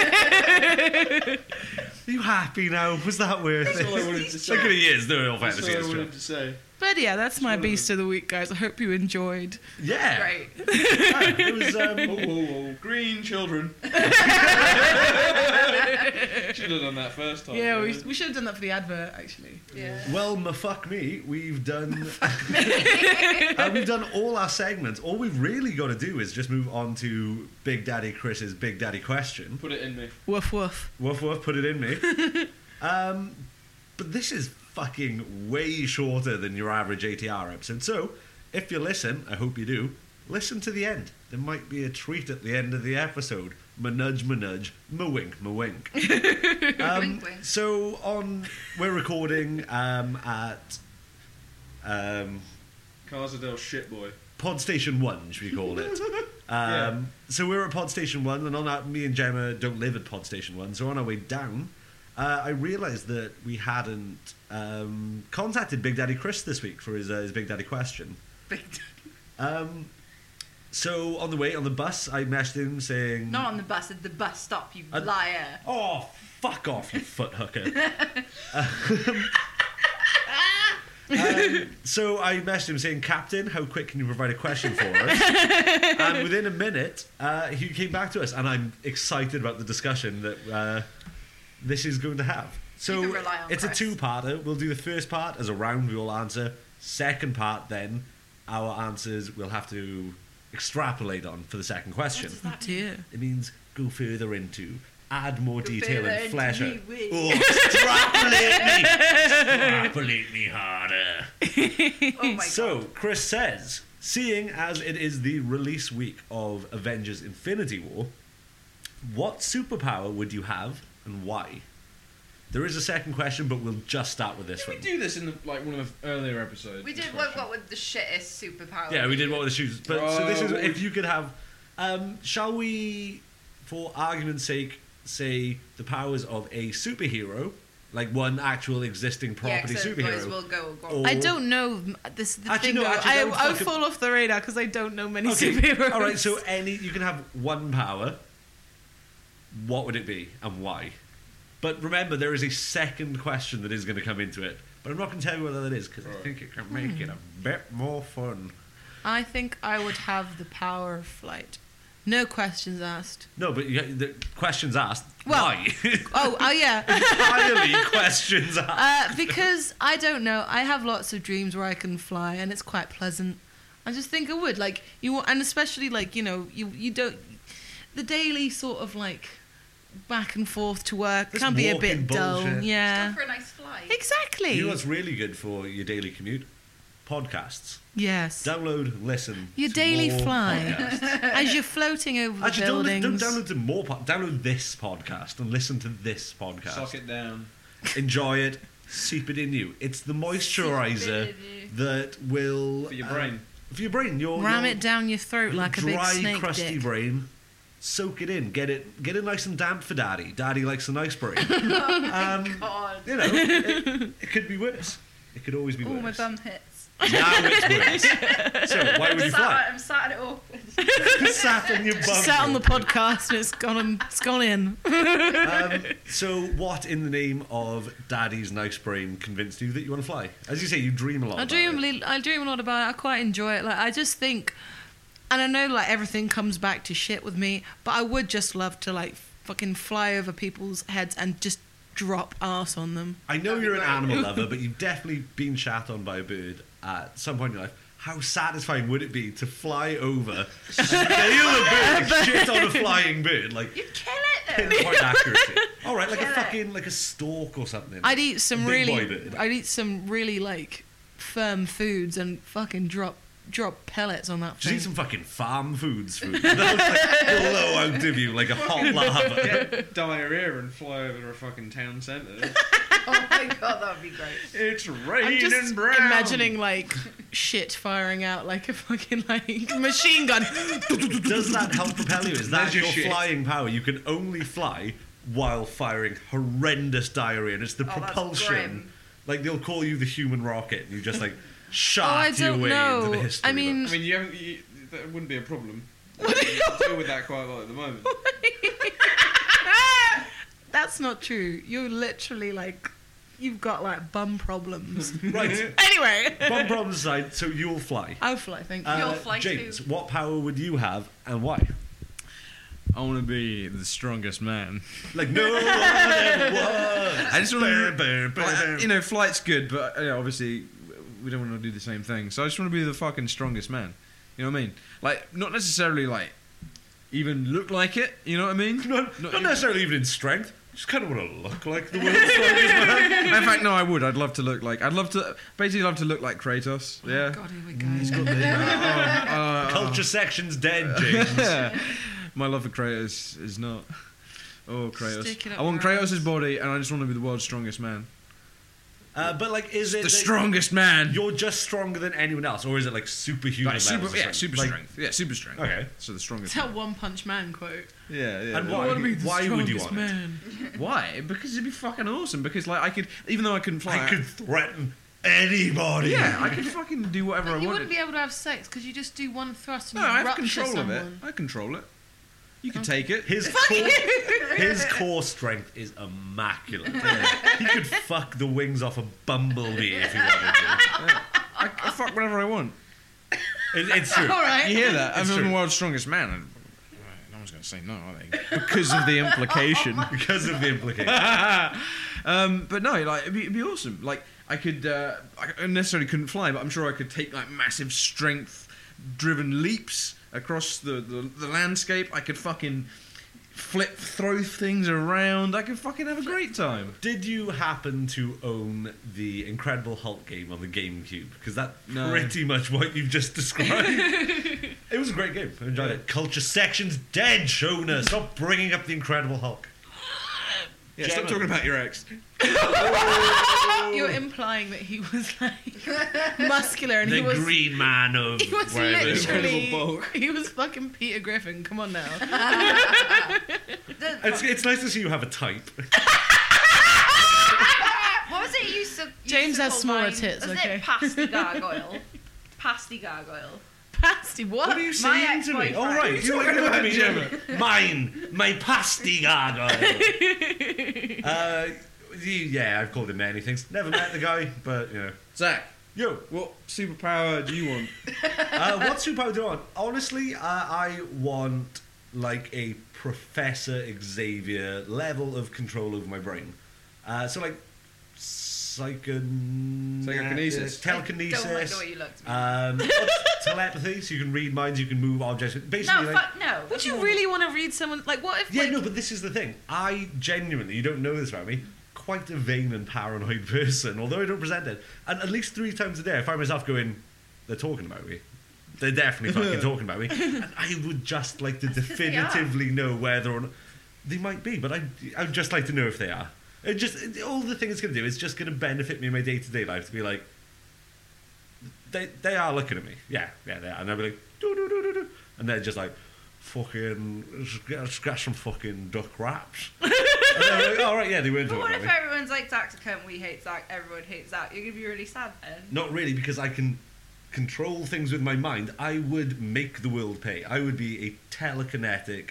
Speaker 2: you happy now? Was that worth
Speaker 3: That's all I
Speaker 2: it?
Speaker 3: wanted to say.
Speaker 2: Look at the years, they're all
Speaker 3: That's
Speaker 2: fantasy.
Speaker 3: all I
Speaker 2: it's true.
Speaker 3: wanted to say.
Speaker 1: But yeah, that's my beast of the week, guys. I hope you enjoyed.
Speaker 2: Yeah.
Speaker 4: Great.
Speaker 2: yeah, It was um,
Speaker 3: Whoa, whoa, whoa. Oh, Green children. Should have done that first
Speaker 2: Oh,
Speaker 3: time.
Speaker 1: Yeah, we,
Speaker 3: really.
Speaker 1: we should have done that for the advert, actually.
Speaker 4: Yeah.
Speaker 2: well, ma fuck me. We've done uh, we've done all our segments. All we've really got to do is just move on to Big Daddy Chris's Big Daddy question.
Speaker 3: Put it in me.
Speaker 1: Woof woof.
Speaker 2: Woof woof, put it in me. um, but this is fucking way shorter than your average ATR episode. So if you listen, I hope you do. Listen to the end. There might be a treat at the end of the episode. Ma nudge, ma nudge, ma wink, ma wink. Um,
Speaker 4: Wink, wink.
Speaker 2: so on, we're recording um, at um,
Speaker 3: Casadel shitboy.
Speaker 2: Pod Station One, should we call it? um,
Speaker 3: Yeah.
Speaker 2: So we're at Pod Station One, and on our, me and Gemma don't live at Pod Station One. So on our way down, uh, I realised that we hadn't um, contacted Big Daddy Chris this week for his uh, his Big Daddy question.
Speaker 4: Big
Speaker 2: Um, so on the way on the bus, I messaged him saying,
Speaker 4: Not on the bus, at the bus stop, you
Speaker 2: Uh,
Speaker 4: liar.
Speaker 2: "Oh, fuck off, you foot hooker." Um, so I messaged him saying, Captain, how quick can you provide a question for us? and within a minute, uh, he came back to us, and I'm excited about the discussion that uh, this is going to have. So
Speaker 4: can rely on
Speaker 2: it's a
Speaker 4: Chris.
Speaker 2: two parter. We'll do the first part as a round, we will answer. Second part, then, our answers we'll have to extrapolate on for the second question.
Speaker 1: Oh dear.
Speaker 2: It means go further into, add more
Speaker 4: Go
Speaker 2: detail
Speaker 4: further
Speaker 2: and
Speaker 4: into
Speaker 2: flesh
Speaker 4: me
Speaker 2: it.
Speaker 4: with.
Speaker 2: Oh, extrapolate me! Extrapolate me harder.
Speaker 4: Oh my
Speaker 2: So,
Speaker 4: god.
Speaker 2: Chris says, seeing as it is the release week of Avengers Infinity War, what superpower would you have and why? There is a second question, but we'll just start with this
Speaker 3: Did we
Speaker 2: one.
Speaker 3: do this in the, like one of the earlier episodes?
Speaker 4: We
Speaker 3: This
Speaker 4: did what,
Speaker 3: question.
Speaker 4: what with the shittest superpower.
Speaker 2: Yeah, we did what with the shoes. But so this is
Speaker 3: Oh.
Speaker 2: if you could have. Um, shall we, for argument's sake, say the powers of a superhero, like one actual existing property
Speaker 4: yeah, 'cause otherwise
Speaker 2: superhero? Oh.
Speaker 4: We'll go, go.
Speaker 2: Or-
Speaker 1: I don't know. m- This is the
Speaker 2: Actually,
Speaker 1: thing.
Speaker 2: no,
Speaker 1: though.
Speaker 2: actually, that would
Speaker 1: I, I
Speaker 2: fucking-
Speaker 1: fall off the radar because I don't know many
Speaker 2: Okay,
Speaker 1: superheroes.
Speaker 2: All right, so any you can have one power. What would it be and why? But remember, there is a second question that is going to come into it. But I'm not going to tell you whether that is because I think it can make it a
Speaker 1: Hmm.
Speaker 2: bit more fun.
Speaker 1: I think I would have the power of flight. No questions asked.
Speaker 2: No, but you, the questions asked.
Speaker 1: Well-
Speaker 2: why?
Speaker 1: Oh, oh yeah.
Speaker 2: Entirely questions asked.
Speaker 1: Uh, because I don't know, I have lots of dreams where I can fly, and it's quite pleasant. I just think I would like you, and especially like you know, you you don't the daily sort of like back and forth to work
Speaker 2: This
Speaker 1: can be a bit
Speaker 2: walking
Speaker 1: dull.
Speaker 2: bullshit.
Speaker 1: Yeah,
Speaker 4: Stop for a nice flight.
Speaker 1: exactly.
Speaker 2: You know what's really good for your daily commute? Podcasts.
Speaker 1: yes,
Speaker 2: Download, listen.
Speaker 1: Your
Speaker 2: to
Speaker 1: daily
Speaker 2: more
Speaker 1: fly.
Speaker 2: podcasts.
Speaker 1: as you're floating over the
Speaker 2: Actually, don't, li- don't
Speaker 1: buildings.
Speaker 2: download to more. Po- download this podcast and listen to this podcast.
Speaker 3: Suck it down.
Speaker 2: enjoy it, seep it in you. It's the moisturizer
Speaker 4: Seep it in you.
Speaker 2: that will
Speaker 3: For your
Speaker 2: uh,
Speaker 3: brain.
Speaker 2: for your brain, your
Speaker 1: Ram
Speaker 2: your
Speaker 1: it down your throat like a
Speaker 2: dry,
Speaker 1: big snake
Speaker 2: crusty
Speaker 1: dick.
Speaker 2: brain. Soak it in, get it, get it nice and damp for daddy. Daddy likes a nice brain. um,
Speaker 4: God.
Speaker 2: you know, it, it could be worse. It could always be
Speaker 4: Oh,
Speaker 2: worse.
Speaker 4: my bum hits.
Speaker 2: Now it's worse. so why would you
Speaker 4: Sat,
Speaker 2: fly?
Speaker 4: I'm sat at awkward.
Speaker 2: Sat on your bum.
Speaker 1: Just sat on the podcast and it's gone and it's gone in.
Speaker 2: Um, so what in the name of daddy's nice brain convinced you that you want to fly? As you say, you dream a lot.
Speaker 1: I
Speaker 2: about
Speaker 1: dream,
Speaker 2: it.
Speaker 1: li- I dream a lot about it. I quite enjoy it. Like I just think, and I know like everything comes back to shit with me, but I would just love to like fucking fly over people's heads and just drop ass on them.
Speaker 2: I know
Speaker 4: That'd be
Speaker 2: you're an
Speaker 4: great.
Speaker 2: animal lover, but you've definitely been shat on by a bird at some point in your life. How satisfying would it be to fly over, scale a bird, shit on a flying bird, like
Speaker 4: You'd kill it though.
Speaker 2: pinpoint accuracy? All right, like
Speaker 4: Kill
Speaker 2: a
Speaker 4: it.
Speaker 2: fucking like a stork or something.
Speaker 1: I'd eat some
Speaker 2: Big boy
Speaker 1: really,
Speaker 2: bird.
Speaker 1: I'd eat some really like firm foods and fucking drop drop pellets on that
Speaker 2: Just
Speaker 1: thing.
Speaker 2: eat some fucking farm foods food. That was like blow out of you like a hot lava.
Speaker 3: Get diarrhea and fly over a fucking town centre.
Speaker 4: oh my god, that would be great.
Speaker 3: it's
Speaker 1: I'm
Speaker 3: raining
Speaker 1: just
Speaker 3: brown.
Speaker 1: imagining like shit firing out like a fucking like machine gun.
Speaker 2: Does that help propel you? Is that
Speaker 3: Measure
Speaker 2: your
Speaker 3: shit.
Speaker 2: flying power? You can only fly while firing horrendous diarrhea, and it's the
Speaker 4: Oh, that's
Speaker 2: propulsion.
Speaker 4: grim.
Speaker 2: Like they'll call you the human rocket, and you just like
Speaker 1: oh, I
Speaker 2: shot your
Speaker 1: don't
Speaker 2: way into the
Speaker 1: know.
Speaker 2: history.
Speaker 1: I mean,
Speaker 3: I mean, you haven't. You, that wouldn't be a problem. You deal with that quite a lot at the moment.
Speaker 1: that's not true. You're literally like, you've got like bum problems.
Speaker 2: book. right.
Speaker 1: anyway,
Speaker 2: One problem aside, so you'll fly. Uh,
Speaker 1: I'll fly. Thank you.
Speaker 4: You'll fly
Speaker 2: James,
Speaker 4: too.
Speaker 2: what power would you have and why?
Speaker 9: I want to be the strongest man.
Speaker 2: Like no one ever was.
Speaker 3: I just want
Speaker 2: Burr,
Speaker 3: to.
Speaker 2: burr, burr,
Speaker 1: um,
Speaker 2: burr.
Speaker 3: You know, flight's good, but you know, obviously we don't want to do the same thing. So I just want to be the fucking strongest man. You know what I mean? Like, not necessarily like even look like it. You know what I mean?
Speaker 2: Not, not
Speaker 3: even-
Speaker 2: necessarily even in strength. Just kind of want to look like the world's strongest man.
Speaker 3: In fact, no, I would. I'd love to look like. I'd love to. Basically, love to look like Kratos. Yeah.
Speaker 1: Oh God, here we go.
Speaker 3: Got the, uh, uh,
Speaker 2: Culture section's dead, James.
Speaker 3: yeah. My love for Kratos is not. Oh,
Speaker 1: Stick it
Speaker 3: Kratos.
Speaker 1: up
Speaker 3: I want
Speaker 1: your ass.
Speaker 3: Kratos' body, and I just want to be the world's strongest man.
Speaker 2: Uh, but like, is it
Speaker 3: The
Speaker 2: that
Speaker 3: strongest man.
Speaker 2: You're just stronger than anyone else, or is it like superhuman?
Speaker 3: Like, super,
Speaker 2: levels of
Speaker 3: yeah, super
Speaker 2: Like,
Speaker 3: strength. Yeah, super strength.
Speaker 2: Okay.
Speaker 3: So the strongest.
Speaker 1: It's that One Punch Man quote.
Speaker 3: Yeah, yeah.
Speaker 2: And
Speaker 3: yeah.
Speaker 2: Why-
Speaker 1: I want to be the
Speaker 2: why would you
Speaker 1: strongest
Speaker 2: want it?
Speaker 1: man.
Speaker 3: Why? Because it'd be fucking awesome. Because like I could, even though I couldn't fly,
Speaker 2: I could threaten anybody.
Speaker 3: yeah, I could fucking do whatever I
Speaker 1: you
Speaker 3: wanted.
Speaker 1: wouldn't be able to have sex because you just do one thrust and
Speaker 3: no,
Speaker 1: you
Speaker 3: I have
Speaker 1: rupture
Speaker 3: control
Speaker 1: someone.
Speaker 3: of it. I control it. You can take it.
Speaker 2: His core, his core strength is immaculate. He could fuck the wings off a bumblebee if he wanted to.
Speaker 3: I, I fuck whatever I want.
Speaker 2: It, it's true.
Speaker 1: All right.
Speaker 3: You hear that? I'm
Speaker 2: It's
Speaker 3: the
Speaker 2: true.
Speaker 3: world's strongest man. And, no one's going to say no, are they? Because of the implication.
Speaker 2: Because of the implication.
Speaker 3: um, but no, like it'd be, it'd be awesome. Like I could, uh, I I necessarily couldn't fly, but I'm sure I could take like massive strength-driven leaps across the, the, the landscape. I could fucking flip, throw things around. I could fucking have a great time.
Speaker 2: Did you happen to own the Incredible Hulk game on the GameCube? Because that's
Speaker 3: No.
Speaker 2: pretty much what you've just described. it was a great game. I enjoyed it. Culture section's dead, Shona. Stop bringing up the Incredible Hulk.
Speaker 3: Yeah,
Speaker 2: stop
Speaker 3: stop
Speaker 2: talking
Speaker 3: talking about your ex.
Speaker 1: You're implying that he was like muscular and
Speaker 2: the
Speaker 1: he was.
Speaker 2: Green Man of
Speaker 1: He was
Speaker 2: wherever it is.
Speaker 1: literally.
Speaker 3: Incredible bulk.
Speaker 1: He was fucking Peter Griffin. Come on now.
Speaker 4: The-
Speaker 2: It's, it's nice to see you have a type.
Speaker 4: what was it? You used to, you
Speaker 1: James
Speaker 4: used to
Speaker 1: has
Speaker 4: call
Speaker 1: smaller
Speaker 4: mine-
Speaker 1: tits,
Speaker 4: Wasn't
Speaker 1: okay.
Speaker 4: it pasty gargoyle? pasty gargoyle.
Speaker 1: Pasty, what?
Speaker 2: What are you
Speaker 4: My
Speaker 2: saying to me?
Speaker 4: ex-boyfriend.
Speaker 2: All right, you like look at me, Gemma. Mine, my pasty gargoyle. uh, you- yeah, I've called him many things. Never met the guy, but you know.
Speaker 3: Zach,
Speaker 2: Yo,
Speaker 3: what superpower do you want?
Speaker 2: uh, what superpower do I want? Honestly, uh, I want like a Professor Xavier level of control over my brain. Uh, so like psychon-
Speaker 3: Psychokinesis.
Speaker 2: telekinesis.
Speaker 4: Don't like the way you looked at me.
Speaker 2: Um, what's telepathy, so you can read minds, you can move objects. Basically,
Speaker 4: no,
Speaker 2: like,
Speaker 4: fuck no.
Speaker 1: Would you really want to read someone? Like, what if?
Speaker 2: yeah,
Speaker 1: like,
Speaker 2: no, but this is the thing. I genuinely, you don't know this about me, quite a vain and paranoid person, although I don't present it. And at least three times a day, I find myself going, they're talking about me. They're definitely fucking talking about me. And I would just like to
Speaker 4: 'cause they are.
Speaker 2: definitively know whether or not they might be, but I, I'd just like to know if they are. It just it- all the thing it's going to do is just going to benefit me in my day to day life to be like, they they are looking at me. Yeah, yeah, they are. And I'll be like, do do do do do, and they're just like, fucking, let's get some fucking duck wraps. and I'm like, all right, yeah, they weren't
Speaker 4: But
Speaker 2: talking
Speaker 4: what
Speaker 2: about
Speaker 4: if
Speaker 2: me.
Speaker 4: everyone's like Zach's a cunt, we hate Zach, everyone hates Zach? You're gonna be really sad then.
Speaker 2: Not really, because I can control things with my mind. I would make the world pay. I would be a telekinetic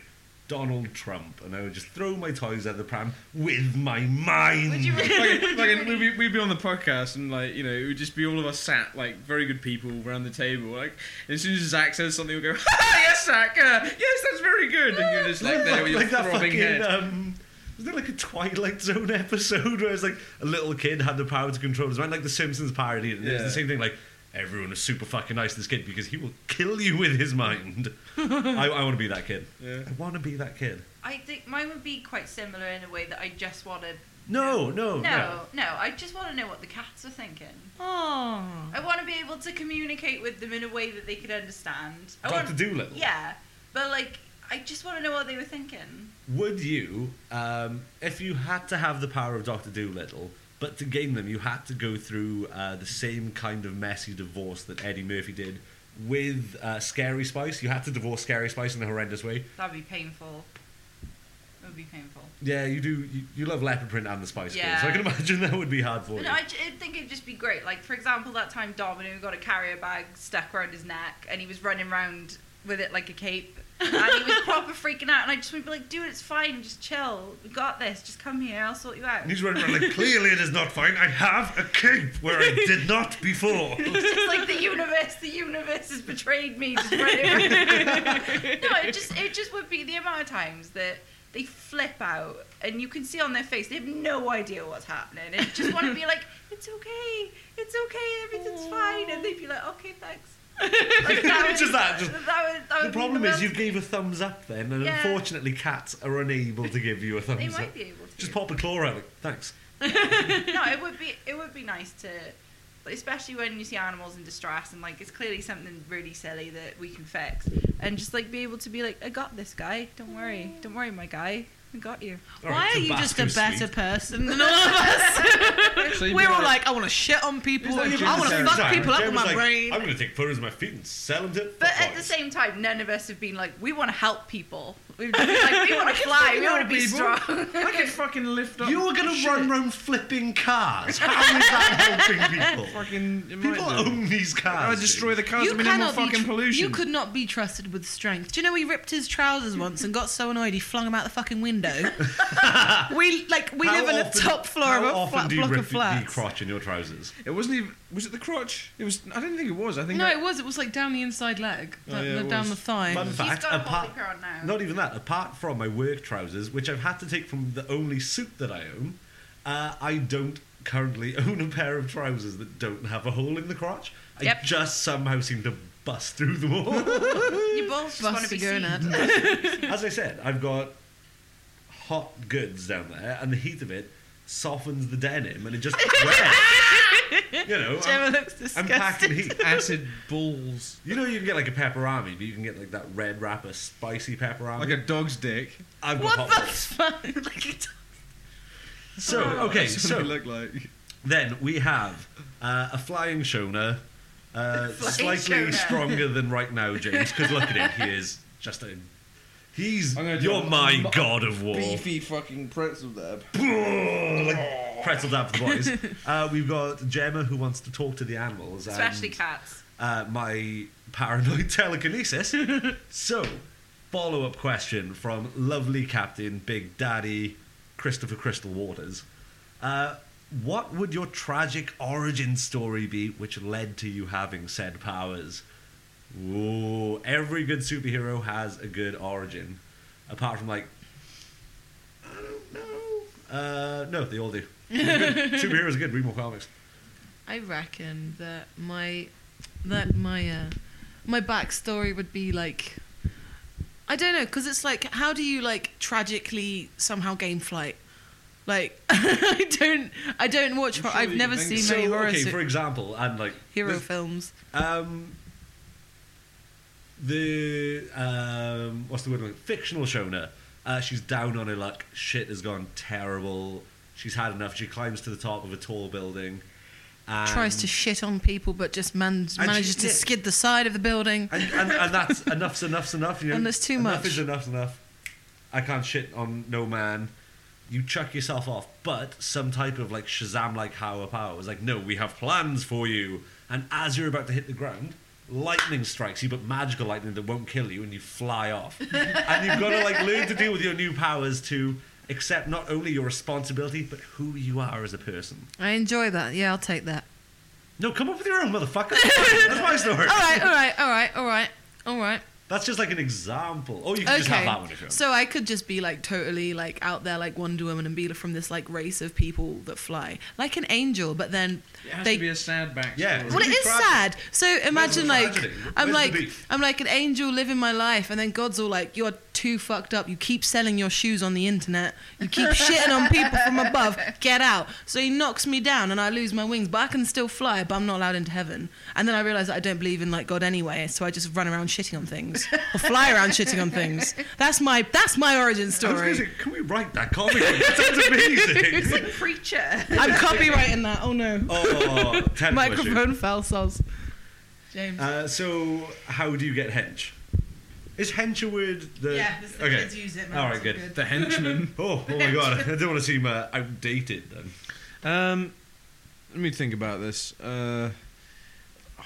Speaker 2: Donald Trump, and I would just throw my toys at the pram with my mind.
Speaker 4: Would you really?
Speaker 3: like, like we'd, be, we'd be on the podcast and like you know it would just be all of us sat like very good people around the table like and as soon as Zach says something we'll go "Ha, yes Zach uh, yes that's very good and you're just like there with your
Speaker 2: like that
Speaker 3: throbbing
Speaker 2: fucking
Speaker 3: head
Speaker 2: um was there like a Twilight Zone episode where it's like a little kid had the power to control his mind, like the Simpsons parody? And It's
Speaker 3: Yeah.
Speaker 2: the same thing, like everyone is super fucking nice to this kid because he will kill you with his mind. I, I want to be that kid. I want to be that kid.
Speaker 4: I think mine would be quite similar in a way that I just want to.
Speaker 2: No, no, no.
Speaker 4: No, no, I just want to know what the cats are thinking.
Speaker 1: Oh.
Speaker 4: I want to be able to communicate with them in a way that they could understand. I
Speaker 2: Doctor
Speaker 4: want,
Speaker 2: Doolittle.
Speaker 4: Yeah, but like, I just want to know what they were thinking.
Speaker 2: Would you, um, if you had to have the power of Doctor Doolittle, but to gain them you had to go through uh, the same kind of messy divorce that Eddie Murphy did with uh, Scary Spice? You had to divorce Scary Spice in a horrendous way.
Speaker 4: That'd be painful. It would be painful.
Speaker 2: Yeah, you do. You, you love Leopard Print and the Spice Girls, so I
Speaker 4: Yeah.
Speaker 2: can imagine that would be hard for you.
Speaker 4: No, I, ju- I think it'd just be great. Like, for example, that time Domino got a carrier bag stuck around his neck and he was running around with it like a cape. and he was proper freaking out. And I just would be like, dude, it's fine. Just chill. We got this. Just come here. I'll sort you out.
Speaker 2: And he's running around like, clearly it is not fine. I have a cape where I did not before.
Speaker 4: It's like the universe, the universe has betrayed me. Just run it around. no, it just it just would be the amount of times that they flip out and you can see on their face they have no idea what's happening. And you just want to be like, it's okay, it's okay, everything's fine, and they'd be like, okay, thanks. Like,
Speaker 2: Just that, just-
Speaker 4: that would- that
Speaker 2: The
Speaker 4: would mean
Speaker 2: problem is
Speaker 4: world
Speaker 2: you
Speaker 4: to-
Speaker 2: gave a thumbs up then, and
Speaker 4: Yeah.
Speaker 2: unfortunately cats are unable to give you a
Speaker 4: They
Speaker 2: thumbs
Speaker 4: might
Speaker 2: up.
Speaker 4: be able to.
Speaker 2: Just pop a claw out. Like, Thanks.
Speaker 4: no, it would be it would be nice to, like, especially when you see animals in distress and like it's clearly something really silly that we can fix, and just like be able to be like, I got this guy. Don't worry, don't worry, my guy. I got you.
Speaker 2: All
Speaker 1: Why
Speaker 2: right,
Speaker 1: are you just a
Speaker 2: Tabasco
Speaker 1: better
Speaker 2: sweet.
Speaker 1: person than all of us?
Speaker 3: So you'd be
Speaker 1: We're all
Speaker 3: like-
Speaker 1: like, I want to shit on people.
Speaker 3: It's
Speaker 1: I
Speaker 3: like
Speaker 1: want
Speaker 3: Jim
Speaker 1: to
Speaker 3: Sarah.
Speaker 1: fuck
Speaker 2: Sorry,
Speaker 1: people up
Speaker 2: Jim
Speaker 1: with
Speaker 2: was
Speaker 1: my
Speaker 2: like,
Speaker 1: brain.
Speaker 2: I'm going to take photos of my feet and sell them to.
Speaker 4: But
Speaker 2: fuckboys."
Speaker 4: at the same time, none of us have been like, we want to help people. We've just been like, we want to fly. We want to be
Speaker 3: people.
Speaker 4: strong.
Speaker 3: I could fucking lift up.
Speaker 2: you were going
Speaker 3: shit.
Speaker 2: to run around flipping cars. How is that helping people?
Speaker 3: Fucking. it might
Speaker 2: People
Speaker 3: do.
Speaker 2: own these cars.
Speaker 3: I would destroy the cars.
Speaker 1: You
Speaker 3: You minimal
Speaker 1: cannot be
Speaker 3: fucking
Speaker 1: tr-
Speaker 3: pollution.
Speaker 1: You could not be trusted with strength. Do you know he ripped his trousers once and got so annoyed he flung them out the fucking window? we like we
Speaker 2: How
Speaker 1: live on the
Speaker 2: often-
Speaker 1: top floor
Speaker 2: how
Speaker 1: of a
Speaker 2: often
Speaker 1: flat
Speaker 2: do you
Speaker 1: block
Speaker 2: rip
Speaker 1: of
Speaker 2: the- the
Speaker 1: flats.
Speaker 2: crotch in your trousers?
Speaker 3: It wasn't even. Was it the crotch? It was. I don't think it was. I think.
Speaker 1: No,
Speaker 3: that-
Speaker 1: it was. It was like down the inside leg,
Speaker 3: Oh,
Speaker 1: like,
Speaker 3: yeah, it
Speaker 1: down
Speaker 3: was.
Speaker 1: the thigh.
Speaker 2: Fun
Speaker 4: He's
Speaker 2: fact,
Speaker 4: got a
Speaker 2: apart,
Speaker 4: holy crown now.
Speaker 2: not even that, apart from my work trousers, which I've had to take from the only suit that I own, uh, I don't currently own a pair of trousers that don't have a hole in the crotch. I
Speaker 4: Yep.
Speaker 2: just somehow seem to bust through them all.
Speaker 4: You both just want to
Speaker 1: Buster
Speaker 4: be seen.
Speaker 1: Gurnard.
Speaker 2: As I said, I've got hot goods down there, and the heat of it softens the denim, and it just wears. you know,
Speaker 1: Gemma
Speaker 2: I'm,
Speaker 1: looks
Speaker 2: I'm
Speaker 1: disgusted.
Speaker 2: packed in heat.
Speaker 3: acid balls.
Speaker 2: You know, you can get like a pepperami, but you can get like that red wrapper, spicy pepperami.
Speaker 3: Like a dog's dick.
Speaker 2: I've got
Speaker 1: What
Speaker 2: hot
Speaker 1: the
Speaker 2: balls.
Speaker 1: fuck?
Speaker 2: So okay,
Speaker 3: That's what
Speaker 2: so
Speaker 3: they look like.
Speaker 2: Then we have uh, a flying Shona, uh,
Speaker 4: Flying
Speaker 2: slightly
Speaker 4: Shona.
Speaker 2: stronger than right now, James, because look at him. He is just a. He's.
Speaker 3: I'm gonna do
Speaker 2: You're
Speaker 3: a
Speaker 2: my
Speaker 3: mu-
Speaker 2: god of war.
Speaker 5: Beefy fucking pretzel dab.
Speaker 2: Like pretzel dab for the boys. uh, we've got Gemma who wants to talk to the animals. and,
Speaker 4: Especially cats.
Speaker 2: uh, my paranoid telekinesis. so, follow up question from lovely Captain Big Daddy Christopher Crystal Waters. Uh, what would your tragic origin story be which led to you having said powers? Ooh, every good superhero has a good origin. Apart from, like, I don't know. Uh, no, they all do. Superheroes are good. Read more comics.
Speaker 1: I reckon that my that my uh, my backstory would be like I don't know because it's like how do you like tragically somehow gain flight? Like I don't I don't watch
Speaker 3: I'm
Speaker 1: horror.
Speaker 3: sure
Speaker 1: I've
Speaker 3: you
Speaker 1: never
Speaker 3: think
Speaker 1: seen
Speaker 2: So,
Speaker 1: many horror
Speaker 2: okay,
Speaker 1: su-
Speaker 2: for example, and like
Speaker 1: hero
Speaker 2: there's-
Speaker 1: films.
Speaker 2: Um, the um, what's the word? I'm- Fictional Shona. Uh, she's down on her luck. Shit has gone terrible. She's had enough. She climbs to the top of a tall building. And,
Speaker 1: Tries to shit on people but just man-
Speaker 2: And
Speaker 1: manages
Speaker 2: she-
Speaker 1: to
Speaker 2: um, yeah.
Speaker 1: skid the side of the building.
Speaker 2: and, and, and that's enough's enough's enough. You know,
Speaker 1: And there's too
Speaker 2: enough
Speaker 1: much.
Speaker 2: is enough's enough. I can't shit on no man. You chuck yourself off, but some type of like Shazam like power power is like, no, we have plans for you. And as you're about to hit the ground, lightning strikes you, but magical lightning that won't kill you, and you fly off. and you've got to like learn to deal with your new powers to accept not only your responsibility, but who you are as a person.
Speaker 1: I enjoy that. Yeah, I'll take that.
Speaker 2: No, come up with your own motherfucker. That's my story.
Speaker 1: All right, all right, all right, all right, all right.
Speaker 2: That's just like an example. Oh, you can just have that one if you want.
Speaker 1: So I could just be like totally like out there like Wonder Woman and be from this like race of people that fly like an angel, but then
Speaker 3: It has
Speaker 1: they
Speaker 3: to be a sad backstory.
Speaker 2: Yeah.
Speaker 1: well, it
Speaker 2: Really
Speaker 1: is
Speaker 2: tragic.
Speaker 1: sad. So imagine like
Speaker 2: tragedy? Where's
Speaker 1: I'm
Speaker 2: the
Speaker 1: like
Speaker 2: beef?
Speaker 1: I'm like an angel living my life, and then God's all like, "You're too fucked up. You keep selling your shoes on the internet. You keep shitting on people from above. Get out." So he knocks me down, and I lose my wings, but I can still fly. But I'm not allowed into heaven. And then I realize that I don't believe in like God anyway, so I just run around shitting on things or fly around shitting on things. That's my that's my origin
Speaker 2: I was gonna
Speaker 1: story.
Speaker 2: say, can we write that comic? book? That sounds amazing.
Speaker 4: It's like Preacher.
Speaker 1: I'm copywriting that. Oh no,
Speaker 2: oh, ten
Speaker 1: microphone fell, Soz. James.
Speaker 2: Uh, so, how do you get hench? Is hench a word? That,
Speaker 1: Yeah, this- the kids use it, man.
Speaker 2: All right,
Speaker 1: It's
Speaker 2: good.
Speaker 1: good.
Speaker 3: The henchman.
Speaker 2: Oh, oh my god! I don't want to seem uh, outdated then.
Speaker 3: um, let me think about this. Uh,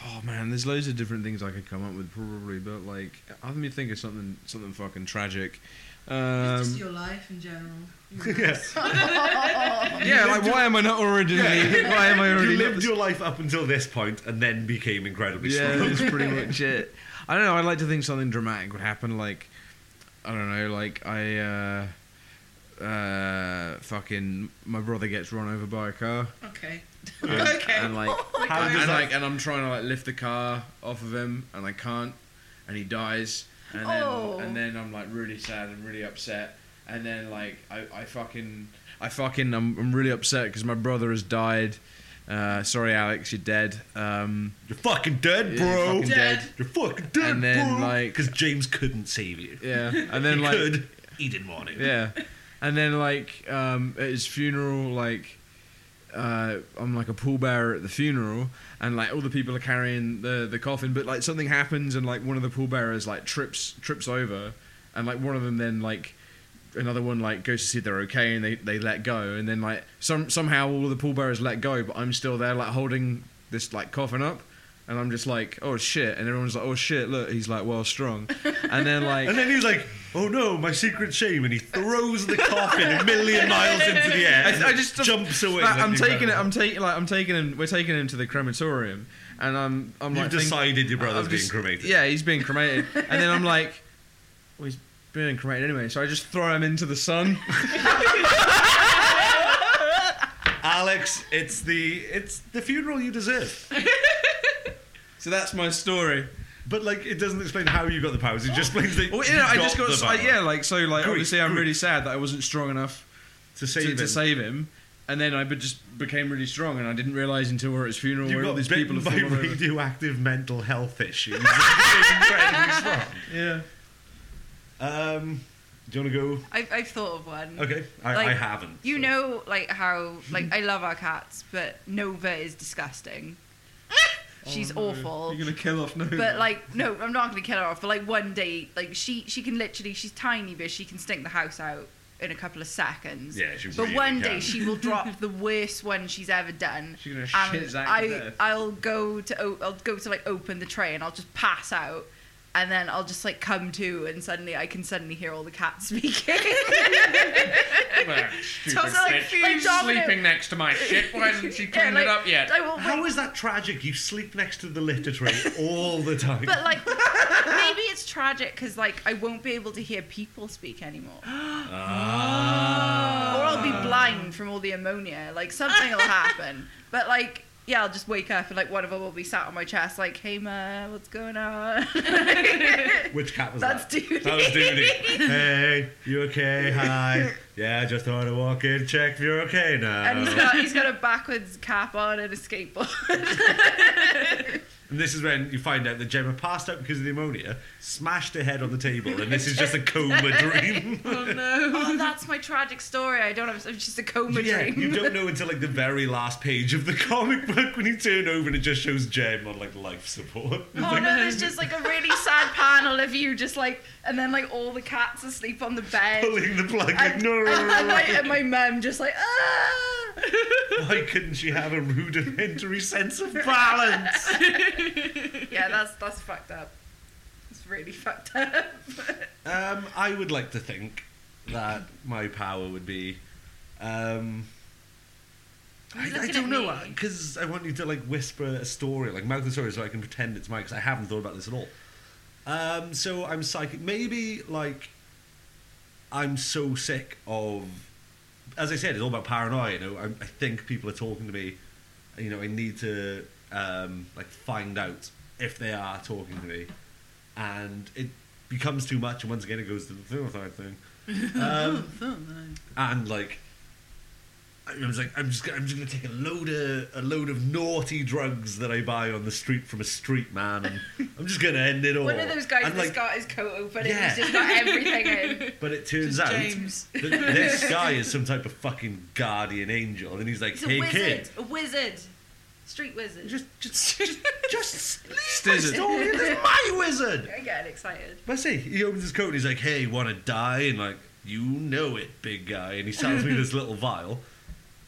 Speaker 3: oh man, there's loads of different things I could come up with probably, but like, let me think of something something fucking tragic. Um,
Speaker 1: It's just your life in general.
Speaker 3: yeah, like why am I not originally? Why am I already?
Speaker 2: You
Speaker 3: not
Speaker 2: lived
Speaker 3: this-
Speaker 2: your life up until this point, and then became incredibly
Speaker 3: yeah,
Speaker 2: strong.
Speaker 3: that's pretty much it. I don't know. I'd like to think something dramatic would happen. Like, I don't know. Like I, uh, uh, fucking, my brother gets run over by a car,
Speaker 1: Okay.
Speaker 3: and,
Speaker 1: okay.
Speaker 3: and like,
Speaker 2: How
Speaker 3: and,
Speaker 2: does that-
Speaker 3: like, and I'm trying to like lift the car off of him, and I can't, and he dies, and then
Speaker 4: Oh.
Speaker 3: and then I'm like really sad and really upset, and then like I, I fucking I fucking I'm, I'm really upset because my brother has died. Uh, sorry, Alex, you're dead. Um,
Speaker 2: You're fucking dead,
Speaker 3: Yeah, you're
Speaker 2: bro.
Speaker 3: fucking dead.
Speaker 2: You're fucking dead,
Speaker 3: And then,
Speaker 2: bro.
Speaker 3: like-
Speaker 2: because James couldn't save you.
Speaker 3: Yeah, and then
Speaker 2: he
Speaker 3: like
Speaker 2: could. He didn't want to.
Speaker 3: yeah, and then like um, at his funeral, like uh, I'm like a pallbearer at the funeral, and like all the people are carrying the the coffin, but like something happens, and like one of the pallbearers like trips trips over, and like one of them then like another one like goes to see if they're okay and they, they let go and then like some somehow all of the pallbearers let go but i'm still there like holding this like coffin up and i'm just like oh shit and everyone's like oh shit look he's like well strong and then like
Speaker 2: And then he's like, "Oh no, my secret shame!" And he throws the coffin a million miles into the air. and
Speaker 3: I, I just
Speaker 2: jumps away.
Speaker 3: Like,
Speaker 2: like
Speaker 3: I'm
Speaker 2: the
Speaker 3: taking it.
Speaker 2: incredible-
Speaker 3: I'm taking like I'm taking him. We're taking him to the crematorium, and I'm I'm
Speaker 2: You've
Speaker 3: like think-
Speaker 2: decided your brother's
Speaker 3: I'm
Speaker 2: being
Speaker 3: just-
Speaker 2: cremated.
Speaker 3: Yeah, he's being cremated, and then I'm like, well, he's being cremated anyway, so I just throw him into the sun.
Speaker 2: Alex, it's the it's the funeral you deserve.
Speaker 3: so that's my story.
Speaker 2: But like, it doesn't explain how you got the powers. It just explains that
Speaker 3: Oh. Well,
Speaker 2: you
Speaker 3: yeah, I
Speaker 2: got
Speaker 3: just got
Speaker 2: the
Speaker 3: so, I-
Speaker 2: power
Speaker 3: yeah, like so, like
Speaker 2: Grief,
Speaker 3: obviously I'm
Speaker 2: grief.
Speaker 3: really sad that I wasn't strong enough
Speaker 2: to
Speaker 3: to,
Speaker 2: save him.
Speaker 3: to save him. And then I be- just became really strong, and I didn't realize until we're at his funeral
Speaker 2: you
Speaker 3: where all
Speaker 2: got
Speaker 3: these
Speaker 2: bitten
Speaker 3: people have
Speaker 2: by
Speaker 3: fallen over.
Speaker 2: radioactive mental health issues. Incredibly strong.
Speaker 3: Yeah.
Speaker 2: Um, do you want to
Speaker 4: I've, I've thought of one.
Speaker 2: go? Okay, I, I
Speaker 4: Like,
Speaker 2: haven't.
Speaker 4: You
Speaker 2: so-
Speaker 4: know, like how like I love our cats, but Nova is disgusting.
Speaker 2: Oh,
Speaker 4: She's awful.
Speaker 3: You're gonna kill off no.
Speaker 4: But like, no, I'm not gonna kill her off. But like, one day, like she she can literally, she's tiny, but she can stink the house out in a couple of seconds.
Speaker 2: Yeah, she
Speaker 4: But
Speaker 2: really
Speaker 4: one day
Speaker 2: can.
Speaker 4: she will drop the worst one she's ever done.
Speaker 3: She's gonna
Speaker 4: and
Speaker 3: shit Zach to
Speaker 4: um, I
Speaker 3: death.
Speaker 4: I'll go to o- I'll go to like open the tray and I'll just pass out. And then I'll just like come to, and suddenly I can suddenly hear all the cats speaking.
Speaker 1: Sounds like
Speaker 4: like Domino-
Speaker 6: next to my shit. Why hasn't she
Speaker 4: Yeah, like, I will
Speaker 2: How is that tragic? You sleep next to the litter tray all the time.
Speaker 4: But like, maybe it's tragic because like I won't be able to hear people speak anymore, or I'll be blind from all the ammonia. Like something will happen. But like, yeah, I'll just wake up and like one of them will be sat on my chest, like, "Hey ma, what's going on?"
Speaker 2: Which cat was
Speaker 4: That's
Speaker 2: that?
Speaker 4: Doody.
Speaker 2: That was Doody. hey, you okay? Hi. Yeah, just thought I'd walk in, check if you're okay now.
Speaker 4: and he's got he's got a backwards cap on and a skateboard.
Speaker 2: And this is when you find out that Gemma passed out because of the ammonia, smashed her head on the table, and this is just a coma dream.
Speaker 4: oh, that's my tragic story. I don't have. It's just a coma
Speaker 2: yeah,
Speaker 4: dream.
Speaker 2: you don't know until like the very last page of the comic book when you turn over and it just shows Gem on like life support.
Speaker 4: Oh no, there's just like a really sad panel of you just like, and then like all the cats asleep on the bed.
Speaker 2: Pulling the plug, like,
Speaker 4: And,
Speaker 2: no,
Speaker 4: and my, and my mum just like, ah!
Speaker 2: why couldn't she have a rudimentary sense of balance?
Speaker 4: Yeah, that's that's fucked up. It's really fucked up.
Speaker 2: Um, I would like to think that my power would be. Um, I,
Speaker 4: He's
Speaker 2: I
Speaker 4: looking
Speaker 2: don't
Speaker 4: at
Speaker 2: know uh,
Speaker 4: me.
Speaker 2: because I want you to like whisper a story, like mouth the story, so I can pretend it's mine. Because I haven't thought about this at all. Um, so I'm psychic. Maybe like I'm so sick of, as I said, it's all about paranoia. You know, I, I think people are talking to me. You know, I need to um, like find out if they are talking to me, and it becomes too much. And once again, it goes to the suicide
Speaker 4: Oh,
Speaker 2: thing. Um, and like I was like, I'm just, I'm just gonna take a load of a load of naughty drugs that I buy on the street from a street man, and I'm just gonna end it all.
Speaker 4: One of those guys
Speaker 2: And,
Speaker 4: that's
Speaker 2: like,
Speaker 4: got his coat open
Speaker 2: Yeah.
Speaker 4: and he's just got everything in.
Speaker 2: but it turns
Speaker 1: Just
Speaker 2: out
Speaker 1: James.
Speaker 2: that this guy is some type of fucking guardian angel, and he's like,
Speaker 4: He's a
Speaker 2: hey
Speaker 4: wizard.
Speaker 2: kid,
Speaker 4: A wizard. Street wizard.
Speaker 2: just, just, just, just leave my
Speaker 3: Stizzard.
Speaker 2: story. This is my wizard.
Speaker 4: I get excited.
Speaker 2: But I say he opens his coat and he's like, "Hey, want to die?" And like, "You know it, big guy." And he sells me this little vial,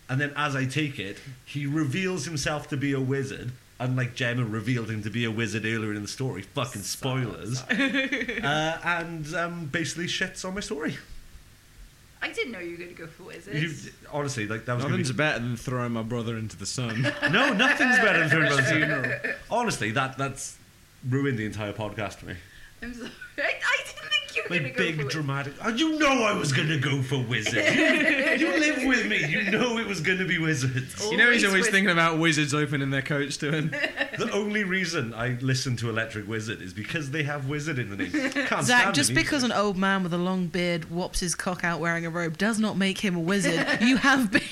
Speaker 2: and then as I take it, he reveals himself to be a wizard. Unlike Gemma revealed him to be a wizard earlier in the story. Fucking spoilers. uh, and um, basically shits on my story.
Speaker 4: I didn't know you were going to go for wizards.
Speaker 2: You, honestly, like that was gonna be-
Speaker 9: Nothing's better than throwing my brother into the sun.
Speaker 2: no, nothing's better than Third Brother's funeral. Honestly, that that's ruined the entire podcast for me.
Speaker 4: I'm sorry. I, I didn't think you were
Speaker 2: My
Speaker 4: going to go for
Speaker 2: big
Speaker 4: wizards.
Speaker 2: dramatic. Oh, you know I was gonna go for wizard. you live with me. You know it was gonna be wizards.
Speaker 9: you know he's always
Speaker 4: with-
Speaker 9: thinking about wizards opening their coats to him.
Speaker 2: The only reason I listen to Electric Wizard is because they have wizard in the name. Can't
Speaker 1: Zach,
Speaker 2: stand
Speaker 1: just
Speaker 2: it.
Speaker 1: because an old man with a long beard whops his cock out wearing a robe does not make him a wizard. you have been,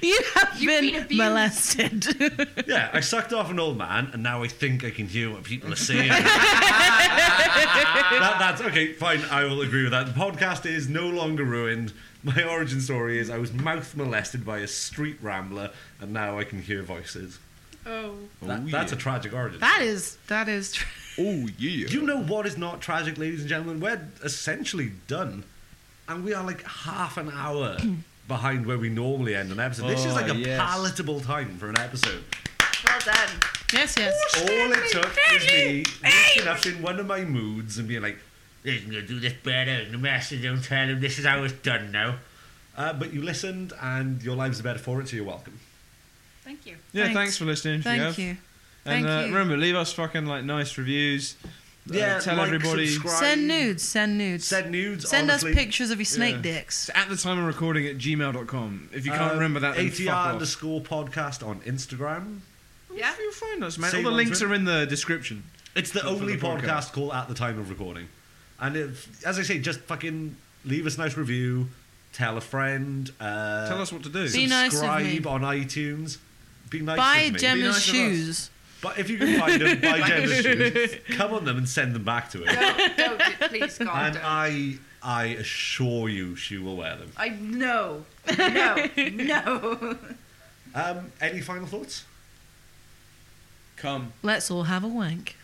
Speaker 1: you have
Speaker 4: You've been
Speaker 1: been,
Speaker 4: abused.
Speaker 1: molested.
Speaker 2: yeah, I sucked off an old man, and now I think I can hear what people are saying. that, that's okay. Fine, I will agree with that. The podcast is no longer ruined. My origin story is I was mouth molested by a street rambler, and now I can hear voices.
Speaker 4: Oh.
Speaker 2: That- that's a tragic origin.
Speaker 1: that is, that is. Tr-
Speaker 3: Oh yeah.
Speaker 2: Do you know what is not tragic, ladies and gentlemen? We're essentially done, and we are like half an hour behind where we normally end an episode. this is like a
Speaker 3: Oh, yes.
Speaker 2: palatable time for an episode.
Speaker 4: Well done.
Speaker 1: yes, yes.
Speaker 2: All it took was me waking up in one of my moods and being like,
Speaker 6: Listen, gonna do this better, and the master don't tell him this is how it's done now.
Speaker 2: uh, but you listened and your lives are better for it, so you're welcome.
Speaker 4: Thank you.
Speaker 3: Yeah,
Speaker 1: Thanks.
Speaker 3: thanks, for listening. if
Speaker 1: Thank
Speaker 3: have.
Speaker 1: you. Thank
Speaker 3: And uh,
Speaker 1: you.
Speaker 3: remember, leave us fucking like nice reviews. Uh, tell
Speaker 2: like,
Speaker 3: everybody.
Speaker 2: subscribe,
Speaker 1: Send nudes. Send nudes.
Speaker 2: Send nudes.
Speaker 1: Send
Speaker 2: honestly.
Speaker 1: us pictures of your snake
Speaker 3: Yeah.
Speaker 1: dicks.
Speaker 3: At the time of recording at gmail.com. If you can't
Speaker 2: Um,
Speaker 3: remember that, then
Speaker 2: ATR
Speaker 3: fuck off.
Speaker 2: underscore podcast on Instagram.
Speaker 4: Yeah.
Speaker 3: You'll find us, man.
Speaker 2: Save
Speaker 3: All the
Speaker 2: onto
Speaker 3: links
Speaker 2: it.
Speaker 3: are in the description.
Speaker 2: It's the
Speaker 3: For- for
Speaker 2: only
Speaker 3: the podcast.
Speaker 2: podcast call at the time of recording. And if, as I say, just fucking leave us a nice review, tell a friend, uh,
Speaker 3: Tell us what to do.
Speaker 1: Be nice with
Speaker 2: subscribe
Speaker 1: me.
Speaker 2: on iTunes. Be nice
Speaker 1: Buy
Speaker 2: with me.
Speaker 1: Gemma's
Speaker 3: nice of us.
Speaker 1: shoes.
Speaker 2: but if you can find them, buy Gemma's shoes. Come on them and send them back to her.
Speaker 4: Don't, don't, please, God,
Speaker 2: And uh,
Speaker 4: don't.
Speaker 2: I, I assure you, she will wear them.
Speaker 4: I no, no, no.
Speaker 2: Um, any final thoughts?
Speaker 3: Come.
Speaker 1: Let's all have a wank.